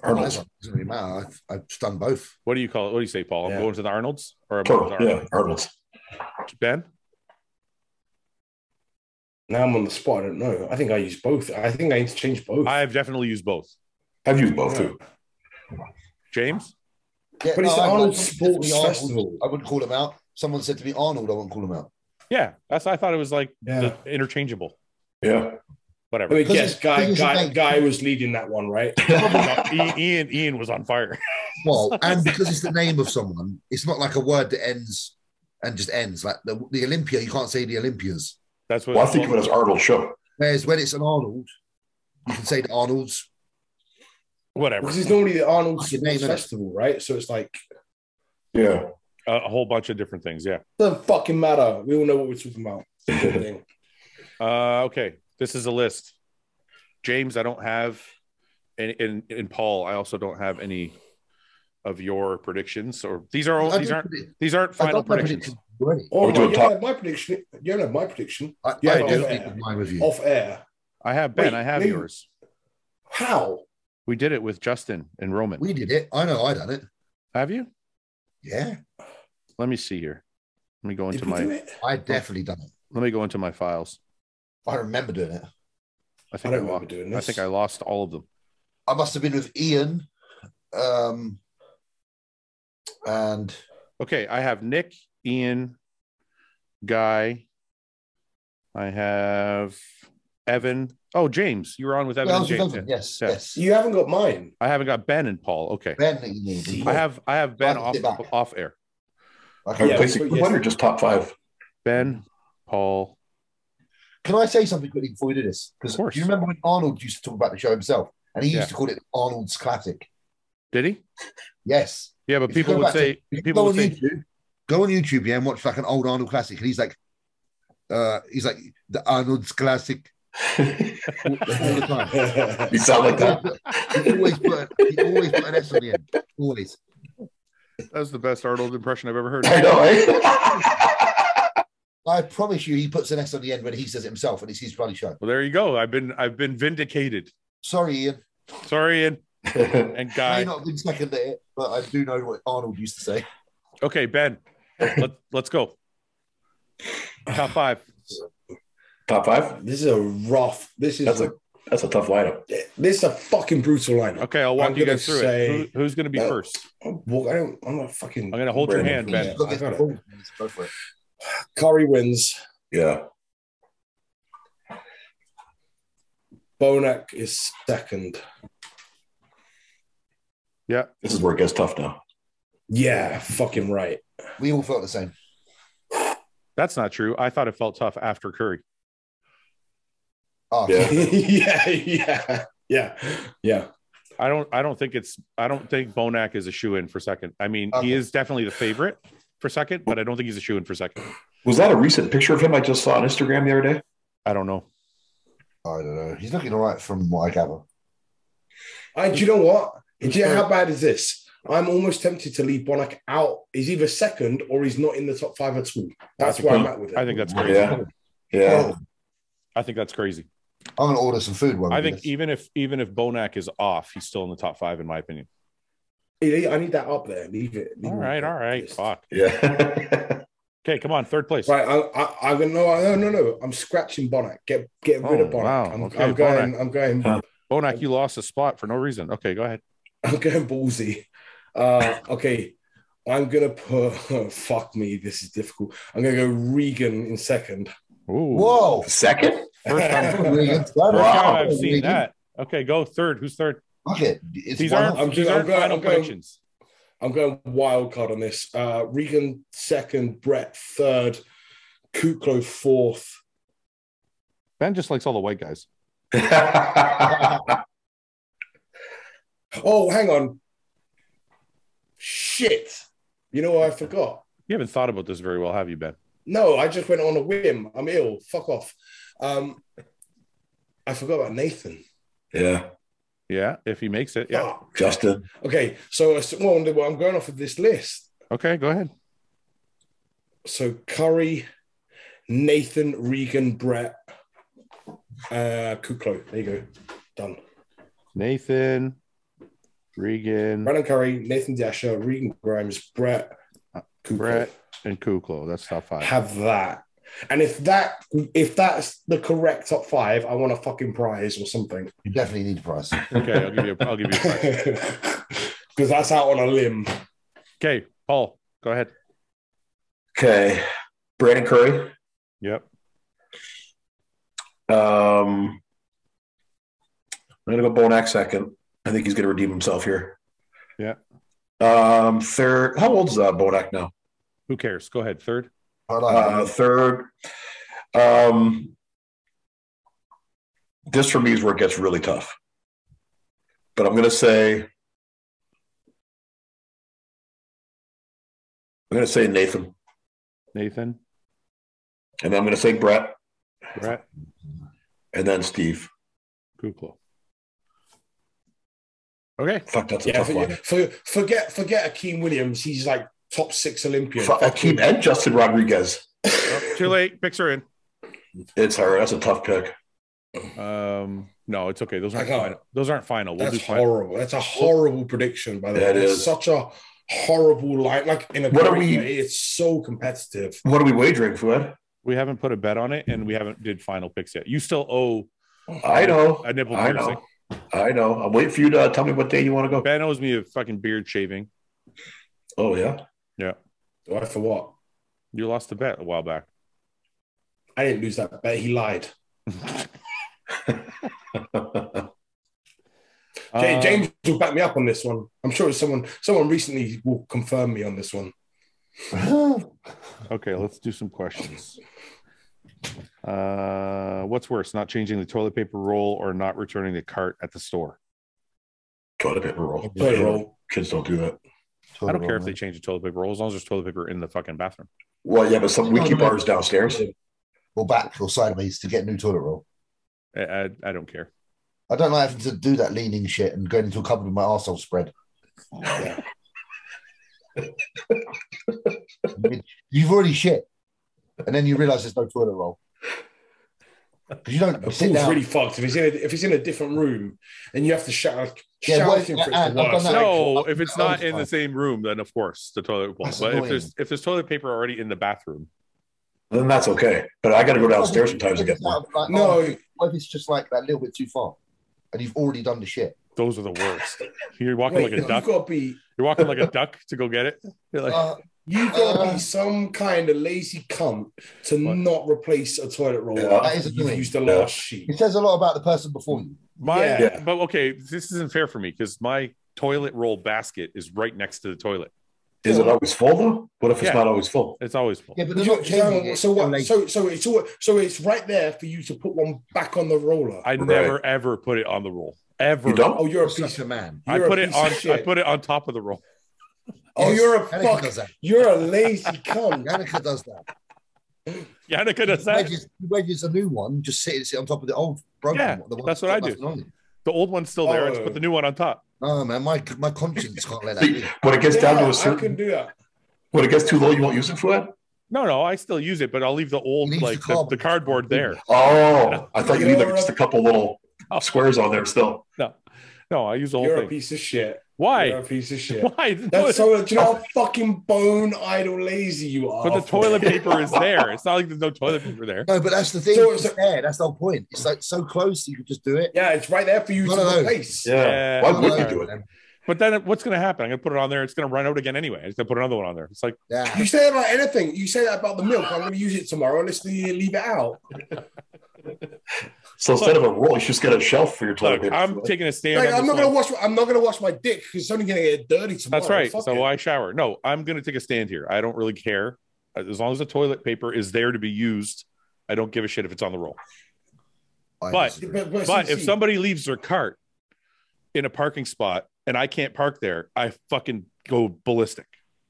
S5: it? Arnold.
S2: doesn't really matter. I've, I've done both.
S1: What do you call it? What do you say, Paul?
S3: Yeah.
S1: I'm going to the Arnold's or I'm going to the
S5: Total. Yeah,
S1: Arnold?
S5: Arnold.
S1: Ben?
S3: Now I'm on the spot. I don't know. I think I use both. I think I interchange both.
S1: I've definitely used both.
S5: I've used both too.
S1: James?
S2: Yeah,
S3: but it's the
S2: I- I-
S3: Arnold
S2: I-
S3: Sports
S2: Arnold.
S3: Festival.
S2: I wouldn't call him out. Someone said to me, Arnold, I wouldn't call him out.
S1: Yeah, that's. I thought it was like
S3: Yeah.
S1: the- interchangeable.
S5: Yeah.
S3: I
S1: Whatever.
S3: mean,
S2: Because
S3: yes,
S2: it's-
S3: guy,
S2: because it's
S3: guy,
S2: like-
S3: guy was leading that one, right?
S1: No, I- Ian, Ian was on fire.
S2: Well, and because it's the name of someone, it's not like a word that ends and just ends. Like the, the Olympia, you can't say the Olympias.
S1: That's what.
S5: Well, I think of it as Arnold show.
S2: Whereas when it's an Arnold, you can say the Arnold's.
S1: whatever.
S3: Because it's normally the Arnold
S2: Fucking name,
S3: Sports
S2: innit?
S3: Festival, right? So it's like
S5: Yeah.
S1: A, a whole bunch of different things. Yeah.
S3: doesn't fucking matter. We all know what we're talking about. Thing.
S1: Uh, okay, this is a list. James, I don't have, and and, and Paul, I also don't have any of your predictions. Or these are all
S2: I
S1: these
S2: don't
S1: aren't
S2: predict-
S1: these aren't
S2: I
S1: final
S2: don't have
S1: predictions.
S2: predictions already.
S3: Oh,
S5: Are we
S3: my,
S5: doing
S3: you
S5: top-
S3: don't have my prediction. You don't have my prediction
S2: I,
S3: Yeah, Oh.
S2: I
S1: I
S2: don't
S1: do.
S2: think of mine with you.
S3: off air.
S1: I have Ben.
S3: Wait,
S1: I have
S3: wait.
S1: yours.
S3: How?
S1: We did it with Justin and Roman.
S2: We did it. I know I done it.
S1: have you?
S2: Yeah,
S1: Let me see here. Let me go
S3: Did
S1: into
S3: we
S1: my.
S3: do it?
S2: I definitely done it.
S1: Let me go into my files.
S2: I remember doing it.
S1: I
S3: I
S1: think I,
S3: don't remember
S1: lost.
S3: doing
S1: I
S3: this.
S1: think I lost all of them.
S2: I must have been with Ian. Um, and
S1: Okay, I have Nick, Ian, Guy. I have Evan. Oh, James, you were on with Evan.
S2: Yeah, I
S1: and
S2: was with
S1: James.
S2: Evan,
S1: yeah.
S2: Yes, yes.
S3: You haven't got mine.
S1: I haven't got Ben and Paul. Okay,
S2: Ben, that you need.
S1: I have Oh, I have Ben
S2: Right,
S1: off
S2: sit back.
S1: off air.
S5: Are
S2: Okay.
S5: we
S3: Yeah,
S5: placing
S3: but
S5: one
S3: yes.
S5: or just top five?
S1: Ben, Paul.
S2: Can I say something quickly before we do this? Because
S1: Of course.
S2: you remember when Arnold used to talk about the show himself, and he used
S1: Yeah.
S2: to call it Arnold's Classic.
S1: Did he?
S2: Yes.
S1: Yeah, but
S2: If you
S1: people
S2: go
S1: would
S2: back to-
S1: say
S2: If you
S1: people
S2: go
S1: would
S2: on
S1: say
S2: YouTube, go on YouTube, yeah, and watch like an old Arnold classic, and he's like, uh, he's like the Arnold's classic
S5: you
S2: all, all the time.
S5: sound like that.
S2: He always put he always put an S on the end. Always.
S1: that was the best Arnold impression I've ever heard.
S5: I know, eh?
S2: I promise you, he puts an S on the end when he says it himself, and it's his bloody show.
S1: Well, there you go. I've been I've been vindicated.
S2: Sorry, Ian.
S1: Sorry, Ian and
S2: I
S1: Guy.
S2: may not have been second there, but I do know what Arnold used to say.
S1: Okay, Ben, let, let's go. Top five.
S5: top five?
S3: This is a rough. This is
S5: That's
S3: a,
S5: a that's a tough lineup.
S3: this is a fucking brutal lineup.
S1: Okay, I'll walk
S3: I'm
S1: you
S3: gonna
S1: guys through
S3: say-
S1: it. Who, who's going to be
S3: Uh,
S1: first?
S3: I'm, well, I don't, I'm not fucking.
S1: I'm going to hold your
S5: Brandon.
S1: hand,
S3: Yeah.
S1: Ben.
S2: Look at
S3: I got it.
S2: Paul. Go for it.
S3: Curry wins.
S5: Yeah.
S3: Bonak is second.
S1: Yeah,
S5: This is where it gets tough now.
S3: Yeah, fucking right.
S2: We all felt the same.
S1: that's not true. I thought it felt tough after Curry.
S2: Oh,
S5: Yeah.
S3: yeah, yeah, yeah, yeah.
S1: I don't. I don't think it's. I don't think Bonac is a shoe in for second. I mean,
S2: Okay.
S1: he
S3: Uh-huh.
S1: is definitely the favorite for second, but I don't think he's a shoe in for second.
S5: Was that a recent picture of him I just saw on Instagram the other day?
S1: I don't know.
S2: I don't know. He's looking all right from what I gather.
S3: I, do you know what? Do you know how bad is this? I'm almost tempted to leave Bonac out. He's either second or he's not in the top five at all. That's where I'm at with it.
S1: I think that's crazy.
S5: Yeah. Yeah.
S2: Oh,
S1: I think that's crazy.
S2: I'm gonna order some food. One.
S1: I think even if even if Bonac is off, he's still in the top five in my opinion.
S3: I need that up there. Leave it. Leave
S1: All
S3: it.
S1: right, all right, fuck.
S3: Oh.
S5: Yeah.
S1: Okay, come on, third place.
S3: Right, I, I, I'm gonna no, no, no, no. I'm scratching Bonac. Get, get rid
S1: Oh,
S3: of Bonac.
S1: wow.
S3: I'm,
S1: Okay,
S3: I'm going, I'm going,
S5: Huh.
S1: Bonac, you lost a spot for no reason. Okay, go ahead.
S3: I'm going ballsy. Uh, okay, I'm gonna put. fuck me, this is difficult. I'm gonna go Regan in second.
S1: Ooh,
S2: Whoa!
S5: Second?
S1: First time,
S2: Regan.
S1: first time I've
S5: Wow.
S1: seen that. Okay, go third. Who's third?
S2: Look it. It's
S1: these
S2: one
S1: aren't,
S2: off.
S3: I'm
S1: these
S3: go- I'm
S1: aren't
S3: go-
S1: final
S3: I'm going-
S1: predictions.
S3: I'm going wild card on this. Uh, Regan second, Brett third, Kuklo fourth.
S1: Ben just likes all the white guys.
S3: Oh, hang on. Shit. You know what I forgot?
S1: You haven't thought about this very well, have you, Ben?
S3: No, I just went on a whim. I'm ill. Fuck off. Um, I forgot about Nathan.
S5: yeah.
S1: Yeah, if he makes it. Yeah.
S3: Fuck.
S5: Justin.
S3: Okay. So uh, so- well, I'm going off of this list.
S1: Okay, go ahead.
S3: So Curry, Nathan, Regan, Brett, uh, Kuklo. There you go. Done.
S1: Nathan, Regan,
S3: Brandon Curry, Nathan Dasher, Regan Grimes, Brett, Cooper.
S1: Brett. and Kuklo. That's top five.
S3: Have that. And if that if that's the correct top five, I want a fucking prize or something.
S2: You definitely need a price.
S1: Okay, I'll give you. A, I'll give you. A five.
S3: Because that's out on a limb.
S1: Okay, Paul, go ahead.
S5: Okay. Brandon Curry.
S1: Yep.
S5: Um, I'm going to go Bonac second. I think he's going to redeem himself here.
S1: Yeah.
S5: Um, third. How old's uh, Bonac now?
S1: Who cares? Go ahead. Third.
S2: I
S5: Uh,
S2: like
S5: third. Um, this for me is where it gets really tough. But I'm going to say, I'm going to say Nathan,
S1: Nathan,
S5: and then I'm going to say Brett,
S1: Brett,
S5: and then Steve.
S1: Kuklo. Okay.
S5: Fuck, that's a
S3: Yeah,
S5: tough
S3: for,
S5: one.
S3: for, forget forget Akeem Williams. He's like top six Olympian.
S5: Fuck, Akeem and Justin Rodriguez.
S1: Oh, too late. Picks are in.
S5: It's hard. That's a tough pick.
S1: Um, no, it's okay. Those aren't
S3: I got
S1: final. Those aren't final. We'll
S3: That's
S1: do final.
S3: horrible. That's a horrible prediction, by the
S5: That
S3: way. That's
S5: is.
S3: such a horrible line. Like in a
S5: What are
S3: great
S5: we-
S3: way, it's so competitive.
S5: What are we wagering, Fuad?
S1: We haven't put a bet on it, and we haven't did final picks yet. You still owe
S5: I know.
S1: a nipple
S5: I
S1: piercing.
S5: know. I know. I'm waiting for you to uh, tell me what day you want to go.
S1: Ben owes me a fucking beard shaving.
S5: Oh yeah,
S3: Do I for what?
S1: You lost the bet a while back.
S3: I didn't lose that bet. He lied. J-
S2: Um,
S1: Uh,
S3: James will back me up on this one. I'm sure it's someone. Someone recently will confirm me on this one.
S1: Okay, let's do some questions. Uh, what's worse, not changing the toilet paper roll or not returning the cart at the store?
S5: toilet paper roll.
S3: Play a
S5: roll.
S3: role.
S5: Kids don't do that.
S1: I don't care if they change the toilet paper roll as long as there's toilet paper in the fucking bathroom.
S5: Well, yeah, but some we
S2: Oh,
S5: keep
S2: no.
S5: ours downstairs.
S2: or back or sideways to get a new toilet roll.
S1: I, I, I don't care.
S2: I don't like having to do that leaning shit and going into a cupboard with my arsehole spread.
S3: Yeah.
S2: You've already shit. And then you realize there's no toilet roll. Because you don't
S3: Paul's
S2: sit down.
S3: really fucked if he's in a, if he's in a different room and you have to shout
S2: Yeah,
S3: shout
S2: well,
S3: at him
S5: uh,
S3: for it
S2: I-
S3: to
S2: I've
S3: work.
S2: done that.
S3: Like,
S1: No,
S2: Like,
S1: if it's
S2: all
S1: not
S2: the
S1: in the
S2: time.
S1: same room, then of course the toilet will.
S2: That's
S1: But if
S2: annoying.
S1: there's if there's toilet paper already in the bathroom,
S5: Then that's okay. But I got to go downstairs sometimes to get more.
S2: Like, oh,
S3: no,
S2: what if it's just like that little bit too far? And you've already done the shit.
S1: those are the worst. You're walking
S3: wait,
S1: like a
S3: you've
S1: duck.
S3: got to be
S1: You're walking like a duck to go get it. You're like,
S2: Uh,
S3: you've got to
S2: Uh,
S3: be some kind of lazy cunt to
S1: What?
S3: not replace a toilet roll.
S5: Yeah.
S2: That is
S3: after
S2: annoying.
S3: you've used the
S5: Yeah.
S3: last sheet.
S2: it says a lot about the person before you.
S1: my,
S3: yeah.
S5: Yeah.
S1: but okay, this isn't fair for me because my toilet roll basket is right next to the toilet.
S5: Is it always full though? What if it's
S1: Yeah.
S5: not always full?
S1: It's always full.
S2: Yeah, but they're not changing
S3: So,
S2: it.
S3: so what?
S2: Like,
S3: So so it's all, so it's right there for you to put one back on the roller.
S1: I
S5: Right.
S1: never ever put it on the roll. Ever.
S5: You don't?
S3: oh, you're a
S2: you're such
S3: piece.
S2: a man.
S1: I
S3: you're a
S1: put it
S3: piece of
S1: on. I
S3: shit.
S1: put it on top of the roll.
S3: Oh,
S2: Yes,
S3: you're a
S2: Yannicka
S3: fuck.
S2: Does that.
S3: You're a lazy cunt.
S2: Yannicka does that.
S1: Yannicka does that.
S2: Wedges, wedges a new one, just sit, sit on top of the old broken
S1: Yeah,
S2: one. The one
S1: that's
S2: that's
S1: what I
S2: got
S1: do.
S2: nothing on it.
S1: The old one's still there. I just
S3: Oh.
S1: put the new one on top.
S2: No, man, my my conscience can't let that.
S5: See,
S2: Be.
S5: when it gets
S3: Yeah,
S5: down to
S3: I
S5: a
S3: can
S5: certain,
S3: do that.
S5: when it gets too low, you won't use it for that.
S1: No, no, I still use it, but I'll leave the old
S2: leaves
S1: like
S2: the
S1: the,
S2: cardboard.
S1: the cardboard there.
S5: Oh, I thought you needed
S3: You're
S5: just a couple little
S1: Oh.
S5: squares on there still.
S1: No, I use the whole
S3: You're a
S1: thing.
S3: piece of shit. You're
S1: Why?
S3: a piece of shit.
S1: Why?
S3: That's so. Do you know how fucking bone idle lazy you are?
S1: but the
S3: Phil?
S1: toilet paper is there. It's not like there's no toilet paper there.
S2: No, but that's the thing.
S3: So-
S2: it's there. That's the whole point. It's like so close you could just do it.
S3: Yeah, it's right there for you
S2: No,
S3: to
S2: no, no.
S3: replace.
S1: Yeah.
S5: Why would you
S2: No,
S5: do it?
S2: man.
S1: Uh, But then what's going to happen? I'm going to put it on there. It's going to run out again anyway. I'm just going to put another one on there. It's like,
S2: Yeah.
S3: You say that about anything. You say that about the milk. I'm going to use it tomorrow. Let's leave leave it out.
S5: So instead of a roll, you should just get a shelf for your toilet
S1: look,
S5: paper.
S1: I'm taking a stand.
S3: Like,
S1: on this
S3: I'm not going to
S1: one.
S3: wash. I'm not going to wash my dick because it's only going to get dirty tomorrow.
S1: That's right.
S3: Fuck
S1: So
S3: it.
S1: why shower? No, I'm going to take a stand here. I don't really care. As long as the toilet paper is there to be used, I don't give a shit if it's on the roll.
S2: I
S1: But-
S2: disagree.
S1: But
S3: see-
S1: if
S3: see,
S1: somebody leaves their cart in a parking spot and I can't park there, I fucking go ballistic.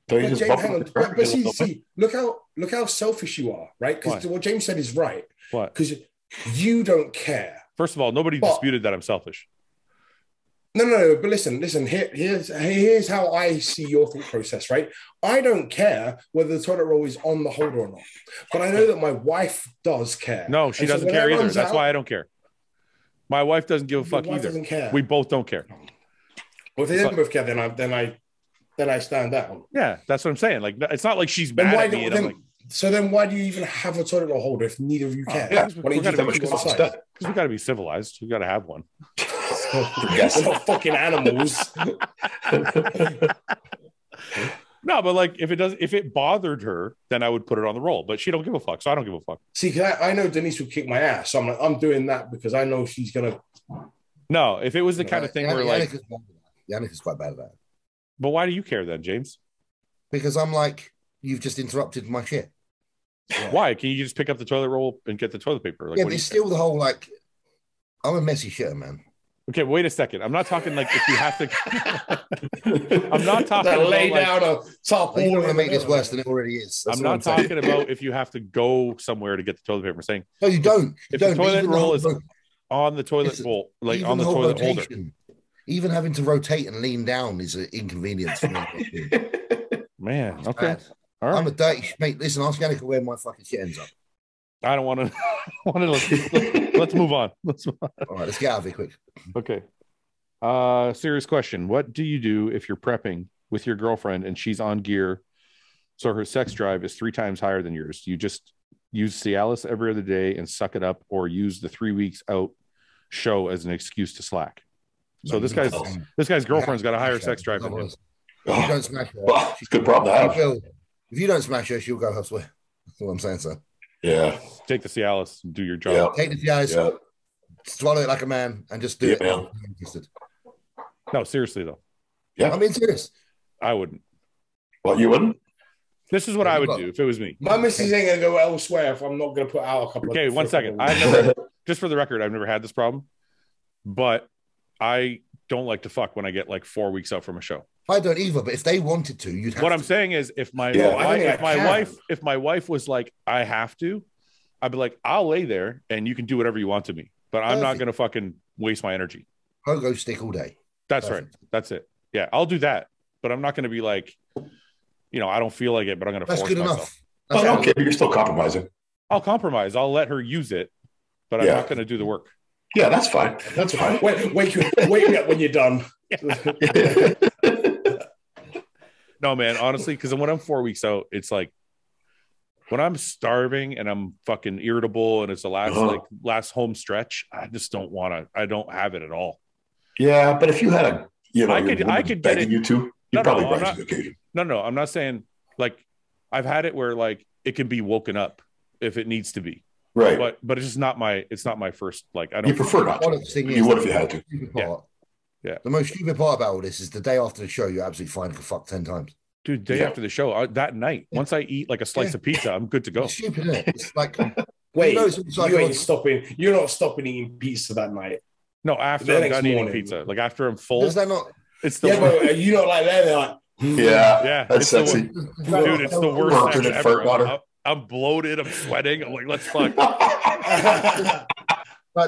S5: Don't you
S3: But
S5: just
S3: James,
S5: bump
S3: hang
S5: it
S3: on.
S5: with the curb
S3: But, but
S5: and get a
S3: see,
S5: little bit?
S3: see, look how look how selfish you are, right? Because
S1: Why?
S3: what James said is right.
S1: What?
S3: Because you don't care.
S1: First of all, nobody
S3: But-
S1: disputed that I'm selfish.
S3: No, no, no. But listen, listen. Here, here's here's how I see your thought process. Right, I don't care whether the toilet roll is on the holder or not, but I know that my wife does care.
S1: No, she
S3: And so
S1: doesn't
S3: when
S1: care
S3: that
S1: either.
S3: runs
S1: That's
S3: out-
S1: why I don't care. My wife doesn't give a
S3: Your
S1: fuck
S3: wife
S1: either.
S3: Doesn't care.
S1: We both don't care.
S3: well, if they didn't both care, then I then I then I stand down.
S1: Yeah, that's what I'm saying. Like, it's not like she's
S3: Then
S1: mad
S3: why
S1: at me.
S3: don't,
S1: And I'm
S3: then,
S1: like,
S3: so then why do you even have a toilet roll holder if neither of you care?
S1: yeah,
S3: why don't you
S1: we're
S3: just
S1: gonna
S5: That much
S1: go
S3: go
S5: cost
S3: outside?
S5: instead.
S1: we got to be civilized. We got to have one.
S5: Yes.
S3: We're not fucking animals.
S1: No, but like, if it does, if it bothered her, then I would put it on the roll. But she don't give a fuck, so I don't give a fuck.
S3: See, 'cause I, I know Denise will kick my ass. So I'm like, I'm doing that because I know she's gonna.
S1: No, if it was the kind of thing where like,
S2: Yannicka's bad at that. Yannicka's quite bad at that
S1: but why do you care then, James?
S2: because I'm like, you've just interrupted my shit.
S1: Why can you just pick up the toilet roll and get the toilet paper? Like,
S2: yeah,
S1: what
S2: but
S1: do you
S2: it's still the whole like, I'm a messy shitter, man.
S1: Okay, wait a second. I'm not talking like if you have to. I'm not talking
S3: That
S1: about
S3: lay
S1: like,
S3: down a top.
S2: Like, you don't want
S3: all
S2: to
S3: in
S2: make
S3: the
S2: this
S3: middle.
S2: worse than it already is. That's
S1: I'm
S2: all
S1: not
S2: saying.
S1: talking about if you have to go somewhere to get the toilet paper. I'm saying
S2: No, you don't. You
S1: if the
S2: don't. but
S1: toilet
S2: even
S1: roll
S2: whole
S1: is
S2: ro-
S1: on the toilet
S2: It's-
S1: roll, like
S2: even
S1: on the
S2: whole
S1: toilet holder.
S2: rotation, Even having to rotate and lean down is an inconvenience for me. It's
S1: Man, okay,
S2: bad.
S1: all
S2: I'm
S1: right.
S2: a dirty sh- mate. Listen, ask Yannicka where my fucking shit ends up.
S1: I don't want to. want to. Let's, let's- let's move on. Let's move on.
S2: All right, let's get out of here quick.
S1: Okay. Uh, serious question. What do you do if you're prepping with your girlfriend and she's on gear, so her sex drive is three times higher than yours? You just use Cialis every other day and suck it up, or use the three weeks out show as an excuse to slack. So this guy's this guy's girlfriend's got a higher sex drive than him.
S2: Otherwise, If you don't smash her,
S5: Well, it's a good problem to
S2: she
S5: have.
S2: will. If you don't smash her, she'll go elsewhere. That's all I'm saying, sir.
S5: Yeah,
S1: Take the Cialis and do your job.
S5: yeah,
S2: Take the TIs,
S5: yeah.
S2: swallow it like a man, and just do
S5: Yeah,
S2: it.
S5: man.
S2: I'm interested.
S1: No, seriously though,
S5: Yeah.
S2: I'm being serious.
S1: I wouldn't.
S5: Well, you wouldn't.
S1: This is what I would
S2: Look.
S1: do if it was me.
S3: My missus ain't gonna go elsewhere if I'm not gonna put out a couple.
S1: Okay,
S3: of
S1: one second. I've never just for the record, I've never had this problem, but I don't like to fuck when I get like four weeks out from a show.
S2: I don't either, but if they wanted to, you'd have
S1: What
S2: to.
S1: I'm saying is, if my
S5: Yeah.
S1: wi-
S3: I think
S1: if
S3: I
S1: my
S3: can.
S1: wife if my wife was like, I have to, I'd be like, I'll lay there and you can do whatever you want to me, but I'm not
S2: Perfect.
S1: gonna fucking waste my energy.
S2: Pogo stick all day.
S1: That's
S2: Perfect.
S1: right. That's it. Yeah, I'll do that, but I'm not gonna be like, you know, I don't feel like it, but I'm gonna
S2: That's
S1: force
S2: good
S1: myself.
S2: enough.
S5: I
S2: That's
S5: don't
S2: good.
S5: care. You're still compromising.
S1: I'll compromise. I'll let her use it, but I'm
S5: Yeah.
S1: not gonna do the work.
S5: Yeah, that's fine. That's fine.
S3: wake, wake you wake me up when you're done.
S1: No, man, honestly, because when I'm four weeks out, it's like when I'm starving and I'm fucking irritable and it's the last
S5: Uh-huh.
S1: like last home stretch, I just don't want to. I don't have it at all.
S5: yeah, but if you had a, you know,
S1: I
S5: your
S1: could-
S5: woman
S1: I could get
S5: begging
S1: it-
S5: you to.
S1: No,
S5: You
S1: no,
S5: probably
S1: I'm
S5: rise
S1: not-
S5: to the occasion.
S1: No, no, I'm not saying like I've had it where like it can be woken up if it needs to be,
S5: Right.
S1: but but it's just not my it's not my first like I
S5: you
S1: don't
S5: prefer not.
S2: One
S5: to.
S2: of the thing
S5: You
S2: is,
S5: would if you had to.
S2: stupid
S1: Yeah.
S2: part-
S1: Yeah.
S2: The most stupid part about all this is the day after the show, you're absolutely fine. You can fuck 10 times.
S1: dude day
S5: Yeah.
S1: after the show I, that night once I eat like a slice
S2: Yeah.
S1: of pizza I'm good to go.
S2: It's stupid, isn't it? It's like,
S3: Wait,
S2: know it's
S3: you,
S2: like
S3: ain't
S2: on-
S3: stopping. You're not stopping eating pizza that night.
S1: No, after
S3: The
S1: I'm
S3: next
S1: done eating
S3: morning.
S1: pizza, like after I'm full,
S2: does that not.
S1: it's the
S3: Yeah,
S1: worst.
S3: but you know, like there, they're like, hmm.
S5: Yeah,
S1: yeah,
S5: that's
S1: it's the worst.
S5: sexy.
S2: does that
S1: dude,
S2: not-
S1: it's the worst
S5: Working
S1: sex
S5: at
S1: ever.
S5: Fort Water.
S1: I'm, I'm bloated. I'm sweating. I'm like, let's fuck.
S2: Like,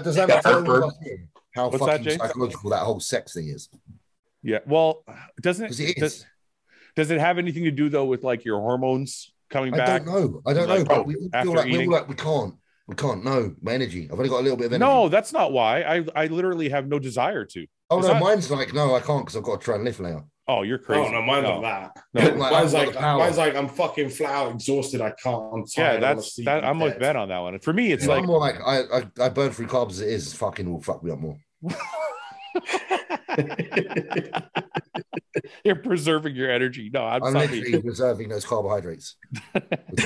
S2: does that
S5: Yeah,
S2: not tell you
S5: Hertford.
S2: what I'm saying? how
S1: What's that,
S2: fucking
S1: James?
S2: psychological that whole sex thing is?
S1: Yeah. Well, doesn't
S2: 'Cause
S1: it,
S2: it
S1: does,
S2: is.
S1: does it have anything to do though with like your hormones coming
S2: I
S1: back?
S2: don't know. I don't know.
S1: Like, oh,
S2: But we all
S1: after
S2: feel like, we
S1: eating?
S2: all like we can't. We can't. No, my energy. I've only got a little bit of energy.
S1: No, that's not why. I I literally have no desire to.
S2: Oh
S1: Is
S2: no,
S1: that-
S2: mine's like no, I can't because I've got to try and lift now.
S1: Oh, you're crazy.
S3: Oh no, mine's not that.
S1: no.
S2: Like,
S3: mine's
S2: I've got
S3: like
S2: the power.
S3: mine's like I'm fucking flat out, exhausted. I can't. I'm tired.
S1: Yeah,
S3: I wanna
S1: that's
S3: sleep
S1: that.
S3: in
S1: I'm with
S3: bed.
S1: Ben on that one. And for me, it's
S2: Yeah,
S1: like
S2: I'm more like I, I I burn through carbs as it is. Fucking will fuck me up more.
S1: you're preserving your energy. No, I'm,
S2: I'm
S1: not
S2: literally preserving those carbohydrates.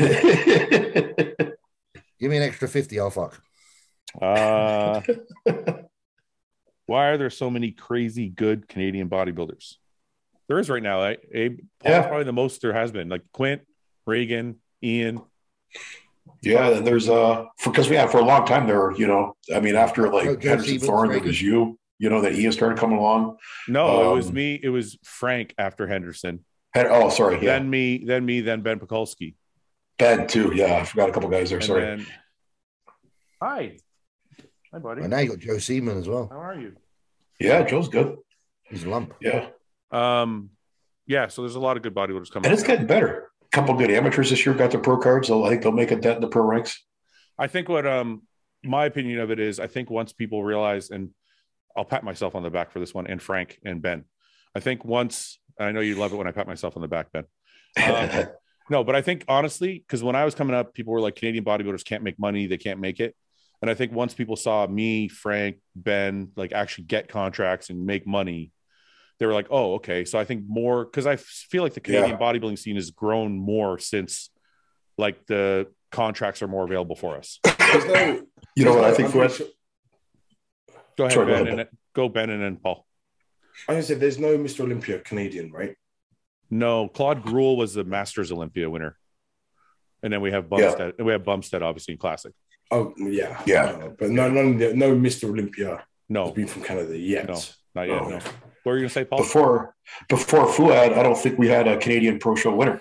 S2: Give me an extra fifty, I'll fuck.
S1: Uh, why are there so many crazy good Canadian bodybuilders? There is right now. I, Abe, Paul's
S5: Yeah.
S1: probably the most there has been. Like Quint, Reagan, Ian.
S5: yeah, then there's uh because yeah, for a long time there, were, you know, I mean, after like
S2: Oh, Joe
S5: Henderson
S2: Stevens,
S5: Thorne, there
S2: maybe.
S5: was you, you know, that Ian started coming along.
S1: No, it was
S5: Um,
S1: me. It was Frank after Henderson.
S5: Hen- oh, sorry, yeah,
S1: Then me. Then me. Then Ben Pekulski.
S5: Ben too. Yeah, I forgot a couple guys there.
S1: And
S5: Sorry.
S1: then. Hi. Hi, buddy.
S2: And now you got Joe Seaman as well.
S1: How are you?
S5: yeah, Joe's good.
S2: He's a lump.
S5: Yeah,
S1: Um, yeah. So there's a lot of good bodybuilders coming.
S5: and it's
S1: out.
S5: getting better. A couple good amateurs this year got their pro cards. So I think they'll make a dent in the pro ranks.
S1: I think what um my opinion of it is, I think once people realize, and I'll pat myself on the back for this one, and Frank and Ben, I think once, and I know you love it when I pat myself on the back, Ben. Um, no, but I think honestly, because when I was coming up, people were like, Canadian bodybuilders can't make money, they can't make it. And I think once people saw me, Frank, Ben, like actually get contracts and make money, they were like, oh, okay. So I think more, because I feel like the Canadian bodybuilding scene has grown more since like the contracts are more available for us.
S3: There's no-
S5: you know what I
S3: there's no-
S5: think?
S3: I'm
S5: Fred?
S3: pretty sure-
S1: Go ahead,
S5: Sorry, go
S1: Ben.
S5: ahead,
S1: and
S5: Ben.
S1: then- go Ben and then Paul.
S3: I'm gonna say there's no Mr. Olympia Canadian, right?
S1: No, Claude Gruel was the Masters Olympia winner, and then we have
S5: Yeah.
S1: Bumstead. We have Bumstead, obviously, in Classic.
S3: Oh yeah,
S5: Yeah.
S3: But no, none, of the- no Mr. Olympia has
S1: No,
S3: been from Canada yet.
S1: No. not yet.
S5: Oh.
S1: No. What are you gonna say, Paul?
S5: before before Fuad, I don't think we had a Canadian pro show winner.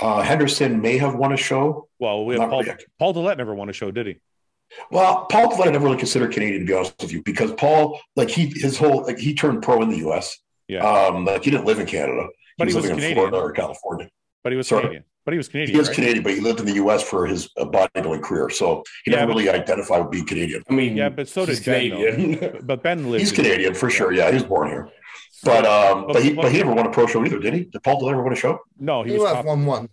S5: Uh, Henderson may have won a show.
S1: Well, we have
S5: Not
S1: Paul.
S5: really.
S1: Paul Dillette never won a show, did he?
S5: Well, Paul Pavetta never really considered Canadian to be honest with you, because Paul, like he, his whole, like he turned pro in the U.S.
S1: Yeah.
S5: um, like he didn't live in Canada.
S1: But he was
S5: living in
S1: Canadian.
S5: Florida or California.
S1: But he was
S5: Sorry.
S1: Canadian. But he was Canadian.
S5: he is
S1: right?
S5: Canadian, but he lived in the U.S. for his uh, bodybuilding career, so he
S1: Yeah,
S5: never
S1: but-
S5: really identified with being Canadian.
S3: I mean,
S1: Yeah, but so
S3: he's
S1: did Ben, though.
S3: Canadian.
S1: But Ben lives.
S5: He's
S1: in-
S5: Canadian for
S1: Yeah.
S5: sure. Yeah, he was born here, but um,
S1: But-
S5: but he
S1: but-
S5: but he never won a pro show either, did he? Did Paul Pavetta ever win a show?
S1: No, Oh, he
S2: He,
S1: was.
S2: might
S1: top-
S2: have won one,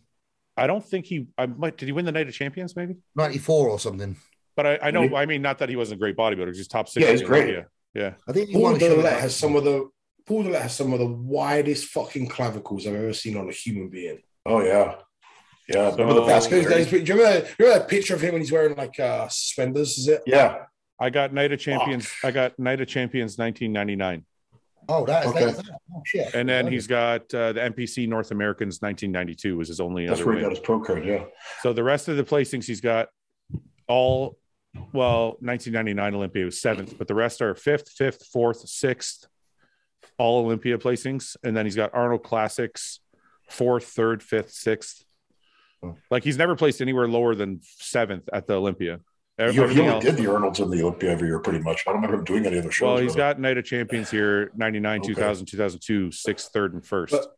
S1: I don't think he. I might. Did he win the Night of Champions? Maybe.
S2: 94 or something.
S1: But I, I know.
S5: Really?
S1: I mean, not that he wasn't a great bodybuilder. He's top six.
S5: Yeah, he's
S1: in
S5: great.
S1: Olympia. Yeah.
S2: I think
S3: Paul
S2: one
S3: Dillette has some of the Paul Dillette has some of the widest fucking clavicles I've ever seen on a human being.
S5: Oh yeah, yeah.
S1: So-
S5: remember the
S3: That's
S5: past
S3: those days.
S5: days?
S3: Do you remember, that- you remember that picture of him when he's wearing like uh, suspenders? Is it?
S5: Yeah,
S1: I got Night of Champions. I got Night of Champions 1999,
S2: Oh, that is
S5: Okay.
S2: that, is that. Oh, shit.
S1: and then
S2: Okay.
S1: he's got uh, the NPC North Americans 1992 was his only
S5: that's
S1: other
S5: where he
S1: win.
S5: got his pro card. Yeah,
S1: So the rest of the placings he's got all well 1999 Olympia was seventh, but the rest are fifth, fifth, fourth, sixth, all Olympia placings, and then he's got Arnold Classics fourth, third, fifth, sixth. Like he's never placed anywhere lower than seventh at the Olympia.
S5: you, he
S1: Everything
S5: only
S1: else.
S5: did the Arnold's in the Olympia every year, pretty much. I don't remember him doing any other shows.
S1: Well, he's
S5: really.
S1: got Night of Champions here, 99,
S5: Okay.
S1: 2000, 2002, sixth, third, and first.
S3: But-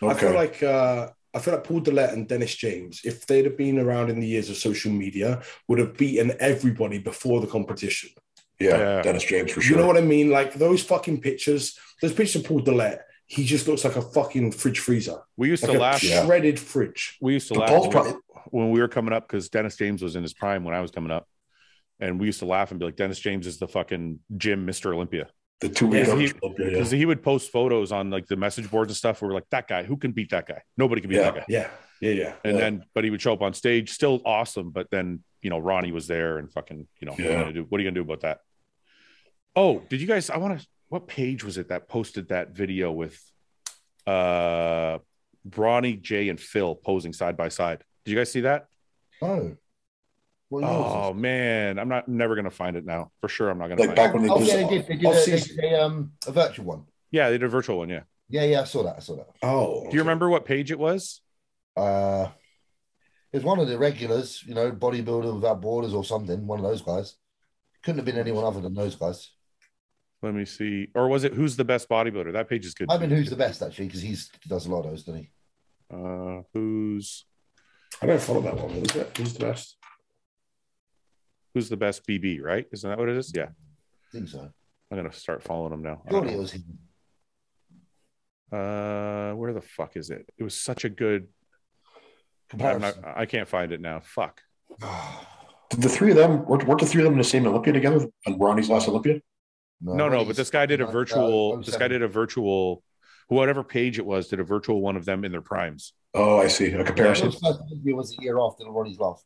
S3: I
S5: okay.
S3: feel like uh, I feel like Paul Dillette and Dennis James, if they'd have been around in the years of social media, would have beaten everybody before the competition.
S5: yeah,
S1: Yeah.
S5: Dennis James for sure.
S3: You know what I mean? Like those fucking pictures, those pictures of Paul Dillette, he just looks like a fucking fridge freezer,
S1: we used
S3: like
S1: to
S3: a
S1: laugh.
S5: Yeah.
S3: shredded fridge.
S1: We used to
S5: But
S1: laugh
S5: Paul's
S1: when,
S5: probably-
S1: when we were coming up because Dennis James was in his prime when I was coming up, and we used to laugh and be like, "Dennis James is the fucking gym Mister Olympia,"
S5: the two week
S1: Yeah, he-
S5: Olympia. yeah.
S1: because he would post photos on like the message boards and stuff. Where we're like, "That guy, who can beat that guy? Nobody can beat that guy."
S3: Yeah, yeah, yeah.
S1: And
S5: Yeah.
S1: then, but he would show up on stage, still awesome. But then, you know, Ronnie was there, and fucking, you know, what, are you
S5: Yeah.
S1: gonna do? what are you gonna do about that? Oh, did you guys? I want to. What page was it that posted that video with uh Ronnie, Jay, and Phil posing side by side? Did you guys see that?
S2: Oh. What year was
S1: Oh man, I'm not never gonna find it now. For sure, I'm not gonna.
S5: Like
S1: Find it.
S5: back when they
S2: Oh,
S5: did,
S2: yeah, they did. They did,
S3: Off
S2: a, they
S3: season.
S2: did a, um, a virtual one.
S1: Yeah, they did a virtual one. Yeah.
S2: Yeah, yeah, I saw that. I saw that.
S3: Oh,
S1: Do you remember what page it was?
S2: Uh, it's one of the regulars, you know, bodybuilder without borders or something. One of those guys. Couldn't have been anyone other than those guys.
S1: Let me see. Or was it who's the best bodybuilder? That page is good.
S2: I mean, who's the best actually? Because he's does a lot of those, doesn't he?
S1: Uh, who's
S3: I don't follow that one. Was it? Who's the best?
S1: who's the best BB? Right? Isn't that what it is? Yeah.
S2: I think so.
S1: I'm gonna start following them now. I don't
S2: Surely it was him.
S1: know. Uh, where the fuck is it? It was such a good. I'm not,
S2: Comparison.
S1: I can't find it now. Fuck.
S2: Ah.
S5: Did the three of them weren't, weren't the three of them in the same Olympia together on Ronnie's last Olympia?
S1: No, no. But this guy did a
S2: Uh,
S1: virtual.
S2: oh,
S1: This guy
S2: seven.
S1: did a virtual. Whatever page it was, did a virtual one of them in their primes.
S5: Oh, I see. A
S2: Yeah,
S5: comparison.
S2: Phil's first Olympia was a year after the Ronnie's last.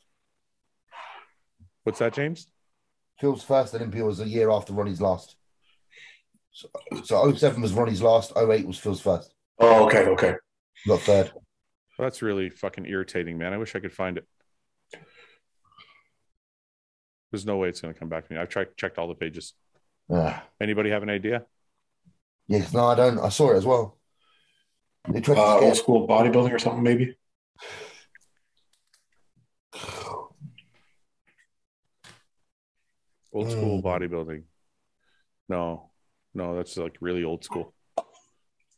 S1: What's that, James?
S2: Phil's first Olympia was a year after Ronnie's last. So, so 07 was Ronnie's last, 08 was Phil's first.
S5: Oh, okay, okay.
S2: He got third.
S1: Well, that's really fucking irritating, man. I wish I could find it. There's no way it's going to come back to me. I've tried, checked all the pages.
S2: Ah.
S1: Anybody have an idea?
S2: Yeah, 'cause no, I don't. I saw it as well. They tried
S5: Uh,
S2: to
S5: old
S2: scare.
S5: school bodybuilding or something, maybe.
S1: Old school
S2: Mm.
S1: bodybuilding. No, no, that's like really old school.
S5: Let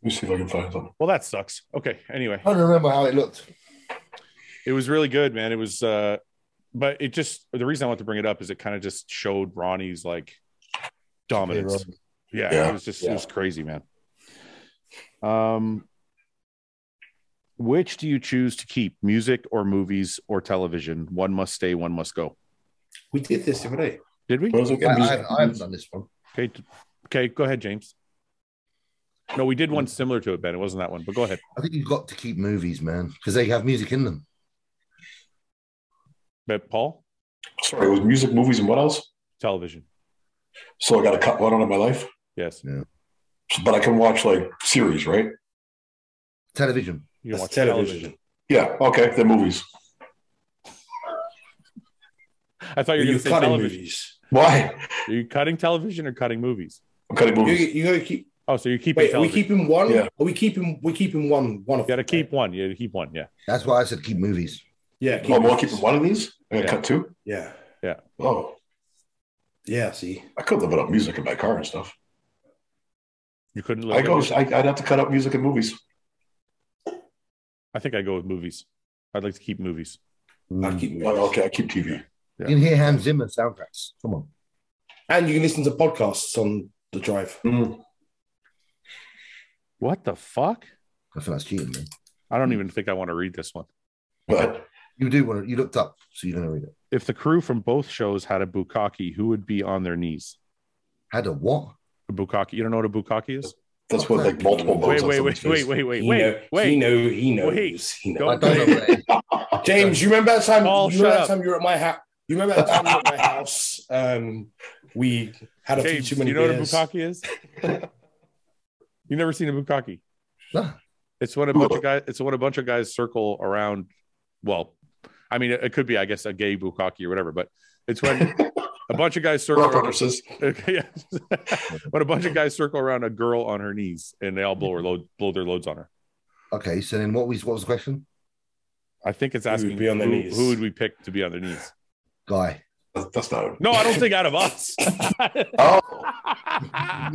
S5: me see if I can find something.
S1: Well, that sucks. Okay. Anyway,
S2: I don't remember how it looked.
S1: it was really good, man. It was, uh, but it just, the reason I want to bring it up is it kind of just showed Ronnie's like dominance. Yeah,
S5: Yeah.
S1: it was just
S3: Yeah.
S1: it was crazy, man. Um, which do you choose to keep? Music or movies or television? One must stay, one must go.
S3: We did this the other day.
S1: Did we?
S5: Those are
S2: I,
S5: good music.
S2: I, I haven't done this one.
S1: Okay, t- okay, go ahead, James. No, we did one similar to it, Ben. It wasn't that one, but go ahead.
S2: I think you've got to keep movies, man, because they have music in them.
S1: But Paul,
S5: Sorry, it was music, movies, and what else?
S1: television.
S5: So I got to cut one out of my life,
S1: Yes,
S5: but I can watch like series, right?
S2: Television.
S1: you can
S3: That's
S1: watch television.
S5: Yeah. Okay. The movies.
S1: I thought you were
S3: You're,
S1: going to say
S3: cutting
S1: television.
S3: movies.
S5: Why?
S1: Are you cutting television or cutting movies?
S5: I'm cutting
S3: You,
S5: movies.
S3: you gotta keep.
S1: Oh, so you're keeping.
S3: Wait, are we
S1: television.
S3: keeping one?
S5: Yeah.
S3: Are we keeping? We keeping one? One of
S1: you got to
S3: them, right?
S1: keep one. You gotta keep one. Yeah.
S2: That's why I said keep movies.
S3: Yeah,
S5: Oh, I'm only keeping one of these. I got
S1: Yeah.
S5: to cut two.
S3: Yeah,
S5: Oh,
S3: yeah. See,
S5: I could live without music in my car and stuff.
S1: You couldn't. Live
S5: I go.
S1: with-
S5: I, I'd have to cut out music and movies.
S1: I think I go with movies. I'd like to keep movies. Mm.
S3: I keep.
S5: Oh, Okay. I keep TV.
S1: Yeah.
S2: You can hear Hans Zimmer soundtracks. Come on.
S3: And you can listen to podcasts on the drive.
S5: Mm.
S1: What the fuck?
S2: I feel that's cheating, man.
S1: I don't even think I want to read this one.
S5: But
S2: You do want to, you looked up, so you're going to read it.
S1: If the crew from both shows had a bukkake, who would be on their knees?
S2: Had a what?
S1: bukkake. You don't know what a bukkake is?
S5: That's what like multiple
S1: Wait,
S5: modes.
S1: wait,
S5: on
S1: wait,
S5: somebody's
S1: wait, wait, wait,
S3: He know-
S1: wait, wait.
S3: He know. He knows.
S1: Wait.
S3: He
S1: Go
S3: knows.
S2: I don't know. what it-
S3: James, you remember that time?
S1: Paul,
S3: you remember
S1: shut
S3: that time you were at my house. You remember that time you were at my house? Um, we had a
S1: James,
S3: few too many
S1: you know
S3: beers.
S1: what a bukkake is? you never seen a bukkake?
S2: No.
S1: It's when a bunch of guys. It's when a bunch of guys circle around. Well, I mean, it, it could be, I guess, a gay bukkake or whatever. But it's when a bunch of guys
S5: For
S1: circle.
S5: all
S1: Around,
S5: purposes,
S1: okay, yeah. when a bunch of guys circle around a girl on her knees and they all blow her load, blow their loads on her.
S2: Okay, so then what was what was the question?
S1: I think it's
S3: would
S1: asking
S3: be on their
S1: who,
S3: knees?
S1: who would we pick to be on their knees?
S2: Guy.
S5: That- that's not.
S1: No, I don't think out of us.
S5: Oh,
S1: I,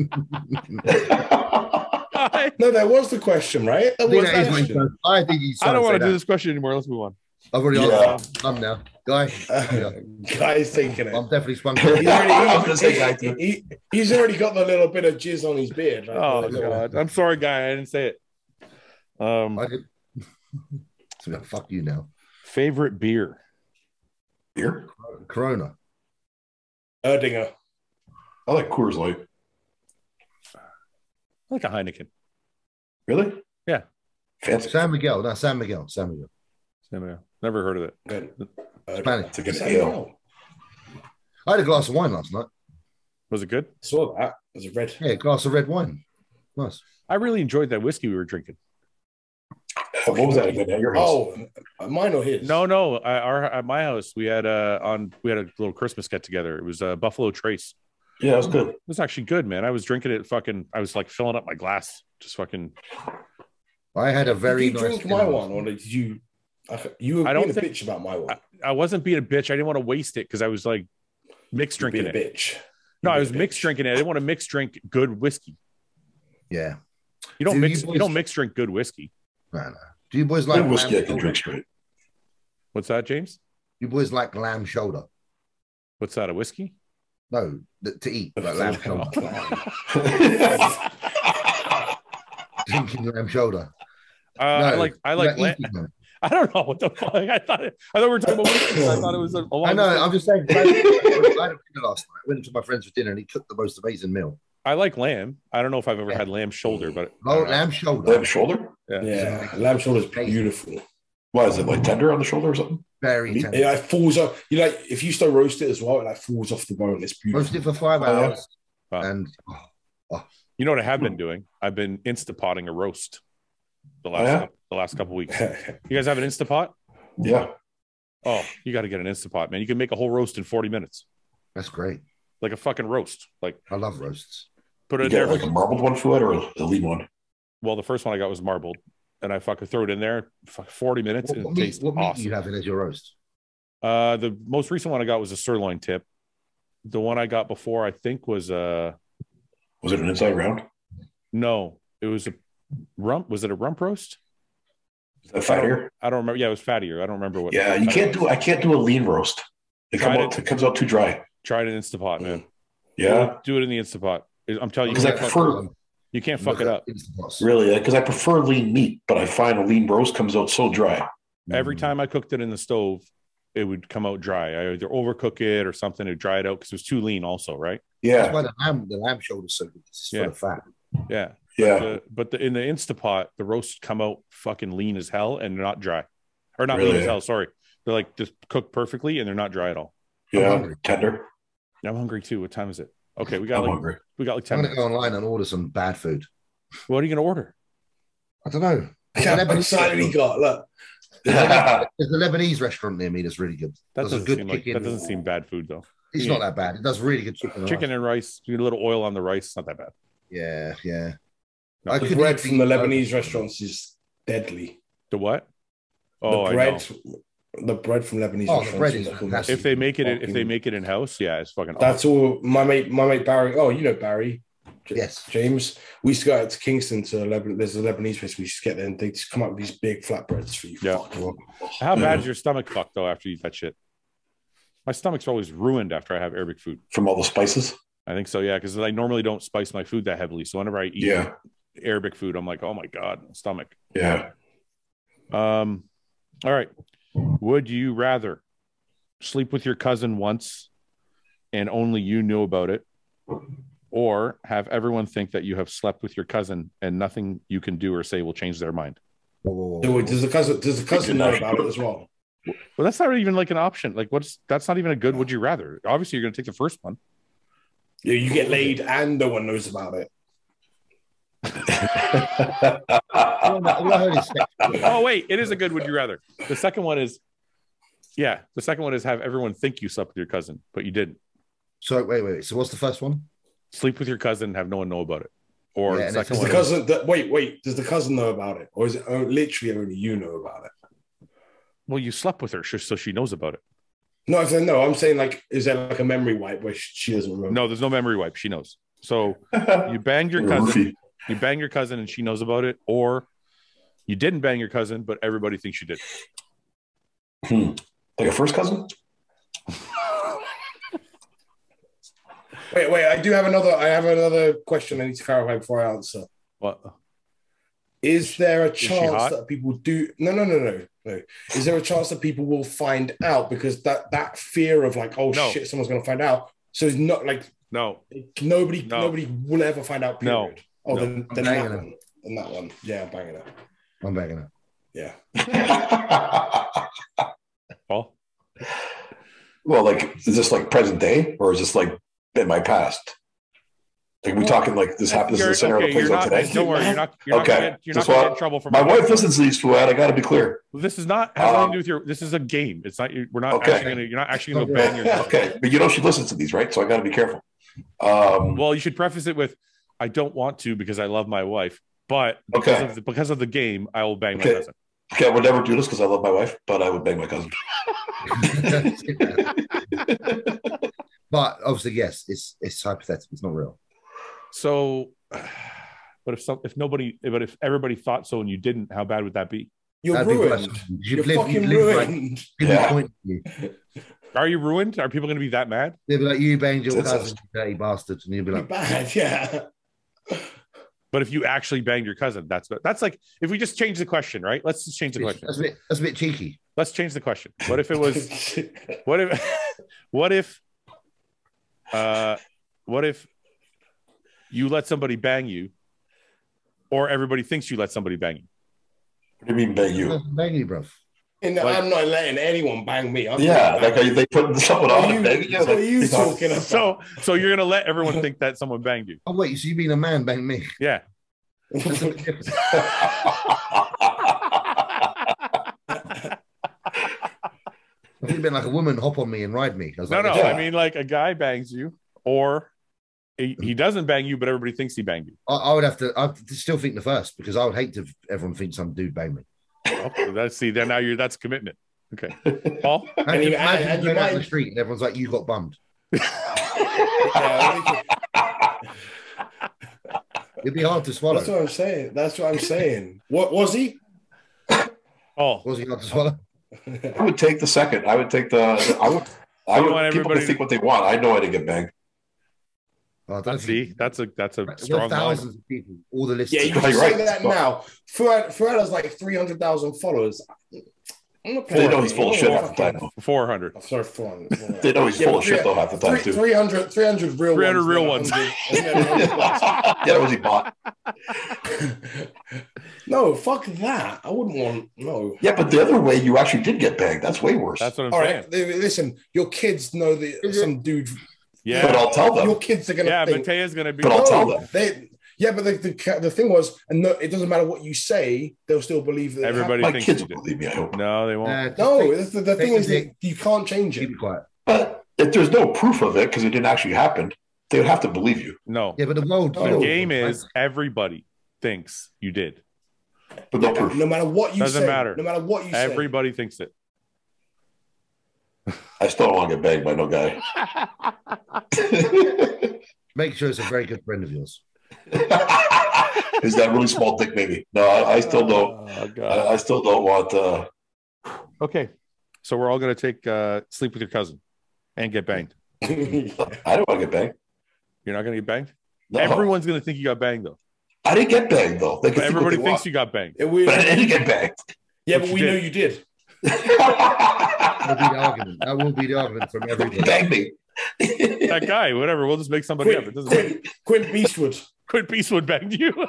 S3: No, that was the question, right? That
S2: I think
S3: was
S2: that
S3: the
S2: is my
S3: question.
S2: question. I think he's
S1: I don't want to
S2: trying to
S1: do
S2: say
S1: this question anymore. Let's move on.
S2: that. I've already
S5: Yeah.
S2: answered. it. I'm now. Guy.
S3: Uh, Guy's thinking it.
S2: I'm definitely swung.
S3: He's already,
S5: I was gonna say guy
S3: he,
S5: too.
S3: he- he's already got the little bit of jizz on his beard. right?
S1: Oh
S3: The little-
S1: god, I'm sorry, guy. I didn't say it. Um,
S2: I did. so now, fuck you now.
S1: favorite beer.
S5: beer.
S2: Corona.
S3: Erdinger.
S5: I like Coors Light.
S1: I like a Heineken.
S5: Really?
S1: Yeah.
S5: Fancy.
S2: San Miguel. No, San Miguel. San Miguel.
S1: Never never heard of it.
S3: Good.
S2: Spanish.
S5: It's a good
S3: Samuel.
S5: ale.
S2: I had a glass of wine last night.
S1: Was it good?
S3: Saw that. It was a red.
S2: Yeah, a glass of red wine. Nice.
S1: I really enjoyed that whiskey we were drinking.
S5: What was that again? At your house?
S3: Oh, mine or his?
S1: No, no, I, our at my house we had uh on we had a little Christmas get together. It was uh, Buffalo Trace.
S5: yeah, it was good.
S1: It was actually good, man. I was drinking it. Fucking, I was like filling up my glass. Just fucking.
S2: I had a very
S3: Did you
S2: nice
S3: drink
S2: dinner
S3: my
S2: last
S3: one,
S2: night.
S3: or did you? I- You were
S1: I don't
S3: being a
S1: think-
S3: bitch about my one.
S1: I wasn't being a bitch. I didn't want to waste it because I was like mixed
S3: You're
S1: drinking
S3: being
S1: it.
S3: a bitch.
S1: No,
S3: You're
S1: I
S3: being
S1: was
S3: a
S1: mixed
S3: bitch.
S1: drinking it. I didn't want to mix drink good whiskey.
S2: Yeah.
S1: You don't
S2: Do you
S1: mix. You,
S2: boys-
S1: don't mix drink good whiskey.
S2: No, no. Do you boys like
S5: Good whiskey I
S2: lamb
S5: can
S2: shoulder?
S5: drink straight.
S1: What's that, James?
S2: You boys like lamb shoulder?
S1: What's that? A whiskey?
S2: No, th- to eat like lamb shoulder. Drinking lamb shoulder.
S1: Uh, I
S2: No,
S1: like. I like.
S2: No,
S1: la-
S2: eating them.
S1: I don't know what the fuck. I thought. It, I thought we were talking about whiskey. I thought it was. A, along
S2: I know.
S1: the same-
S2: I'm just saying. I had a dinner last night. Went to my friends for dinner, and he cooked the most amazing meal.
S1: I like lamb. I don't know if I've ever had lamb shoulder, but
S2: Oh, lamb shoulder.
S5: Lamb shoulder?
S3: Yeah, lamb shoulder's beautiful.
S5: Why is it like tender on the shoulder or something?
S2: Very
S3: It
S2: tender.
S3: like falls off. You like if you still roast it as well, it like falls off the bone. It's
S2: Roasted it
S3: beautiful.
S2: for five
S5: Oh, yeah.
S2: hours,
S1: Wow.
S2: and oh,
S1: you know what I have been doing? I've been instapotting a roast. The last
S5: Oh, yeah?
S1: couple, the last couple weeks. You guys have an instapot?
S5: Yeah.
S1: Oh, you got to get an instapot, man. You can make a whole roast in 40 minutes,
S2: that's great.
S1: like a fucking roast. Like
S2: I love roasts.
S1: put it
S5: You
S1: in there.
S5: get like a marbled one for it or a lean one?
S1: well, the first one I got was marbled, and I fucking throw it in there. Fuck, 40 minutes,
S2: What,
S1: and
S2: what
S1: it
S2: meat,
S1: tastes
S2: what meat are
S1: awesome.
S2: you having as your roast?
S1: Uh, the most recent one I got was a sirloin tip. The one I got before, I think, was uh
S5: Was it an inside round?
S1: no, it was a rump. Was it a rump roast?
S5: Is that fattier?
S1: I don't remember. Yeah, it was fattier. I don't remember what.
S5: Yeah, you can't do I can't do a lean roast. It, come
S1: Tried
S5: out, it comes out too dry.
S1: Try it in Instapot, man.
S5: Yeah.
S1: do it in the Instapot. I'm telling Oh, you, you
S5: Because I
S1: can't,
S2: Yeah,
S1: fuck,
S5: prefer-
S1: you can't fuck it up.
S2: Instapots.
S5: Really? Because I prefer lean meat, but I find a lean roast comes out so dry.
S1: Every
S2: Mm.
S1: time I cooked it in the stove, it would come out dry. I either overcook it or something to dry it out because it was too lean, also, right?
S2: That's
S5: Yeah.
S2: why the lamb, the lamb shoulder's so good. It's
S1: Yeah.
S2: full of fat.
S1: Yeah.
S5: Yeah.
S1: The- but the, in the Instapot, the roasts come out fucking lean as hell and they're not dry, or not lean
S5: Really?
S1: as hell. Sorry, they're like just cooked perfectly and they're not dry at all.
S5: Yeah.
S2: hungry.
S5: Tender.
S1: I'm hungry too. What time is it? Okay, we got
S5: I'm
S1: like
S5: hungry.
S1: we got like
S2: I'm
S1: ten
S2: gonna
S1: minutes.
S2: go online and order some bad food.
S1: What are you gonna order?
S2: I don't know.
S3: How excited he got! Look,
S5: yeah.
S2: There's a Lebanese restaurant near me that's really good.
S1: That
S2: That's a
S1: doesn't
S2: good
S1: seem like
S2: chicken.
S1: that doesn't seem bad food though.
S2: It's
S1: Yeah.
S2: not that bad. It does really good chicken. and
S1: Chicken
S2: rice.
S1: and rice, a little oil on the rice, it's not that bad.
S2: Yeah, yeah.
S1: No.
S2: I
S3: the
S2: could
S3: bread
S2: eat
S3: from the
S2: these-
S3: Lebanese restaurants is deadly.
S1: The what? Oh, I
S3: the
S1: know.
S3: bread, the bread from Lebanese
S2: Oh, the
S3: restaurants.
S2: bread is
S3: fucking
S2: fantastic.
S1: If they make it, if they
S3: Fucking-
S1: make it in house, yeah, it's fucking.
S3: That's all. My mate, my mate Barry. Oh, you know Barry. J-
S2: Yes.
S3: James. We used to go out to Kingston to Lebanon. There's a Lebanese place. We used to get there, and they just come up with these big flatbreads for you.
S1: Yeah.
S3: Fucking-
S1: awesome. How bad is your stomach fucked though after you eat that shit? My stomach's always ruined after I have Arabic food.
S5: From all the spices.
S1: I think so, yeah, because I normally don't spice my food that heavily. So whenever I eat
S5: Yeah.
S1: Arabic food, I'm like, oh my god, my stomach.
S5: Yeah.
S1: Um, all right. Would you rather sleep with your cousin once, and only you knew about it, or have everyone think that you have slept with your cousin and nothing you can do or say will change their mind.
S2: Whoa, whoa, whoa.
S3: Do we- does the cousin does the cousin know about it as well?
S1: Well, that's not even like an option. Like, what's that's not even a good would you rather? Obviously, you're going to take the first one.
S3: Yeah, you get laid and no one knows about it.
S2: All I- all I heard is sex.
S1: Oh, wait, it is a good would you rather. The second one is, yeah, the second one is have everyone think you slept with your cousin, but you didn't.
S2: So wait, wait, wait. So what's the first one?
S1: Sleep with your cousin and have no one know about it. Or
S2: Yeah,
S1: the
S2: and
S1: second
S2: it's
S3: Does
S1: one,
S3: the
S1: is-
S3: cousin that wait, wait, does the cousin know about it? Or is it oh, literally only you know about it?
S1: well, you slept with her, sh- so she knows about it.
S3: No, if they know, I'm saying like is there like a memory wipe where she, she doesn't remember?
S1: No, there's no memory wipe. She knows. So you banged your cousin,
S5: Roofie.
S1: you banged your cousin, and she knows about it. Or you didn't bang your cousin, but everybody thinks you did.
S5: Hmm. Like a first cousin?
S3: Wait, wait, I do have another I have another question I need to clarify before I answer.
S1: What?
S3: Is there a
S1: she
S3: chance
S1: hot?
S3: that people do? No, no, no, no, no. Is there a chance that people will find out because that that fear of like, oh
S1: No.
S3: shit, someone's gonna find out. So it's not like
S1: No,
S3: nobody,
S1: No.
S3: nobody will ever find out.
S1: No.
S3: Period. Oh,
S1: No.
S3: then, then
S2: Banging
S3: that
S2: it.
S3: one, then that one. Yeah, I'm banging it.
S2: I'm banging it.
S3: Yeah,
S1: Paul.
S5: well, like, is this like present day or is this like in my past? Like, we talking like this happens in
S1: You're-
S5: the center
S1: okay,
S5: of the
S1: you're
S5: plays out
S1: not,
S5: today?
S1: don't worry, you're not, you're
S5: Okay.
S1: not gonna get, you're not
S5: Just
S1: gonna
S5: what-
S1: get in trouble from
S5: My wife listens to Eastwood. I got to be clear.
S1: This is not has nothing
S5: Um,
S1: to do with your. This is a game. It's not. We're not
S5: Okay.
S1: actually gonna. You're not actually gonna go bang your.
S5: Yeah,
S1: cousin.
S5: okay, but you know she listens to these, right? So I got to be careful. Um,
S1: Well, you should preface it with, "I don't want to because I love my wife, but because
S5: Okay.
S1: of the, because of the game, I will bang
S5: Okay.
S1: my cousin."
S5: okay, I would never do this because I love my wife, but I would bang my cousin.
S2: but obviously, yes, it's it's hypothetical. It's not real.
S1: So, but if some, if nobody, but if everybody thought so and you didn't, how bad would that be?
S3: you're
S2: That'd be
S3: ruined.
S2: worse.
S3: You're
S2: You'd live,
S3: fucking
S2: you'd live like,
S3: ruined.
S2: give me
S5: Yeah.
S2: point you.
S1: Are you ruined? Are people going to be that mad?
S2: They'd be like, you banged your
S5: That's
S2: cousin, you dirty bastard. And you'd be
S3: You're
S2: like,
S3: bad. Yeah.
S1: But if you actually banged your cousin, that's that's like if we just change the question, right? Let's just change the question.
S2: that's a bit, that's a bit cheeky.
S1: Let's change the question. What if it was What if what if uh what if you let somebody bang you or everybody thinks you let somebody bang you?
S5: What do you mean bang you?
S2: I'm banging you, bruv.
S3: And
S1: Like-
S3: I'm not letting anyone bang me. I'm
S5: Yeah,
S3: not
S5: like are you, they putting someone
S3: What
S5: on
S3: are
S5: and
S3: you-
S5: banging you?
S3: what are you
S5: Like,
S3: talking about?
S1: So so you're gonna let everyone think that someone banged you.
S2: Oh, wait, so you mean a man banged me?
S1: Yeah.
S2: That's a bit different. If it'd been like a woman hop on me and ride me. I was
S1: No,
S2: like,
S1: no.
S5: Yeah.
S1: I mean like a guy bangs you or he, he doesn't bang you, but everybody thinks he banged you.
S2: I, I would have to, I still think the first because I would hate to everyone thinks some dude banged me.
S1: Okay, Oh, that's see, then now you're that's commitment. Okay. Paul?
S2: Imagine,
S3: you-
S2: imagine
S3: and you
S2: going out in
S3: might-
S2: the street and everyone's like, you got bummed.
S3: Yeah, like-
S2: It'd be hard to swallow.
S3: that's what I'm saying. That's what I'm saying. What was he?
S1: Paul.
S2: Was he hard to swallow?
S5: I would take the second. I would take the. I would. I
S1: You
S5: would
S1: want
S5: people
S1: everybody
S5: to think what they want. I know how to get banged.
S2: Oh, I don't
S1: That's
S2: think-
S1: see, that's a that's a
S2: We're
S1: strong line.
S2: thousands of people, all the
S3: Yeah,
S2: listeners.
S3: you can
S5: You're
S3: say
S5: right.
S3: that now. Fuad, Fuad has like 300,000 followers. I'm not
S5: They know he's full of shit half the
S3: Fucking-
S5: time.
S1: Four hundred.
S3: I'm sorry, 400.
S5: They know he's
S3: Yeah,
S5: full of
S3: but
S5: shit though half the time
S3: Three-
S5: too.
S3: 300, 300 real
S1: 300
S3: ones.
S1: real
S3: not
S1: ones.
S3: 100.
S5: yeah, that was he bought.
S3: no, fuck that. I wouldn't want, no.
S5: Yeah, but the other way, you actually did get banged. That's way worse.
S1: That's what I'm
S3: All
S1: saying.
S3: right, li- listen, your kids know that
S2: Is it-
S3: some dude.
S1: Yeah.
S5: But I'll tell them.
S3: Your kids are going to
S1: Yeah,
S3: think.
S1: Matea's gonna be
S5: But I'll tell them.
S3: They, yeah, but the, the, the thing was, and no, it doesn't matter what you say, they'll still believe that. it
S1: Everybody-
S5: My
S1: thinks
S5: kids
S1: you
S5: will
S1: did.
S5: believe me. I hope.
S1: No, they won't.
S2: Nah,
S3: happened. No,
S2: Uh, take-
S3: the, the, the
S2: take
S3: thing is
S2: the
S3: that you can't change it.
S2: keep it quiet.
S5: But if there's no proof of it because it didn't actually happen, they would have to believe you.
S1: No.
S2: Yeah, but the world.
S3: The
S1: The
S3: Oh,
S1: game is everybody thinks you did.
S5: But no proof.
S3: No matter what you
S1: Doesn't
S3: say,
S1: matter.
S3: no matter what you say,
S1: Everybody thinks it.
S5: I still don't want to get banged by no guy.
S2: Make sure it's a very good friend of yours.
S5: Is that really small dick? Maybe. No, I, I still don't.
S1: Oh,
S5: I,
S1: God.
S5: I still don't want. Uh,
S1: Okay. So we're all gonna take uh, sleep with your cousin and get banged.
S5: I don't want to get banged.
S1: You're not gonna get banged?
S5: No.
S1: Everyone's gonna think you got banged though.
S5: I didn't get banged though. They
S1: But
S5: can think
S1: everybody
S5: what they
S1: thinks
S5: want.
S1: you got banged.
S3: It will-
S5: But I didn't get banged.
S3: yeah,
S1: But
S3: but
S1: you
S3: we
S1: did.
S3: know you did.
S2: That'll be the argument. That will be the argument from everybody.
S5: Bang me.
S1: that guy, whatever. We'll just make somebody up. It doesn't matter.
S3: Quint, Quint Eastwood.
S1: Quit Beastwood back to you.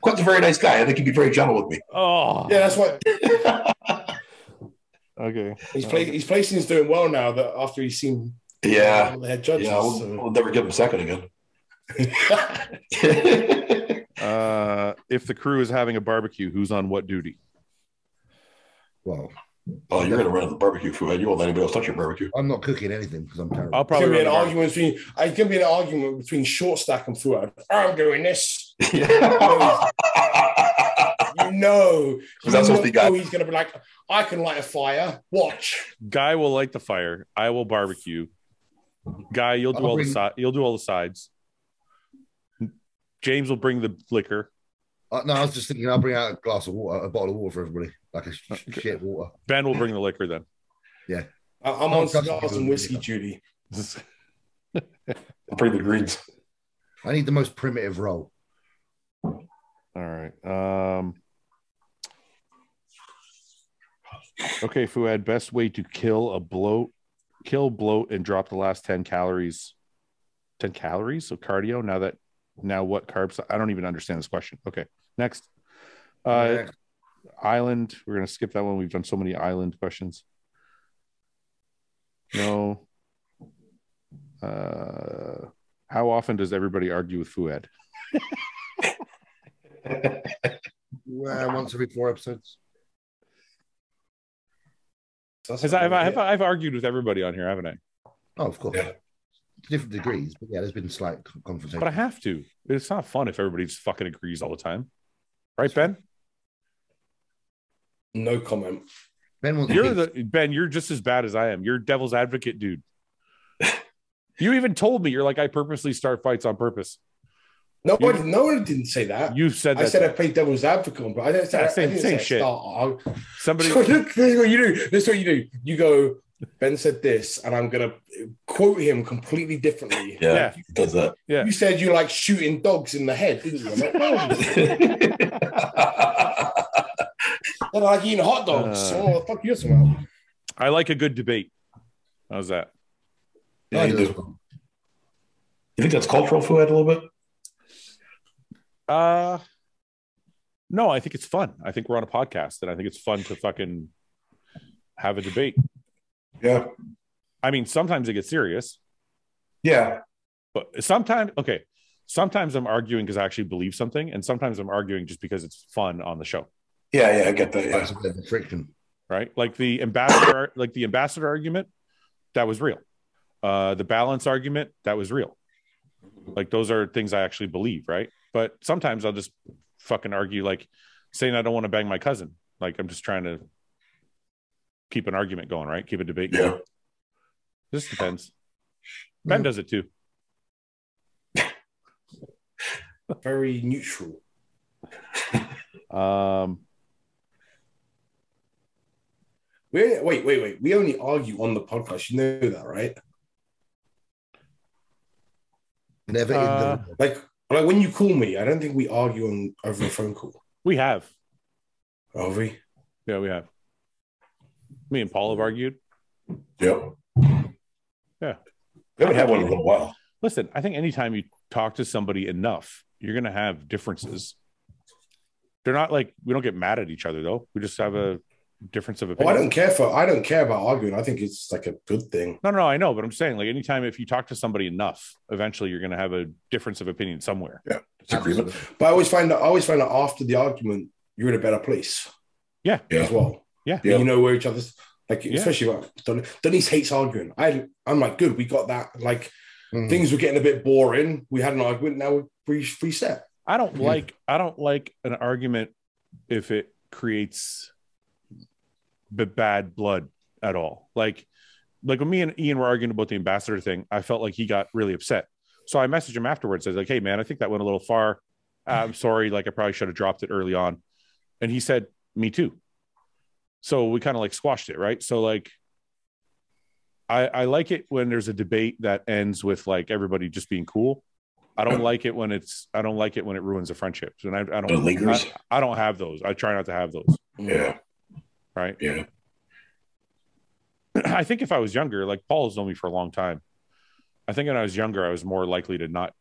S5: Quint's a very nice guy. I think he'd be very gentle with me.
S1: oh,
S3: Yeah, that's what
S1: Okay.
S3: he's playing. He's placing is doing well now. That after he's seen
S5: Yeah.
S3: the head judges.
S5: Yeah, we'll,
S3: so-
S5: we'll never give him second again.
S1: Uh, if the crew is having a barbecue, who's on what duty?
S2: Well,
S5: oh, you're gonna run into the barbecue food. You won't let anybody else touch your barbecue.
S2: I'm not cooking anything because I'm terrible.
S1: I'll
S3: It's
S1: probably
S3: gonna be
S1: run
S3: an
S1: the bar-
S3: argument between. It's gonna be an argument between short stack and Fuad. I'm doing this. You know, you
S5: Because that's what
S3: know
S5: they got.
S3: he's gonna be like, I can light a fire. Watch.
S1: Guy will light the fire. I will barbecue. Guy, you'll do
S2: I'll
S1: all the
S2: bring-
S1: si- you'll do all the sides. James will bring the liquor.
S2: Uh, no, I was just thinking I'll bring out a glass of water, a bottle of water for everybody, like a sh- shit water.
S1: Ben will bring the liquor then.
S3: I- I'm
S2: Oh,
S3: on
S2: God.
S3: cigars and whiskey duty.
S5: Bring the greens.
S2: I need the most primitive role.
S1: all right. Um, okay, Fuad. Best way to kill a bloat, kill bloat, and drop the last ten calories. Ten calories. So cardio. Now that now what carbs? I don't even understand this question. Okay, next. Uh,
S2: Yeah.
S1: island. We're gonna skip that one. We've done so many island questions. No. Uh, how often does everybody argue with Fuad?
S2: Well, Uh, once every four episodes.
S3: That's
S1: Because I've, I've, I've argued with everybody on here, haven't I?
S2: Oh, of course.
S5: Yeah.
S2: Different degrees, but yeah, there's been slight con- confrontation.
S1: But I have to. It's not fun if everybody just fucking agrees all the time. Right, Ben?
S3: no comment.
S2: ben wants
S1: You're
S2: beef.
S1: the Ben, you're just as bad as I am. You're devil's advocate, dude. You even told me you're like, I purposely start fights on purpose.
S3: No,
S1: You-
S3: I, didn't- no one didn't say that.
S1: You said
S3: I
S1: that
S3: said I played devil's advocate, but I didn't say
S1: Yeah, same-
S3: I didn't
S1: same
S3: say I
S1: shit.
S3: Start, I-
S1: somebody
S3: So look, this is what you do. This is what you do. You go, Ben said this, and I'm gonna quote him completely differently.
S5: Yeah,
S1: Yeah.
S5: he does that.
S1: Yeah.
S3: You said you like shooting dogs in the head, didn't you? I'm like, no. They're like eating hot dogs.
S1: Uh.
S3: oh, the fuck you talking about?
S1: I like a good debate. How's that?
S5: yeah,
S2: I
S5: you
S2: do
S5: do.
S2: as well.
S5: You think that's cultural food a little bit?
S1: Uh no, I think it's fun. I think we're on a podcast and I think it's fun to fucking have a debate.
S5: Yeah.
S1: I mean, sometimes it gets serious.
S5: Yeah.
S1: but sometimes okay sometimes i'm arguing because i actually believe something and sometimes i'm arguing just because it's fun on the show
S5: Yeah, yeah, I get that. Yeah.
S2: That's a bit of friction.
S1: right like the ambassador like the ambassador argument that was real uh the balance argument that was real like those are things i actually believe right but sometimes i'll just fucking argue like saying i don't want to bang my cousin like i'm just trying to keep an argument going right keep a debate going.
S5: Yeah.
S1: this depends ben
S2: Yeah.
S1: does it too
S3: Very neutral.
S1: um
S3: We wait, wait, wait. We only argue on the podcast. You know that, right?
S2: Never
S1: Uh,
S2: in the
S3: Like, like when you call me, I don't think we argue on over a phone call.
S1: we have
S3: Are we?
S1: Yeah, we have. Me and Paul have argued.
S5: Yep.
S1: Yeah.
S5: We haven't had one in a little while.
S1: Listen, I think anytime you talk to somebody enough, you're going to have differences. They're not like we don't get mad at each other though. We just have a difference of
S3: Oh, I
S1: opinion.
S3: don't care for. I don't care about arguing. I think it's like a good thing.
S1: no, no, no, I know, but I'm saying like anytime if you talk to somebody enough, eventually you're going to have a difference of opinion somewhere.
S5: Disagreement.
S3: But I always find that. I always find that after the argument, you're in a better place.
S1: Yeah.
S3: As well.
S1: Yeah.
S3: And
S5: Yeah.
S3: You know where each other's like,
S1: Yeah.
S3: especially like Don- Denise hates arguing. I I'm like, good. We got that. Like
S1: Hmm.
S2: Mm.
S3: things were getting a bit boring. We had an argument. Now we're free, free set.
S1: I don't
S3: Hmm.
S2: Yeah.
S1: like I don't like an argument if it creates b- bad blood at all. Like like when me and Ian were arguing about the ambassador thing, I felt like he got really upset. So I messaged him afterwards. I was like, "Hey man, I think that went a little far. I'm sorry. Like I probably should have dropped it early on." And he said, "Me too." So we kind of like squashed it, right? So like I I like it when there's a debate that ends with like everybody just being cool. I don't like it when it's I don't like it when it ruins the friendships. And I, I
S5: It
S1: don't
S5: lingers.
S1: I, I don't have those. I try not to have those,
S5: Yeah.
S1: right?
S5: Yeah.
S1: I think if I was younger, like Paul has known me for a long time. I think when I was younger, I was more likely to not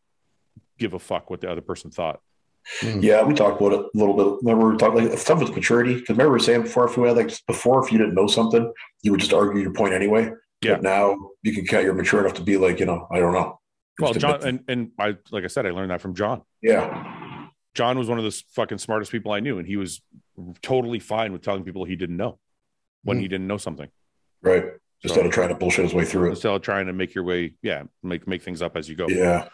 S1: give a fuck what the other person thought.
S5: Yeah, we talked about it a little bit. Remember, we talked like some of it's maturity. Because remember, we were saying before, if we had like before, if you didn't know something, you would just argue your point anyway.
S1: Yeah.
S5: But now you can count. You're mature enough to be like, you know, I don't know.
S1: Well,
S5: Just
S1: John,
S5: admit-
S1: and, and I, like I said, I learned that from John.
S5: yeah,
S1: John was one of the s- fucking smartest people I knew, and he was totally fine with telling people he didn't know when
S2: Mm.
S1: he didn't know something.
S5: right. Instead
S1: So,
S5: of trying to bullshit his way through it.
S1: instead of trying to make your way, yeah, make make things up as you go.
S5: Yeah.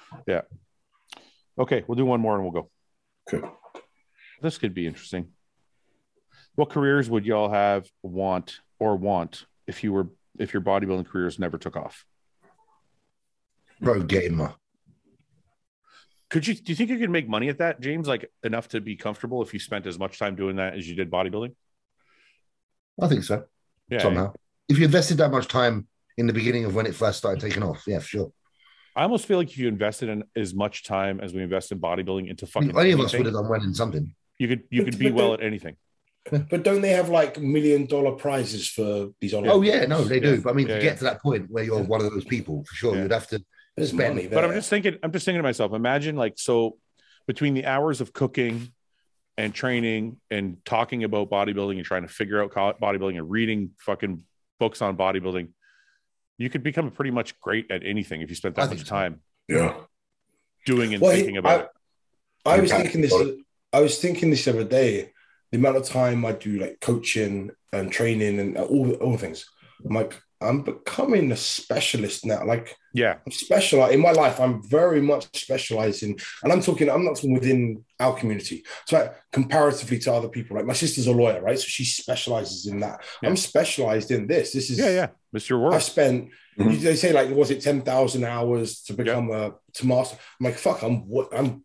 S1: Okay, we'll do one more and we'll go.
S5: Okay.
S1: This could be interesting. What careers would y'all have want or want if you were if your bodybuilding careers never took off?
S2: Bro, get in my.
S1: Could you do you think you could make money at that, James? Like enough to be comfortable if you spent as much time doing that as you did bodybuilding?
S2: I think so.
S1: Yeah.
S2: somehow. If you invested that much time in the beginning of when it first started taking off, yeah, sure.
S1: I almost feel like if you invested in as much time as we invest in bodybuilding into
S2: I mean,
S1: fucking
S2: Any of us
S1: anything,
S2: would have done well in something.
S1: you could you could be well at anything.
S3: But don't they have like million dollar prizes for these Olympics?
S2: Oh yeah, no, they do.
S1: Yeah.
S2: But I mean,
S1: Yeah,
S2: to
S1: yeah.
S2: get to that point where you're one of those people, for sure,
S1: Yeah.
S2: you'd have to.
S3: There's
S2: Spend.
S3: money there.
S1: But I'm just thinking, I'm just thinking to myself, imagine like so between the hours of cooking and training and talking about bodybuilding and trying to figure out co- bodybuilding and reading fucking books on bodybuilding, you could become pretty much great at anything if you spent
S2: I
S1: that
S2: think
S1: much
S2: so.
S1: time
S5: Yeah.
S1: doing and
S3: Well, he-
S1: thinking about
S3: I-
S1: it.
S3: I was
S5: Yeah.
S3: thinking this. I was thinking this the other day. The amount of time I do like coaching and training and all all things. I'm like I'm becoming a specialist now. Like
S1: Yeah.
S3: I'm special in my life. I'm very much specializing, and I'm talking. I'm not talking within our community. So like, comparatively to other people, like my sister's a lawyer, right? So she specializes in that.
S1: Yeah.
S3: I'm specialized in this. This is
S1: Yeah. Yeah. Mr. World.
S3: I spent.
S5: Mhm.
S1: Mm-hmm.
S3: you- They say like, was it ten thousand hours to become a to master? I'm like, fuck, I'm what I'm,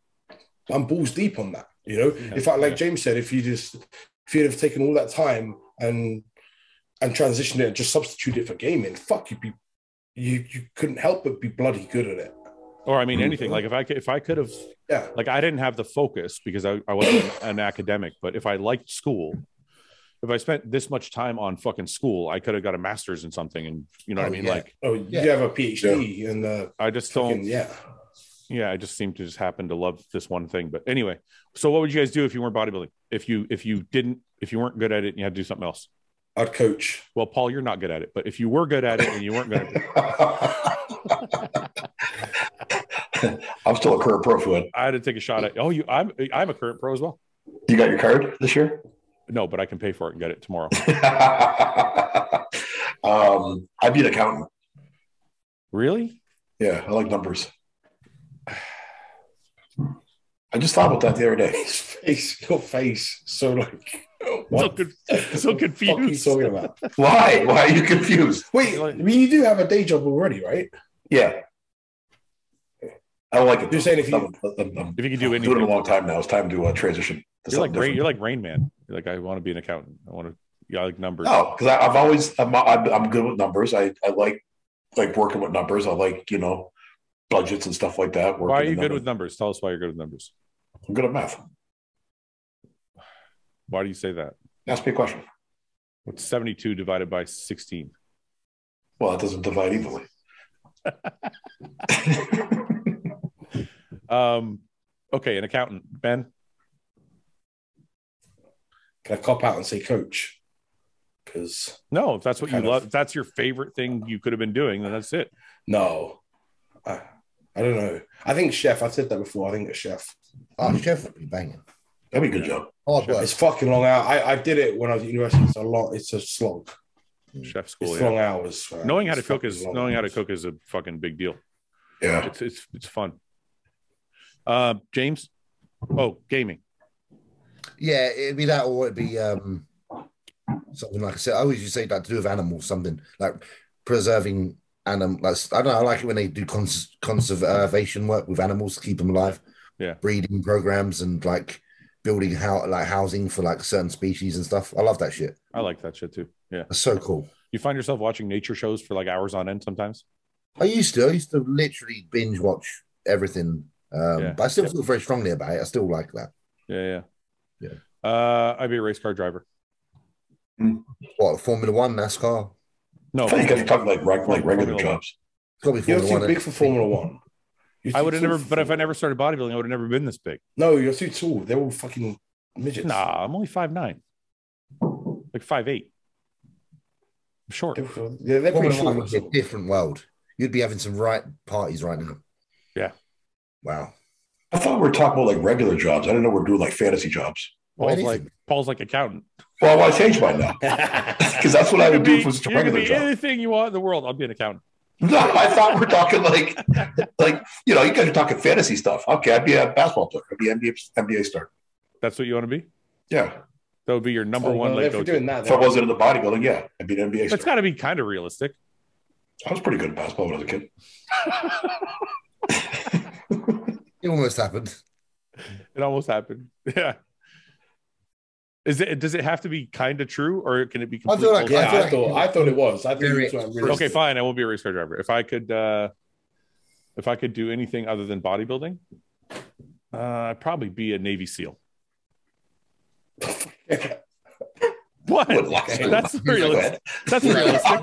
S3: I'm balls deep on that. You know, in fact, like
S1: Yeah.
S3: James said, if you just if you'd have taken all that time and and transitioned it and just substituted it for gaming, fuck, you'd be you you couldn't help but be bloody good at it.
S1: Or I mean, anything like if I could, if I could have,
S3: Yeah.
S1: like I didn't have the focus because I, I wasn't an, an academic, but if I liked school, if I spent this much time on fucking school, I could have got a master's in something. And you know what
S2: Oh,
S1: I mean?
S2: yeah.
S1: Like
S3: Oh, you
S2: Yeah.
S3: have a PhD and uh,
S1: I just
S3: fucking,
S1: don't,
S3: yeah.
S1: yeah, I just seem to just happen to love this one thing. But anyway, so what would you guys do if you weren't bodybuilding? If you, if you didn't, if you weren't good at it and you had to do something else?
S3: I'd coach.
S1: Well, Paul, you're not good at it, but if you were good at it and you weren't good at it,
S5: I'm still a current pro food.
S1: I had to take a shot at, oh, you, I'm, I'm a current pro as well.
S5: You got your card this year?
S1: No, but I can pay for it and get it tomorrow.
S5: um, I'd be an accountant.
S1: really?
S5: Yeah, I like numbers. I just thought about that the other day.
S3: His face, your face, so like
S1: So, conf- so
S3: the fuck are you
S1: confused.
S3: talking about?
S5: Why? Why are you confused?
S3: Wait, I mean, you do have a day job already, right?
S5: Yeah. I don't like it.
S3: You're saying if you-
S5: I'm, I'm, I'm
S1: If you could do
S5: doing it a
S1: anything,
S5: long time now. It's time to uh, transition. To
S1: you're like
S5: something
S1: Rain, you're
S5: different.
S1: like Rain Man. You're like I want to be an accountant. I want to. Yeah, I like numbers.
S3: Oh,
S5: no, because I've always I'm, I'm I'm good with numbers. I I like like working with numbers. I like you know budgets and stuff like that.
S1: why are
S5: working
S1: you
S5: in
S1: good
S5: numbers.
S1: with numbers? Tell us why you're good with numbers.
S5: I'm good at math.
S1: Why do you say that?
S5: Ask me a question.
S1: What's 72 divided by 16?
S5: Well, that doesn't divide evenly.
S1: Um, okay, an accountant, Ben.
S3: Can I cop out and say coach? Because
S1: No, if that's what you
S3: Kind of.
S1: love, if that's your favorite thing you could have been doing, then that's it.
S3: no, I, I don't know. I think chef. I said that before. I think it's chef.
S2: Oh, chef would be banging.
S5: That'd be a good job.
S2: Hard work.
S3: It's fucking long hours. I, I did it when I was at university. It's a lot. It's a
S2: Oh,
S3: slog.
S1: Chef
S3: It's
S1: school. Yeah.
S3: long hours. man.
S1: Knowing how to
S3: It's
S1: cook
S3: fucking
S1: is
S3: long
S1: knowing how to
S3: hours.
S1: cook is a fucking big deal.
S5: Yeah.
S1: It's it's it's fun. Uh, James. Oh, gaming.
S2: Yeah, it'd be that, or it'd be um, something like I said. I always used to say that to do with animals, something like preserving animal. Like, I don't know. I like it when they do cons- conservation work with animals to keep them alive.
S1: Yeah.
S2: breeding programs and like building how like housing for like certain species and stuff. I love that shit.
S1: I like that shit too. Yeah.
S2: That's so cool.
S1: You find yourself watching nature shows for like hours on end sometimes.
S2: I used to. I used to literally binge watch everything. Um,
S1: Yeah.
S2: But I still
S1: Yep.
S2: feel very strongly about it. I still like that.
S1: Yeah, yeah. Uh, I'd be a race car driver.
S2: What Formula One, NASCAR?
S1: No,
S5: I thought you guys were talking like, reg- like regular
S1: Formula
S5: jobs.
S2: Probably
S3: You're
S2: Formula
S3: too
S2: One.
S3: big for Formula One. You're
S1: I
S3: too
S1: would have
S3: tall
S1: never.
S3: for
S1: But if I
S3: Formula-
S1: never started bodybuilding, I would have never been this big.
S3: no, you're too tall. They're all fucking midgets.
S1: Nah, I'm only five nine, like five eight. I'm short.
S3: They're, yeah, they're pretty
S2: Formula One
S3: short.
S2: would be a different world. You'd be having some right parties right now.
S1: Yeah.
S2: Wow.
S5: I thought we were talking about like regular jobs. I didn't know we are doing like fantasy jobs.
S1: Paul's
S2: anything.
S1: like Paul's like accountant.
S5: Well, I want to change mine now because that's what I
S1: You can
S5: would do
S1: be,
S5: if it was just a
S1: you can
S5: regular
S1: be
S5: job.
S1: anything you want in the world. I'll be an accountant.
S5: No, I thought we we're talking like, like you know, you guys are talking fantasy stuff. Okay, I'd be a basketball player. I'd be an NBA, NBA star.
S1: That's what you want to be.
S5: Yeah,
S1: That would be your number
S3: Oh,
S1: one.
S3: well,
S1: like
S3: if you're
S1: go-to.
S3: doing that,
S5: if I
S3: then
S5: wasn't in the bodybuilding, yeah, I'd be an NBA
S1: It's
S5: star.
S1: got to be kind of realistic.
S5: I was pretty good at basketball when I was a kid.
S2: It almost happened.
S1: It almost happened. Yeah. Is it? Does it have to be kind of true, or can it be?
S2: I
S1: Complete
S2: feel like-
S1: bullshit?
S3: yeah, I thought I thought it was. I
S2: Very-
S3: think that's what really
S1: okay, fine. I won't be a race car driver. If I could, uh, if I could do anything other than bodybuilding, uh, I'd probably be a Navy SEAL. What?
S5: Wouldn't last very
S1: That's
S5: long. Go
S1: realistic.
S5: ahead.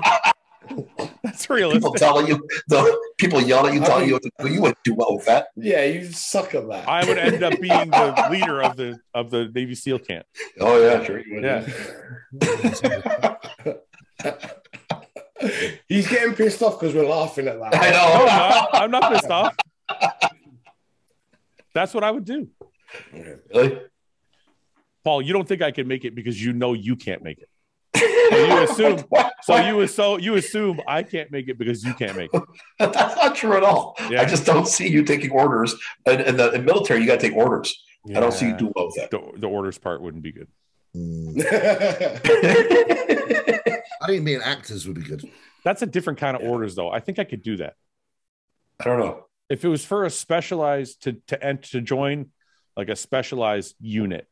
S1: That's realistic. That's
S5: People
S1: realistic.
S5: telling you, the people yelling at you,
S3: I
S5: telling
S3: mean-
S5: you what to do. You wouldn't do well with that.
S3: Yeah, you suck at that.
S1: I would end up being the leader of the of the Navy SEAL camp.
S5: Oh yeah, sure. You would.
S1: Yeah.
S3: He's getting pissed off because we're laughing at
S5: I
S3: that.
S1: No, I'm
S5: know.
S1: not, I'm not pissed off. That's what I would do,
S5: Really?
S1: Paul. You don't think I can make it because you know you can't make it. So you assume.
S5: What?
S1: So
S5: What?
S1: you so you assume I can't make it because you can't make it.
S5: That's not true at all.
S1: Yeah.
S5: I just don't see you taking orders. And in the in military, you got to take orders. I don't see you do well with that.
S1: the, the orders part wouldn't be good.
S2: Mm.
S5: I
S2: I think being actors would be good.
S1: That's a different kind of orders, though. I think I could do that
S5: don't know.
S1: if it was for a specialized to to ent- to join like a specialized unit.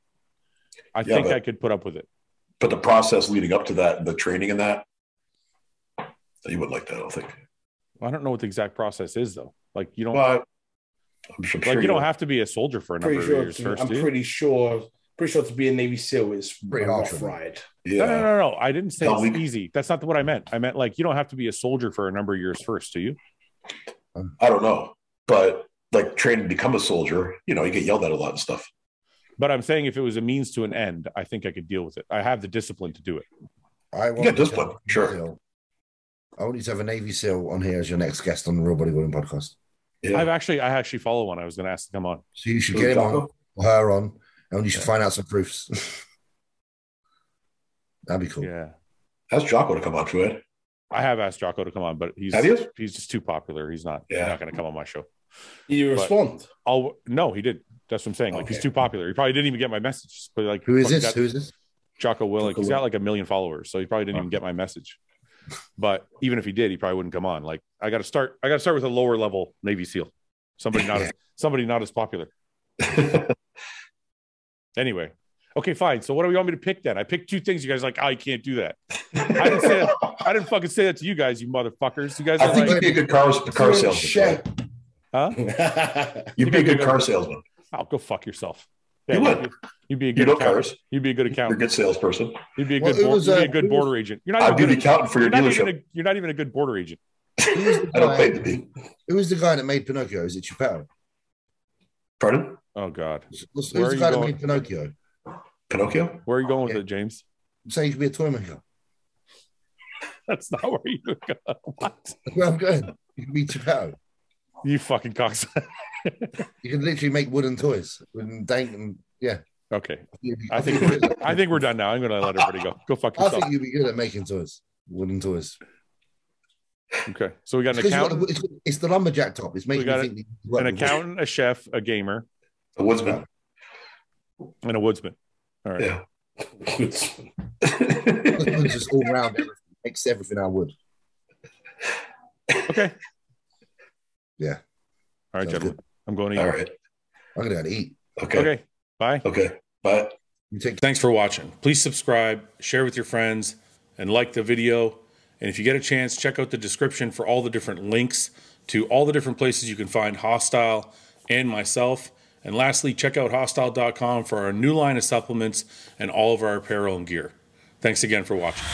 S1: I
S5: Yeah,
S1: think
S5: but-
S1: I could put up with it.
S5: But the process leading up to that, the training and that, you would like that, I don't think.
S1: I don't know what the exact process is though. Like you don't
S5: But I'm sure,
S1: like you don't have to be a soldier for a number
S3: pretty
S1: of
S3: sure.
S1: years first.
S3: I'm
S1: do you?
S3: pretty sure. Pretty sure to be a Navy SEAL is
S2: Pretty
S3: a rough
S2: awesome.
S3: ride.
S1: No,
S5: yeah.
S1: no, no, no. I didn't say
S5: No,
S1: it's
S5: we-
S1: easy. That's not what I meant. I meant like you don't have to be a soldier for a number of years first, do you?
S5: I don't know. But like train to become a soldier, you know, you get yelled at a lot and stuff.
S1: But I'm saying if it was a means to an end, I think I could deal with it. I have the discipline to do it.
S2: I want
S5: Yeah,
S2: you
S5: this
S2: to
S5: one,
S2: have a
S5: sure.
S2: Seal. I want you to have a Navy SEAL on here as your next guest on the Real Bodybuilding Podcast.
S5: Yeah.
S1: I've actually I actually follow one. I was going to ask to come on.
S2: So you should get him on or her on, and you should
S5: Yeah.
S2: find out some proofs. That'd be cool.
S1: Yeah.
S5: That's Jocko to come on to it.
S1: I have asked Jocko to come on, but he's
S5: Have you?
S1: he's just too popular. He's not he's
S5: Yeah.
S1: not going to come on my show.
S3: You
S1: But-
S3: respond.
S1: I'll no, he didn't. That's what I'm saying. Like he's
S3: Okay.
S1: too popular. He probably didn't even get my message. But like
S2: Who is
S1: fuck,
S2: this?
S1: that-
S2: Who is this?
S1: Jocko Willink.
S3: Jocko
S1: He's
S3: Willink.
S1: got like a million followers, so he probably didn't even get my message. But even if he did, he probably wouldn't come on. Like I got to start. I got to start with a lower level Navy SEAL, somebody not as, somebody not as popular. Anyway, okay, fine. So what do you want me to pick then? I picked two things. You guys are like, oh, you can't do that. I didn't say that. I didn't fucking say that to you guys, you motherfuckers. You guys
S5: I
S1: are
S5: think
S1: like,
S5: you'd be a good car, car
S3: You're a
S5: salesman.
S3: chef.
S1: Huh?
S5: You'd be a good car salesman.
S1: oh, go fuck yourself.
S5: You
S1: you'd
S5: would.
S1: be- You'd be a good
S5: You know
S1: accountant.
S5: cars.
S1: You'd be a good
S5: You're a
S1: accountant.
S5: good salesperson.
S1: You'd be a
S2: Well,
S1: good.
S2: it
S1: board,
S2: was,
S1: you'd be
S2: uh,
S1: a good
S2: it was-
S1: border agent. You're not.
S5: I'd
S1: even
S5: be
S1: good
S5: the
S1: at-
S5: accountant for your
S1: You're not, even
S5: dealership.
S1: a, you're not even a good border agent.
S2: Who is the
S5: I don't
S2: guy,
S5: claim to be.
S2: who is the guy that made Pinocchio? Is it Geppetto?
S5: Pardon?
S1: Oh God,
S2: Who's
S1: Where are
S2: the
S1: you
S2: guy that
S1: going?
S2: made Pinocchio?
S5: Pinocchio?
S1: where are you going with
S2: Yeah.
S1: it, James?
S2: Say you could be a toy maker.
S1: That's not where you were going. What?
S2: That's where I'm going. You could be Geppetto.
S1: You fucking cocks.
S2: You could literally make wooden toys with dank and yeah.
S1: okay,
S2: You'd be-
S1: I think
S2: you'd be
S1: we're,
S2: good at-
S1: I think we're done now. I'm gonna let everybody go. Go fuck
S2: I
S1: yourself.
S2: think you'd be good at making toys, wooden toys.
S1: Okay, so we got an
S2: Because you got-
S1: accountant,
S2: it's, it's the lumberjack top. It's making
S1: got
S2: me
S1: a-
S2: think. that you work
S1: an
S2: with-
S1: accountant, a chef, a gamer,
S5: The woodsman.
S1: and a woodsman. All right.
S5: Yeah.
S2: It's just all round everything. Makes everything I would.
S1: Okay.
S2: Yeah.
S1: All right,
S2: Sounds
S1: gentlemen. I'm going to eat.
S5: All right.
S2: I'm gonna go to eat.
S5: Okay.
S1: okay. Bye.
S5: Okay. But
S2: You take
S1: Thanks for watching. Please subscribe, share with your friends, and like the video. And if you get a chance, check out the description for all the different links to all the different places you can find Hostile and myself. And lastly, check out hostile.com for our new line of supplements and all of our apparel and gear. Thanks again for watching.